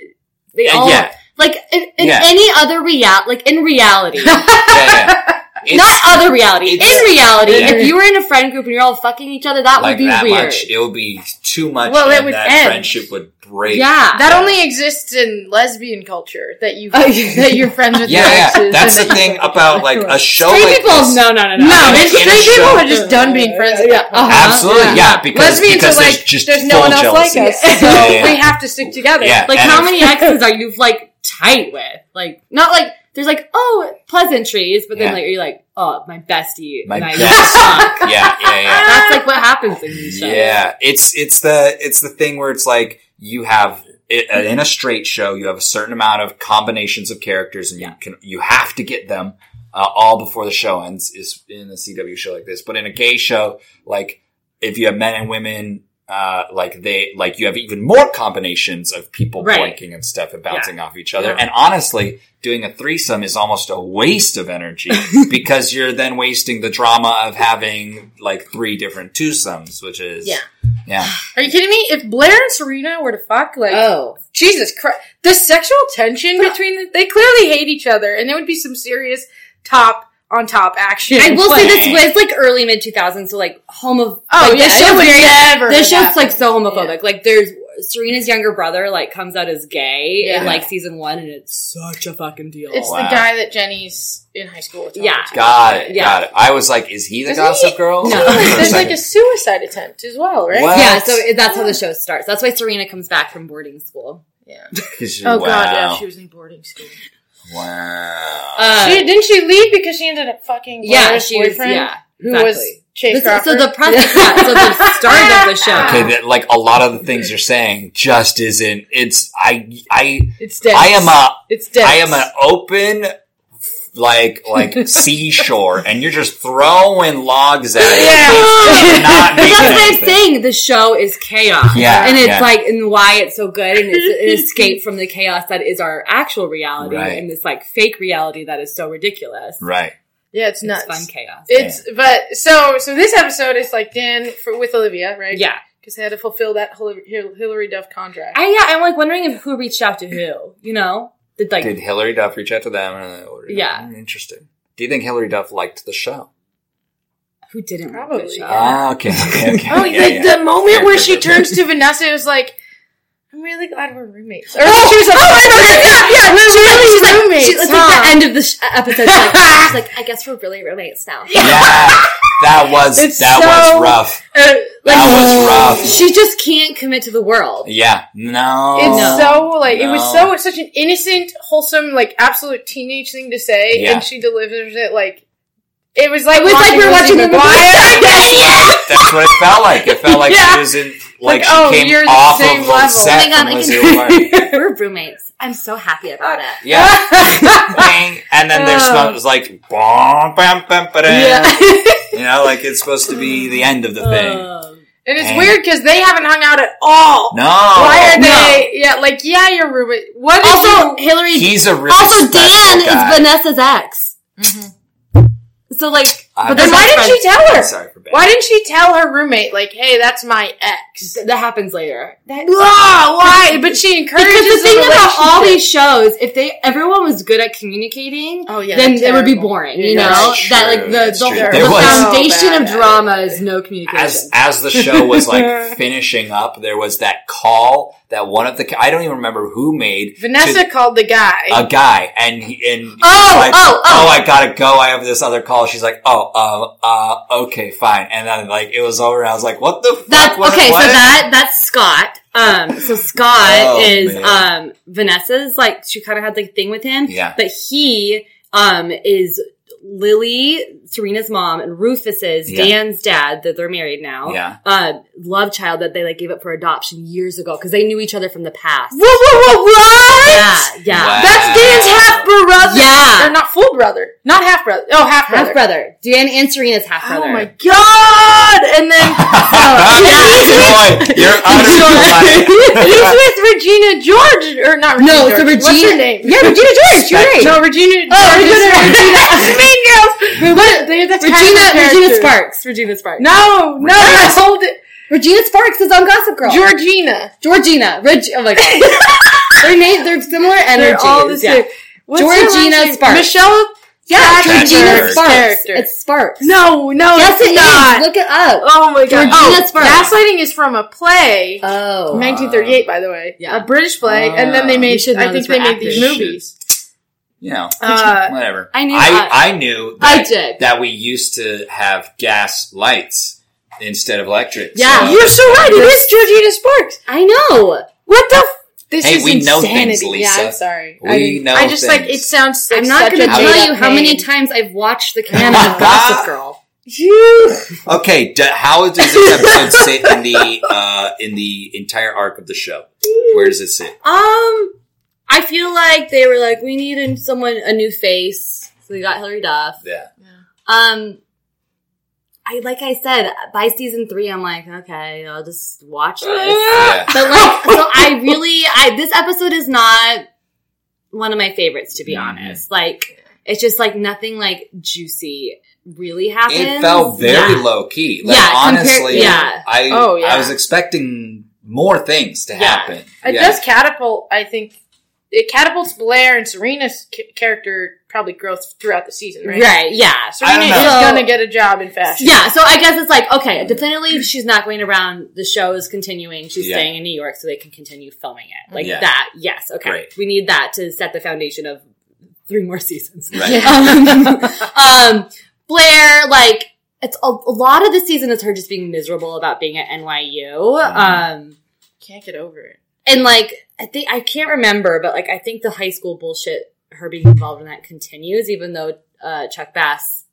Speaker 2: they
Speaker 3: Yeah,
Speaker 2: all,
Speaker 3: Uh, yeah.
Speaker 2: like in, in
Speaker 3: Yeah.
Speaker 2: any other real, like in reality.
Speaker 3: Yeah, yeah. It's-
Speaker 2: Not other reality. In
Speaker 3: it's-
Speaker 2: reality,
Speaker 3: Yeah.
Speaker 2: if you were in a friend group and you're all fucking each other, that
Speaker 3: like
Speaker 2: would be
Speaker 3: that
Speaker 2: weird.
Speaker 3: much. It would be too much.
Speaker 1: Well, it
Speaker 3: and
Speaker 1: would
Speaker 3: that
Speaker 1: end.
Speaker 3: friendship would break.
Speaker 2: Yeah.
Speaker 1: That only exists in lesbian culture that you
Speaker 2: Oh, yeah.
Speaker 1: that you're friends with.
Speaker 3: Yeah, yeah.
Speaker 1: exes
Speaker 3: That's
Speaker 1: and
Speaker 3: the
Speaker 1: that you-
Speaker 3: thing about like a show
Speaker 2: Straight
Speaker 3: like
Speaker 2: people,
Speaker 3: this.
Speaker 2: no, no, no, no.
Speaker 1: No,
Speaker 3: In a-
Speaker 1: it's
Speaker 3: in a
Speaker 1: straight people
Speaker 3: show.
Speaker 1: are just done being friends.
Speaker 2: Yeah. Uh-huh.
Speaker 3: Absolutely, yeah.
Speaker 2: Yeah.
Speaker 3: because
Speaker 1: Lesbians
Speaker 3: because
Speaker 1: are
Speaker 3: there's
Speaker 1: like,
Speaker 3: just
Speaker 1: Uh, there's no
Speaker 3: full
Speaker 1: one else
Speaker 3: jealousy.
Speaker 1: like us, so
Speaker 3: Yeah, yeah,
Speaker 1: we
Speaker 3: yeah.
Speaker 1: have to stick together.
Speaker 3: Yeah.
Speaker 2: Like,
Speaker 3: And
Speaker 2: how
Speaker 3: if-
Speaker 2: many exes are you like tight with? Like, not like there's like oh pleasantries, but then
Speaker 3: Yeah.
Speaker 2: like you're like oh my bestie,
Speaker 3: My
Speaker 2: and I
Speaker 3: best.
Speaker 2: suck.
Speaker 3: yeah, yeah, yeah.
Speaker 2: That's like what happens in these shows.
Speaker 3: Yeah, it's it's the it's the thing where it's like you have i- uh, in a straight show you have a certain amount of combinations of characters and
Speaker 2: Yeah.
Speaker 3: you can you have to get them uh, all before the show ends is in a CW show like this. But in a gay show, like if you have men and women. Uh, like they, like you have even more combinations of people
Speaker 2: Right.
Speaker 3: blinking and stuff and bouncing off each other.
Speaker 2: Yeah.
Speaker 3: And honestly, doing a threesome is almost a waste of energy because you're then wasting the drama of having like three different twosomes, which is
Speaker 1: Yeah.
Speaker 3: yeah.
Speaker 1: Are you kidding me? If Blair and Serena were to fuck, like
Speaker 2: Oh,
Speaker 1: Jesus Christ, the sexual tension between the, they clearly hate each other, and there would be some serious top on top action.
Speaker 2: I will say this was
Speaker 3: Like-
Speaker 2: like early mid 2000s, so like homo.
Speaker 1: Oh,
Speaker 2: like,
Speaker 1: yeah,
Speaker 2: this
Speaker 1: it
Speaker 2: show's
Speaker 1: would
Speaker 2: very-
Speaker 1: never
Speaker 2: This
Speaker 1: have
Speaker 2: show's like so homophobic. Like there's Serena's younger brother like comes out as gay in
Speaker 1: Yeah.
Speaker 2: like season one, and it's such a fucking deal.
Speaker 1: it's the
Speaker 3: Oh, Wow.
Speaker 1: guy that Jenny's in high school with.
Speaker 2: Yeah.
Speaker 3: Got it.
Speaker 2: Yeah.
Speaker 3: Got it. I was like, is he the
Speaker 1: Is
Speaker 3: gossip
Speaker 1: he-
Speaker 3: girl?
Speaker 2: No.
Speaker 3: For a
Speaker 1: there's like
Speaker 3: second.
Speaker 1: a suicide attempt as well, right?
Speaker 3: What?
Speaker 2: yeah, so it- that's how the show starts. That's why Serena comes back from boarding school.
Speaker 1: Yeah.
Speaker 3: 'Cause you-
Speaker 1: Oh
Speaker 3: wow.
Speaker 1: god, yeah, she was in boarding school.
Speaker 3: Wow.
Speaker 2: Uh,
Speaker 1: she, didn't she leave because she ended up fucking
Speaker 2: yeah,
Speaker 1: Blair's
Speaker 2: she was-
Speaker 1: boyfriend,
Speaker 2: yeah,
Speaker 1: who was
Speaker 2: exactly.
Speaker 1: Chase
Speaker 2: This-
Speaker 1: Crawford.
Speaker 2: so the premise, yeah. so the start of the show.
Speaker 3: okay, that, like a lot of the things you're saying just isn't. It's I I
Speaker 1: it's dead.
Speaker 3: I am a
Speaker 1: It's dead.
Speaker 3: I am an open like like seashore, and you're just throwing logs at it.
Speaker 1: Yeah.
Speaker 2: But
Speaker 3: Not making
Speaker 2: that's what I'm
Speaker 3: anything.
Speaker 2: saying. The show is chaos.
Speaker 3: Yeah,
Speaker 2: And it's
Speaker 3: yeah.
Speaker 2: like, and why it's so good. And it's an escape from the chaos that is our actual reality
Speaker 3: Right.
Speaker 2: and this like fake reality that is so ridiculous.
Speaker 3: Right.
Speaker 1: Yeah, it's
Speaker 2: It's
Speaker 1: nuts.
Speaker 2: fun chaos.
Speaker 1: It's but so so this episode is like Dan for, with Olivia, right?
Speaker 2: yeah.
Speaker 1: because they had to fulfill that Hillary, Hillary Duff contract.
Speaker 2: I, yeah. I'm like wondering if who reached out to who, you know? Did like,
Speaker 3: Did Hillary Duff reach out to them? And, or,
Speaker 2: Yeah.
Speaker 3: Hmm, Interesting. Do you think Hillary Duff liked the show?
Speaker 2: who didn't? like
Speaker 1: Probably.
Speaker 2: the show?
Speaker 3: Ah, okay, okay, okay.
Speaker 1: oh,
Speaker 3: Yeah,
Speaker 1: the,
Speaker 3: yeah.
Speaker 1: the moment where she
Speaker 3: Character
Speaker 1: turns to Vanessa it was like, "I'm really glad we're roommates." Or she was like, "Oh, I
Speaker 2: yeah,
Speaker 1: we're
Speaker 2: she's
Speaker 1: really
Speaker 2: like,
Speaker 1: roommates."
Speaker 2: she, it's
Speaker 1: huh?"
Speaker 2: like the end of the sh- episode. She's like, she's like, I guess we're really roommates now.
Speaker 3: Yeah, that was
Speaker 1: It's
Speaker 3: that
Speaker 1: so-
Speaker 3: was rough.
Speaker 1: Uh, like,
Speaker 3: That was rough.
Speaker 2: She just can't commit to the world.
Speaker 3: Yeah, no,
Speaker 1: it's
Speaker 2: No.
Speaker 1: so like it was so
Speaker 3: Oh, No.
Speaker 1: it's such an innocent, wholesome, like absolute teenage thing to say,
Speaker 3: Yeah.
Speaker 1: and she delivers it like it was like
Speaker 2: It was like we were watching the
Speaker 1: McGuire.
Speaker 3: that's what it felt like. It felt like
Speaker 1: Yeah.
Speaker 3: she was in, like,
Speaker 1: Like,
Speaker 3: she
Speaker 1: oh,
Speaker 3: came
Speaker 1: you're the
Speaker 3: off
Speaker 1: same
Speaker 3: of
Speaker 1: level.
Speaker 3: the set
Speaker 2: Oh my God,
Speaker 3: from
Speaker 2: I
Speaker 3: Lizzie
Speaker 2: can-
Speaker 3: McGuire.
Speaker 2: We're roommates. I'm so happy about it.
Speaker 3: Yeah, Bang. and then there's
Speaker 1: Oh.
Speaker 3: some- it's like, bom, bam, bam, ba-dam.
Speaker 1: Yeah. Uh.
Speaker 3: you know, like it's supposed to be the end of the thing.
Speaker 2: Um,
Speaker 1: And it's
Speaker 3: Dang.
Speaker 1: weird because they haven't hung out at all.
Speaker 3: No,
Speaker 1: Why are
Speaker 2: No.
Speaker 1: they? Yeah, like yeah, you're roommate. What? did
Speaker 2: also,
Speaker 1: you-
Speaker 2: Hillary.
Speaker 3: he's a really
Speaker 2: also, Dan
Speaker 3: special guy.
Speaker 2: is Vanessa's ex.
Speaker 1: Mm-hmm.
Speaker 2: So, like,
Speaker 3: I-
Speaker 2: but
Speaker 1: then
Speaker 2: they're
Speaker 1: why
Speaker 2: best friends.
Speaker 1: didn't she tell her?
Speaker 3: I'm sorry for bad.
Speaker 1: Why didn't she tell her roommate like, "Hey, that's my ex"?
Speaker 2: That happens later.
Speaker 1: Ugh, why? But she encourages
Speaker 2: Because the
Speaker 1: the
Speaker 2: thing about all
Speaker 1: relationship.
Speaker 2: these shows, if they everyone was good at communicating,
Speaker 1: Oh, yeah,
Speaker 2: then
Speaker 1: they're
Speaker 2: it would be
Speaker 1: terrible.
Speaker 2: boring. You
Speaker 1: Yeah,
Speaker 2: know
Speaker 3: that's
Speaker 2: that like
Speaker 3: true,
Speaker 2: the
Speaker 3: that's
Speaker 2: the,
Speaker 3: true.
Speaker 2: the
Speaker 3: There was-
Speaker 1: So
Speaker 2: foundation
Speaker 1: Oh, bad
Speaker 2: of
Speaker 1: at
Speaker 2: drama is no communication.
Speaker 3: as as the show was like finishing up, there was that call that one of the I don't even remember who made to
Speaker 1: Vanessa called the guy.
Speaker 3: a guy and he, and he's
Speaker 2: Oh,
Speaker 3: like,
Speaker 2: oh, oh.
Speaker 3: I gotta go. I have this other call. She's like, oh, uh, uh, okay, fine. And then like it was over. and I was like, what the fuck?
Speaker 2: That's
Speaker 3: was
Speaker 2: okay.
Speaker 3: it, what?
Speaker 2: So that that's Scott. Um, so Scott
Speaker 3: Oh,
Speaker 2: is
Speaker 3: man.
Speaker 2: um Vanessa's like she kind of had the thing with him.
Speaker 3: Yeah.
Speaker 2: but he um is Lily Serena's mom and Rufus's
Speaker 3: Yeah.
Speaker 2: Dan's dad that they're married now.
Speaker 3: Yeah.
Speaker 2: uh, love child that they like gave up for adoption years ago because they knew each other from the past.
Speaker 1: whoa, whoa, whoa, what?
Speaker 2: Yeah, yeah.
Speaker 3: Wow.
Speaker 1: That's Dan's half brother.
Speaker 2: Yeah.
Speaker 1: or not full brother, not half brother. Oh, half brother.
Speaker 2: Half brother, Dan and Serena's half brother.
Speaker 1: Oh my god! And then
Speaker 3: Boy, you're utterly
Speaker 1: he's
Speaker 3: right.
Speaker 1: with Regina George, or not? Regina
Speaker 2: No,
Speaker 1: George.
Speaker 2: so Regina.
Speaker 1: What's her name?
Speaker 2: Yeah, Regina George. You're right.
Speaker 1: No, Regina.
Speaker 2: Oh,
Speaker 1: George is-
Speaker 2: Regina-
Speaker 1: Mean Girls. What? They, that's kind of
Speaker 2: Regina,
Speaker 1: the
Speaker 2: Regina
Speaker 1: character.
Speaker 2: Sparks. Regina Sparks.
Speaker 1: No, no,
Speaker 3: Regina-
Speaker 1: hold it.
Speaker 2: Regina Sparks is on Gossip Girl.
Speaker 1: Georgina.
Speaker 2: Georgina. Reg- oh my god. their name, they're similar energies.
Speaker 1: They're all the
Speaker 2: yeah.
Speaker 1: same. What's her last
Speaker 2: Georgina
Speaker 1: name?
Speaker 2: Sparks.
Speaker 1: Michelle Yeah,
Speaker 3: That's
Speaker 2: Georgina
Speaker 3: her
Speaker 1: Georgina's
Speaker 2: Sparks.
Speaker 1: character.
Speaker 2: It's Sparks.
Speaker 1: no, no,
Speaker 2: Yes,
Speaker 1: it's
Speaker 2: it is.
Speaker 1: not.
Speaker 2: Look it up.
Speaker 1: Oh my god.
Speaker 2: Georgina
Speaker 1: oh,
Speaker 2: Sparks.
Speaker 1: Gaslighting is from a play.
Speaker 2: Oh.
Speaker 1: 1938, by the way,
Speaker 2: Yeah.
Speaker 1: a British play,
Speaker 2: Oh.
Speaker 1: and then they
Speaker 2: You
Speaker 1: made.
Speaker 2: should know
Speaker 1: I think
Speaker 2: this for
Speaker 1: they made
Speaker 2: actors.
Speaker 1: these movies.
Speaker 3: You know,
Speaker 1: Uh,
Speaker 3: whatever.
Speaker 2: I knew
Speaker 3: I,
Speaker 2: that.
Speaker 3: I knew that,
Speaker 2: I did.
Speaker 3: that we used to have gas lights instead of electric.
Speaker 2: Yeah.
Speaker 3: so-
Speaker 1: you're so right. It is Georgina Sparks.
Speaker 2: I know.
Speaker 1: What the? F- this
Speaker 3: Hey,
Speaker 1: is
Speaker 3: we know
Speaker 1: insanity.
Speaker 3: things, Lisa.
Speaker 1: Yeah, I'm sorry.
Speaker 3: We
Speaker 1: I didn't-
Speaker 3: know
Speaker 1: I just like
Speaker 3: things.
Speaker 1: it sounds. Like
Speaker 2: I'm not
Speaker 1: going to
Speaker 2: gonna tell
Speaker 3: made-up
Speaker 2: you how many times I've watched the canon of Gossip Girl.
Speaker 1: You.
Speaker 3: Okay, d- how does this episode sit in the uh, in the entire arc of the show? Where does it sit?
Speaker 2: Um, I feel like they were like, we need a- someone a new face, so we got Hillary Duff.
Speaker 3: Yeah.
Speaker 2: Um, I like I said by season three, I'm like, okay, I'll just watch this.
Speaker 3: Yeah.
Speaker 2: But like, so I really, I this episode is not one of my favorites to be
Speaker 3: Mhm.
Speaker 2: honest. Like, it's just like nothing like juicy really happens.
Speaker 3: It fell very
Speaker 2: Yeah.
Speaker 3: low key. Like
Speaker 2: Yeah, compared-
Speaker 3: honestly,
Speaker 2: yeah.
Speaker 3: I
Speaker 1: Oh, yeah.
Speaker 3: I was expecting more things to
Speaker 2: Yeah.
Speaker 3: happen.
Speaker 1: It
Speaker 3: Yeah.
Speaker 1: does catapult. I think it catapults Blair and Serena's ca- character probably growth throughout the season, right?
Speaker 2: right. Yeah.
Speaker 3: I
Speaker 1: Serena
Speaker 3: don't
Speaker 1: is
Speaker 3: know.
Speaker 2: So-
Speaker 1: gonna get a job in fashion.
Speaker 2: Yeah, so I guess it's like okay, definitely she's not going around. The show is continuing. She's
Speaker 3: Yeah.
Speaker 2: staying in New York so they can continue filming it. Like
Speaker 3: Yeah.
Speaker 2: that. Yes. Okay.
Speaker 3: Great.
Speaker 2: We need that to set the foundation of three more seasons.
Speaker 3: Right.
Speaker 2: Um, um, Blair, like it's a, a lot of the season is her just being miserable about being at NYU.
Speaker 3: Mm-hmm.
Speaker 2: Um,
Speaker 1: can't get over it.
Speaker 2: and like I think I can't remember, but like I think the high school bullshit her being involved in that continues, even though uh, Chuck Bass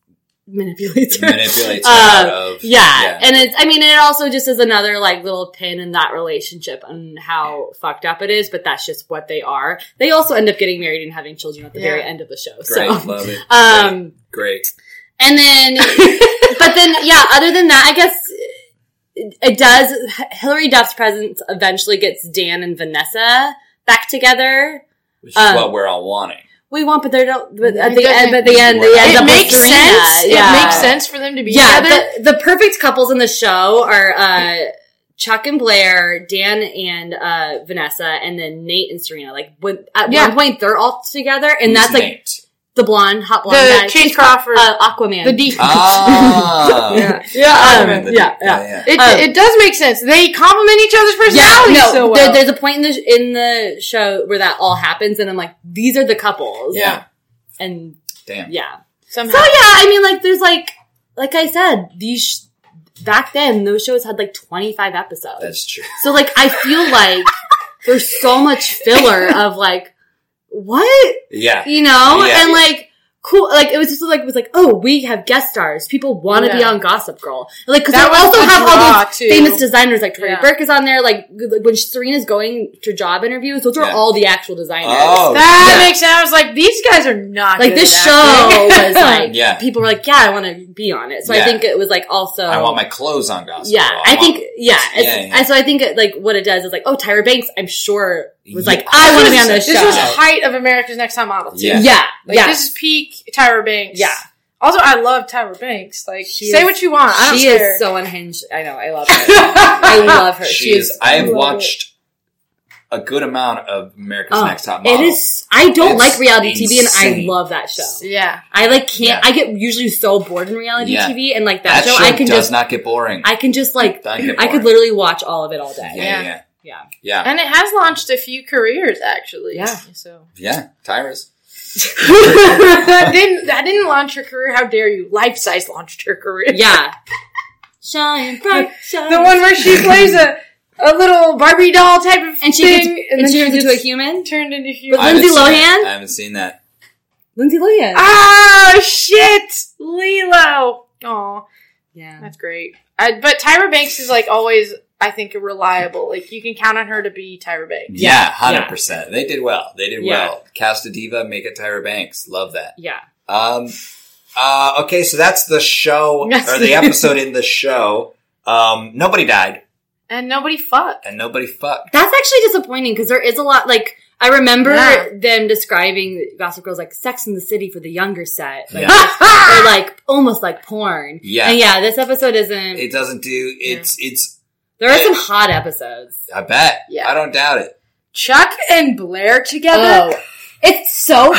Speaker 2: manipulates her.
Speaker 3: manipulates
Speaker 2: Um,
Speaker 3: out of
Speaker 2: Yeah.
Speaker 3: Yeah.
Speaker 2: and it's I mean it also just is another like little pin in that relationship and how fucked up it is, but that's just what they are. They also end up getting married and having children at the very
Speaker 1: Yeah.
Speaker 2: end of the show.
Speaker 3: Great,
Speaker 2: So
Speaker 3: love it.
Speaker 2: um
Speaker 3: Great.
Speaker 2: and then but then yeah, other than that, I guess it, it does H- Hillary Duff's presence eventually gets Dan and Vanessa back together.
Speaker 3: Which is
Speaker 2: Um,
Speaker 3: what we're all wanting.
Speaker 2: We want, but they don't. But at
Speaker 1: It
Speaker 2: the end,
Speaker 1: doesn't-
Speaker 2: but at the end, they
Speaker 3: It
Speaker 2: end
Speaker 1: It
Speaker 2: up with
Speaker 1: makes
Speaker 2: Serena.
Speaker 1: sense.
Speaker 2: Yeah.
Speaker 1: It makes sense for them to be
Speaker 2: Yeah,
Speaker 1: together.
Speaker 2: the, the perfect couples in the show are uh, Chuck and Blair, Dan and uh, Vanessa, and then Nate and Serena. Like when, at
Speaker 1: Yeah.
Speaker 2: one point, they're all together, and
Speaker 3: Who's
Speaker 2: that's like
Speaker 3: Nate?
Speaker 2: the blonde, hot blonde
Speaker 1: The
Speaker 2: guy,
Speaker 1: Chase Crawford,
Speaker 2: uh, Aquaman,
Speaker 1: the deep.
Speaker 3: Ah,
Speaker 1: yeah,
Speaker 2: Um,
Speaker 1: Um,
Speaker 3: The-
Speaker 2: yeah, yeah.
Speaker 1: it,
Speaker 2: um,
Speaker 1: it does make sense. They complement each other's
Speaker 2: Yeah,
Speaker 1: personalities
Speaker 2: no.
Speaker 1: so well.
Speaker 2: there, there's a point in the sh- in the show where that all happens, and I'm like, these are the couples.
Speaker 3: Yeah.
Speaker 2: and
Speaker 3: Damn.
Speaker 2: yeah.
Speaker 1: Somehow.
Speaker 2: So yeah, I mean, like, there's like, like I said, these sh- back then those shows had like 25 episodes.
Speaker 3: That's true.
Speaker 2: so like, I feel like there's so much filler of like, what
Speaker 3: Yeah.
Speaker 2: you know,
Speaker 3: Yeah.
Speaker 2: and like. Cool, like it was just like it was like, oh, we have guest stars. People want to be
Speaker 1: Yeah.
Speaker 2: on Gossip Girl, like because they
Speaker 1: That was
Speaker 2: also
Speaker 1: a
Speaker 2: have all those
Speaker 1: draw, too.
Speaker 2: famous designers like Tori
Speaker 1: Yeah.
Speaker 2: Burke is on there. Like, like when Serena's going to job interviews, those are
Speaker 3: Yeah.
Speaker 2: all the actual designers.
Speaker 3: Oh,
Speaker 1: that
Speaker 3: yeah.
Speaker 1: makes sense. I was like, these guys are not
Speaker 2: like
Speaker 1: good
Speaker 2: this
Speaker 1: at
Speaker 2: show
Speaker 1: acting.
Speaker 2: was like
Speaker 3: Yeah.
Speaker 2: people were like, yeah, I want to be on it. So
Speaker 3: Yeah.
Speaker 2: I think it was like also
Speaker 3: I want my clothes on Gossip
Speaker 2: yeah.
Speaker 3: Girl.
Speaker 2: I
Speaker 3: want-
Speaker 2: think yeah.
Speaker 3: Yeah,
Speaker 2: It's-
Speaker 3: yeah.
Speaker 2: and so I think it, like what it does is like oh Tyra Banks, I'm sure was
Speaker 3: Yeah.
Speaker 2: like I want to be on this
Speaker 1: This
Speaker 2: show.
Speaker 1: was height of America's Next Top Model. Too.
Speaker 3: Yeah.
Speaker 2: yeah, yeah.
Speaker 1: Like this is peak Tyra Banks.
Speaker 2: Yeah.
Speaker 1: Also, I love Tyra Banks. Like,
Speaker 2: She
Speaker 1: say
Speaker 2: is-
Speaker 1: what you want. I don't
Speaker 2: she
Speaker 1: care.
Speaker 2: is so unhinged. I know. I love her. I love her.
Speaker 3: she is. I have
Speaker 1: love
Speaker 3: watched a good amount of America's
Speaker 2: Oh,
Speaker 3: Next Top
Speaker 2: It
Speaker 3: Model.
Speaker 2: is. I don't
Speaker 3: It's
Speaker 2: like reality TV, and I
Speaker 3: insane.
Speaker 2: love that show.
Speaker 1: yeah.
Speaker 2: I like can't.
Speaker 3: Yeah.
Speaker 2: I get usually so bored in reality
Speaker 3: Yeah.
Speaker 2: TV, and like that,
Speaker 3: that show,
Speaker 2: show, I can
Speaker 3: does
Speaker 2: just.
Speaker 3: not get boring.
Speaker 2: I can just like.
Speaker 3: Doesn't get
Speaker 2: I could
Speaker 3: boring.
Speaker 2: literally watch all of it all day.
Speaker 3: yeah,
Speaker 1: Yeah.
Speaker 3: yeah,
Speaker 2: Yeah.
Speaker 3: yeah, yeah.
Speaker 1: And it has launched a few careers, actually.
Speaker 2: Yeah.
Speaker 1: So
Speaker 3: yeah. Tyrus.
Speaker 1: that didn't that didn't launch her career. How dare you? Life size launched her career.
Speaker 2: Yeah. Shine bright, shine.
Speaker 1: The one where she plays a, a little Barbie doll type of
Speaker 2: and she
Speaker 1: thing,
Speaker 2: gets, and, she turns into a human.
Speaker 1: turned into human.
Speaker 3: I haven't
Speaker 2: Lindsay
Speaker 3: seen that.
Speaker 2: Lohan?
Speaker 3: I haven't seen that.
Speaker 2: Lindsay Lohan.
Speaker 1: Ah, shit, Lilo. Aw.
Speaker 2: yeah.
Speaker 1: That's great. I, but Tyra Banks is like always, I think, reliable. Like you can count on her to be Tyra Banks.
Speaker 3: Yeah, hundred
Speaker 2: Yeah.
Speaker 3: percent. They did well. They did
Speaker 2: Yeah.
Speaker 3: well. Cast a diva, make it Tyra Banks. Love that.
Speaker 2: Yeah.
Speaker 3: Um, uh, okay, so that's the show
Speaker 1: Yes.
Speaker 3: or the episode in the show. Um, nobody died
Speaker 1: And nobody fucked.
Speaker 3: and nobody fucked.
Speaker 2: That's actually disappointing because there is a lot like. I remember
Speaker 1: Yeah.
Speaker 2: them describing Gossip Girls like Sex in the City for the younger set, like,
Speaker 3: Yeah.
Speaker 2: or like almost like porn.
Speaker 3: Yeah.
Speaker 2: and yeah, this episode isn't.
Speaker 3: It doesn't do. It's it's.
Speaker 2: there are some hot episodes.
Speaker 3: I bet.
Speaker 1: Yeah.
Speaker 3: I don't doubt it.
Speaker 1: Chuck and Blair
Speaker 2: Oh,
Speaker 1: together.
Speaker 2: It's so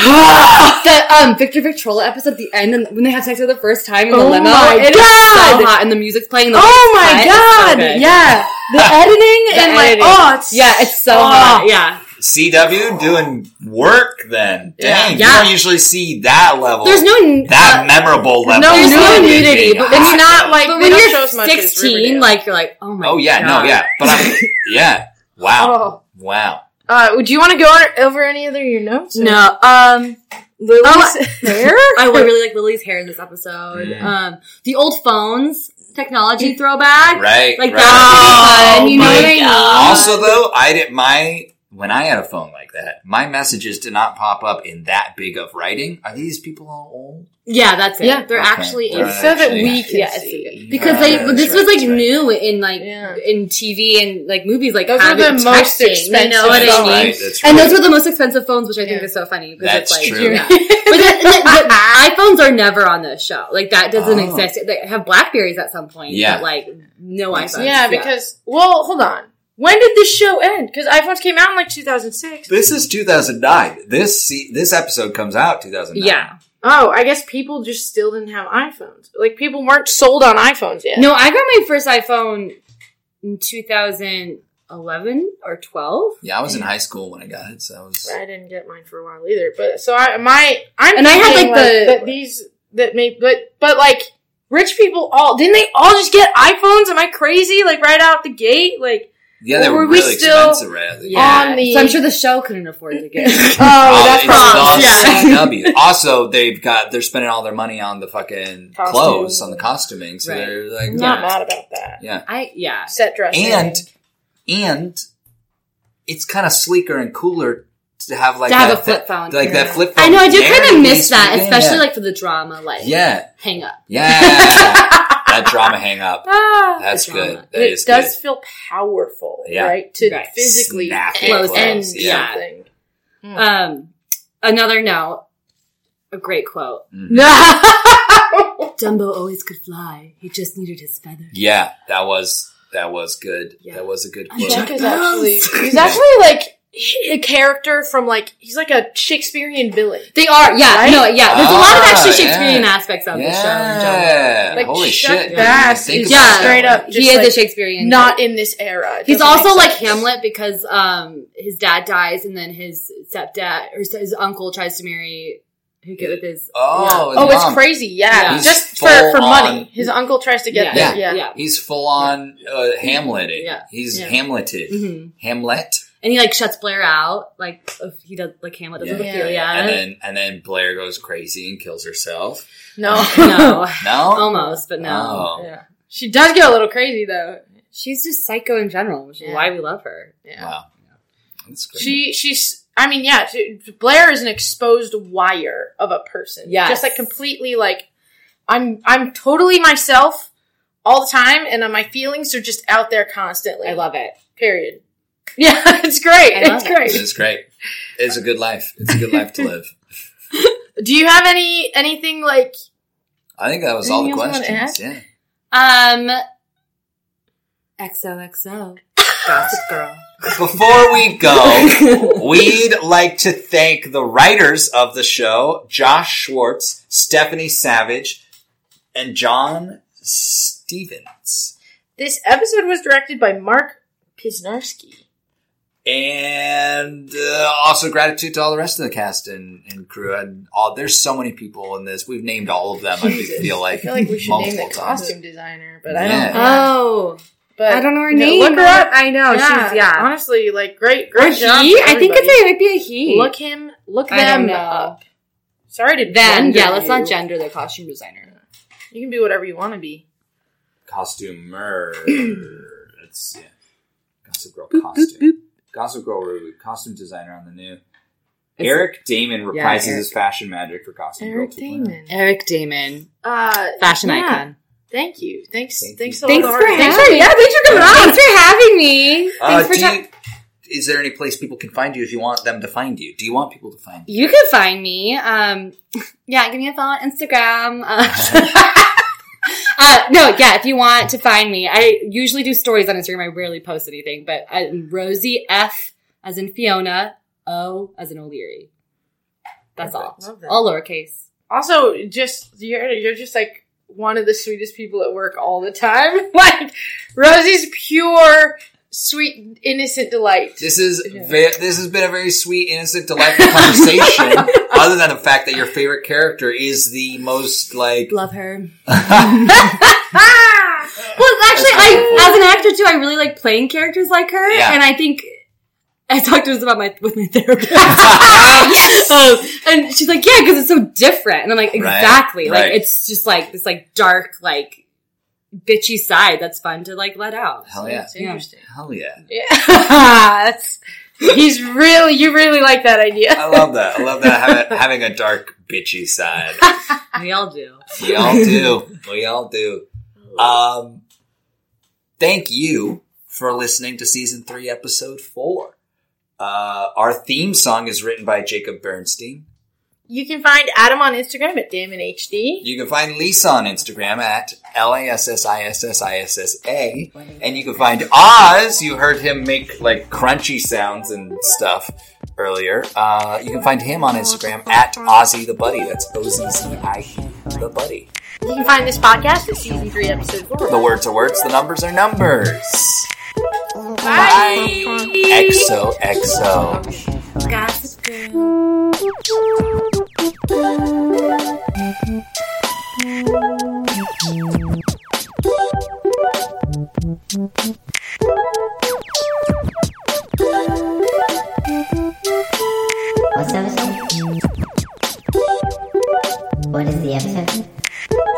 Speaker 2: the um Victor Victrola episode at the end and when they have sex for the first time in the
Speaker 1: Oh
Speaker 2: limo.
Speaker 1: my
Speaker 2: it is so
Speaker 1: God.
Speaker 2: hot and the music's playing. The
Speaker 1: Oh my
Speaker 2: cut.
Speaker 1: god!
Speaker 2: It's so good.
Speaker 1: yeah, the editing and like
Speaker 2: editing.
Speaker 1: oh it's
Speaker 2: yeah, it's so
Speaker 1: oh.
Speaker 2: hot. Yeah,
Speaker 3: CW doing work then. Dang,
Speaker 2: Yeah.
Speaker 3: you don't usually see that level.
Speaker 2: there's no
Speaker 3: that
Speaker 2: uh,
Speaker 3: memorable level.
Speaker 1: no
Speaker 2: there's no
Speaker 1: nudity.
Speaker 2: nudity, but when
Speaker 1: It's
Speaker 2: you're not.
Speaker 1: not like
Speaker 2: But
Speaker 1: they
Speaker 2: when
Speaker 1: don't
Speaker 2: you're
Speaker 1: show as much as
Speaker 2: 16,
Speaker 1: Riverdale.
Speaker 2: like you're like, oh my.
Speaker 3: Oh yeah,
Speaker 2: God.
Speaker 3: no, yeah, but I'm yeah. Wow,
Speaker 1: oh.
Speaker 3: wow.
Speaker 1: Uh, do you want to go on- over any other of your notes? or-
Speaker 2: No, um, Lily's
Speaker 1: Oh, there?
Speaker 2: I would really like Lily's hair in this episode.
Speaker 3: Mm.
Speaker 2: Um, the old phones technology
Speaker 1: Mm.
Speaker 2: throwback,
Speaker 3: Right,
Speaker 2: Like
Speaker 3: right.
Speaker 2: that,
Speaker 1: Oh
Speaker 2: you know
Speaker 3: my
Speaker 2: what I mean?
Speaker 1: God.
Speaker 3: Also, though, I did my when I had a phone like that, my messages did not pop up in that big of writing. Are these people all old?
Speaker 2: Yeah, that's it.
Speaker 1: Yeah.
Speaker 2: they're
Speaker 3: Okay.
Speaker 2: Uh, actually
Speaker 3: All
Speaker 2: in
Speaker 3: right.
Speaker 1: so that we can
Speaker 2: Yeah,
Speaker 1: see.
Speaker 2: because they
Speaker 3: Yeah, that's
Speaker 2: this
Speaker 3: right,
Speaker 2: was like
Speaker 3: that's right.
Speaker 2: new in like
Speaker 1: Yeah.
Speaker 2: in TV and like movies like
Speaker 1: Those are
Speaker 2: having
Speaker 1: the most
Speaker 2: texting, you know
Speaker 1: expensive
Speaker 2: what I
Speaker 1: phones.
Speaker 2: mean?
Speaker 3: Right, that's
Speaker 2: And
Speaker 3: right.
Speaker 2: those were the most expensive phones, which I think
Speaker 1: Yeah.
Speaker 2: is so funny. 'cause
Speaker 3: That's
Speaker 2: it's like,
Speaker 3: true.
Speaker 2: Yeah. But the, the, the iPhones are never on this show. Like that doesn't
Speaker 3: Oh.
Speaker 2: exist. They have Blackberries at some point.
Speaker 3: Yeah.
Speaker 2: But like no
Speaker 3: Makes
Speaker 2: iPhones.
Speaker 1: Yeah, because well, hold on. When did this show end? Because iPhones came out in like 2006.
Speaker 3: This is 2009. This se- this episode comes out 2009.
Speaker 2: Yeah.
Speaker 1: Oh, I guess people just still didn't have iPhones. Like people weren't sold on iPhones yet.
Speaker 2: No, I got my first iPhone in 2011 or 12.
Speaker 3: yeah. I was in high school when I got it, so I was.
Speaker 1: I didn't get mine for a while either. But so I my I'm
Speaker 2: And I had,
Speaker 1: thinking,
Speaker 2: like, the-
Speaker 1: that these that may but but like rich people all didn't they all just get iPhones? Am I crazy? Like right out the gate? Like
Speaker 3: Yeah, they
Speaker 1: Or
Speaker 3: were,
Speaker 1: were we
Speaker 3: really
Speaker 1: still-
Speaker 3: expensive, right?
Speaker 1: Yeah. On the-
Speaker 2: so I'm sure the show couldn't afford to get
Speaker 1: oh,
Speaker 2: it.
Speaker 1: that's problems.
Speaker 3: it's
Speaker 1: Yeah.
Speaker 3: all CW. Also, they've got they're spending all their money on the fucking
Speaker 1: Costume.
Speaker 3: clothes, on the costuming. So
Speaker 2: Right.
Speaker 3: they're like,
Speaker 1: I'm not
Speaker 3: yeah.
Speaker 1: mad about that.
Speaker 3: yeah.
Speaker 2: I, yeah.
Speaker 1: Set dressing
Speaker 3: And and it's kind of sleeker and cooler to have like
Speaker 2: To have
Speaker 3: that,
Speaker 2: a flip phone,
Speaker 3: like that
Speaker 1: yeah.
Speaker 3: flip phone.
Speaker 2: I know, I do kind
Speaker 3: narrative
Speaker 2: of miss
Speaker 3: piece
Speaker 2: that,
Speaker 3: within
Speaker 2: especially
Speaker 3: it.
Speaker 2: like for the drama, like
Speaker 3: yeah,
Speaker 2: hang up.
Speaker 3: yeah, that drama hang up.
Speaker 1: Ah.
Speaker 3: That's
Speaker 2: The drama.
Speaker 3: good.
Speaker 1: But
Speaker 3: That
Speaker 1: it
Speaker 3: is
Speaker 1: does feel powerful,
Speaker 3: Yeah.
Speaker 1: right? To
Speaker 2: Right.
Speaker 1: physically
Speaker 3: Snap
Speaker 1: end-
Speaker 2: close,
Speaker 1: end
Speaker 2: yeah.
Speaker 1: something.
Speaker 2: Um, another note, a great quote.
Speaker 3: good. Mhm.
Speaker 1: No.
Speaker 2: Dumbo always could fly. He just needed his feathers.
Speaker 3: Yeah, that was that was good.
Speaker 2: Yeah.
Speaker 3: That was a good
Speaker 2: I'm
Speaker 3: quote.
Speaker 1: Jack
Speaker 2: Jack
Speaker 1: is
Speaker 2: Bauer.
Speaker 1: actually he's
Speaker 3: Yeah.
Speaker 1: actually like a character from like he's like a Shakespearean villain.
Speaker 2: They are, yeah,
Speaker 1: Right?
Speaker 2: no, yeah. There's a lot of
Speaker 3: Ah,
Speaker 2: actually
Speaker 3: yeah.
Speaker 2: Shakespearean aspects of the show. in
Speaker 3: Yeah,
Speaker 1: Like
Speaker 3: holy
Speaker 1: Chuck
Speaker 3: shit!
Speaker 1: Bass
Speaker 3: Think
Speaker 1: is
Speaker 3: about
Speaker 2: Yeah.
Speaker 3: that
Speaker 1: straight
Speaker 3: one.
Speaker 1: up
Speaker 2: general.
Speaker 1: just
Speaker 2: He is a
Speaker 1: like,
Speaker 2: Shakespearean.
Speaker 1: not in this era. It
Speaker 2: He's
Speaker 1: doesn't
Speaker 2: also
Speaker 1: make
Speaker 2: like
Speaker 1: sense.
Speaker 2: Hamlet because um his dad dies and then his stepdad or his uncle tries to marry who get with his
Speaker 3: Oh,
Speaker 1: Oh,
Speaker 3: his
Speaker 1: it's
Speaker 3: mom.
Speaker 1: crazy. Yeah,
Speaker 2: Yeah.
Speaker 3: He's
Speaker 1: just for
Speaker 3: full
Speaker 1: for
Speaker 3: on-
Speaker 1: money. His uncle tries to get
Speaker 3: Yeah.
Speaker 1: that. Yeah.
Speaker 3: He's full on uh, Hamleting.
Speaker 2: Yeah.
Speaker 3: He's
Speaker 1: Yeah. Mm-hmm.
Speaker 3: Hamleted.
Speaker 2: Mhm.
Speaker 3: Hamlet.
Speaker 2: And he like shuts Blair out, like if he does like Hamlet doesn't
Speaker 3: Yeah.
Speaker 2: appeal, yeah.
Speaker 3: And then and then Blair goes crazy and kills herself.
Speaker 1: No.
Speaker 2: no,
Speaker 3: No.
Speaker 2: almost, but no.
Speaker 3: Oh.
Speaker 1: Oh Yeah. She does get a little crazy though.
Speaker 2: She's just psycho in general, which is
Speaker 1: Yeah.
Speaker 2: why we love her.
Speaker 1: Yeah.
Speaker 3: Wow. That's great.
Speaker 1: She she's I mean yeah she, Blair is an exposed wire of a person
Speaker 2: Yes.
Speaker 1: just like completely like I'm I'm totally myself all the time and uh, my feelings are just out there constantly
Speaker 2: I love it.
Speaker 1: period yeah it's great
Speaker 2: I love
Speaker 1: it's
Speaker 2: it.
Speaker 1: great
Speaker 3: it's great. It's a good life. It's a good life to live.
Speaker 1: do you have any anything like
Speaker 3: I think that was all the
Speaker 1: Anything else you wanna
Speaker 3: questions. Yeah.
Speaker 2: Um XOXO. Gossip girl.
Speaker 3: Before we go, we'd like to thank the writers of the show, Josh Schwartz, Stephanie Savage, and John Stevens.
Speaker 1: this episode was directed by Mark Pisnarski
Speaker 3: and uh, also gratitude to all the rest of the cast and, and crew and all there's so many people in this we've named all of them i
Speaker 1: Jesus.
Speaker 3: feel
Speaker 1: I
Speaker 3: like
Speaker 1: feel like we should name
Speaker 3: multiple
Speaker 1: the
Speaker 3: times.
Speaker 1: costume designer but I don't
Speaker 3: Yeah.
Speaker 2: Oh.
Speaker 1: but
Speaker 2: I don't know her
Speaker 1: you
Speaker 2: name.
Speaker 1: look her up
Speaker 2: I know. She's yeah.
Speaker 1: honestly like great
Speaker 2: Or
Speaker 1: great
Speaker 2: he?
Speaker 1: job
Speaker 2: I think
Speaker 1: everybody.
Speaker 2: it's a, it might be a he.
Speaker 1: Look him. Look
Speaker 2: I
Speaker 1: them
Speaker 2: don't know.
Speaker 1: up. Sorry to
Speaker 2: then
Speaker 1: gender
Speaker 2: yeah, let's
Speaker 1: you.
Speaker 2: not gender the costume designer.
Speaker 1: You can be whatever you want to be.
Speaker 3: costumer that's yeah gossip girl costume gossip girl Ruby, costume designer on the new
Speaker 2: It's-
Speaker 3: eric damon reprises
Speaker 2: Yeah, Eric.
Speaker 3: his fashion magic for costume
Speaker 1: Eric
Speaker 3: girl 2.0.
Speaker 1: Damon.
Speaker 2: Eric Damon,
Speaker 1: Uh,
Speaker 2: fashion
Speaker 1: yeah.
Speaker 2: icon.
Speaker 1: Thank you. Thanks.
Speaker 3: Thank
Speaker 1: thanks. a
Speaker 3: you.
Speaker 1: lot.
Speaker 2: Thanks for
Speaker 1: Lauren.
Speaker 2: having me.
Speaker 1: yeah, thanks for coming on.
Speaker 2: Thanks for having me.
Speaker 3: uh,
Speaker 2: Thanks for
Speaker 3: do
Speaker 2: ta-
Speaker 3: you, is there any place people can find you if you want them to find you do you want people to find you
Speaker 2: You can find me. Um, yeah, give me a follow on Instagram. Uh, uh, no, yeah, if you want to find me, I usually do stories on Instagram. I rarely post anything, but i Rosie F as in Fiona, O as in O'Leary. That's all.
Speaker 1: Perfect. Love that.
Speaker 2: All lowercase.
Speaker 1: Also, just you're you're just like one of the sweetest people at work all the time. Like Rosie's pure, sweet, innocent delight.
Speaker 3: This is
Speaker 1: Yeah.
Speaker 3: ve- this has been a very sweet, innocent, delightful conversation. other than the fact that your favorite character is the most like
Speaker 2: Love her.
Speaker 3: yeah,
Speaker 1: Ah!
Speaker 2: Well, actually,
Speaker 3: That's
Speaker 2: I
Speaker 3: wonderful.
Speaker 2: as an actor too, I really like playing characters like her,
Speaker 3: Yeah.
Speaker 2: and I think I talked to this about my with my therapist. Um, and she's like, "Yeah, because it's so different," and I'm like, "Exactly, like
Speaker 3: right.
Speaker 2: it's just like this like dark like bitchy side that's fun to like let out."
Speaker 3: hell yeah,
Speaker 1: That's interesting.
Speaker 3: hell yeah.
Speaker 1: Yeah, That's- he's really you really like that idea.
Speaker 3: I love that. I love that having, having a dark bitchy side.
Speaker 2: We all do.
Speaker 3: We all do. We all Oh, do. Um, thank you for listening to season three, episode four. Uh, our theme song is written by Jacob Bernstein.
Speaker 1: You can find Adam on Instagram at DamonHD.
Speaker 3: You can find Lisa on Instagram at L A S S I S S I S S A. And you can find Oz. You heard him make like crunchy sounds and stuff earlier. Uh, you can find him on Instagram at Ozzy the Buddy. That's O Z Z I E the Buddy.
Speaker 1: You can find this podcast at season three, episode four.
Speaker 3: The words are words, the numbers are numbers.
Speaker 1: Bye.
Speaker 3: XOXO.
Speaker 2: Gossip Girl.
Speaker 4: What's the episode? What is the episode?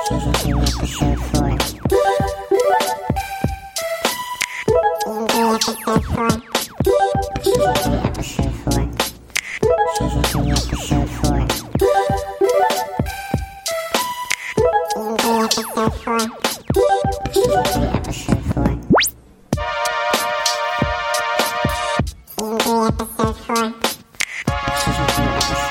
Speaker 4: Season 2, episode 4. Season 2, episode 4. Season 2, episode 4. Season 2, episode 4. Season 2, episode 4.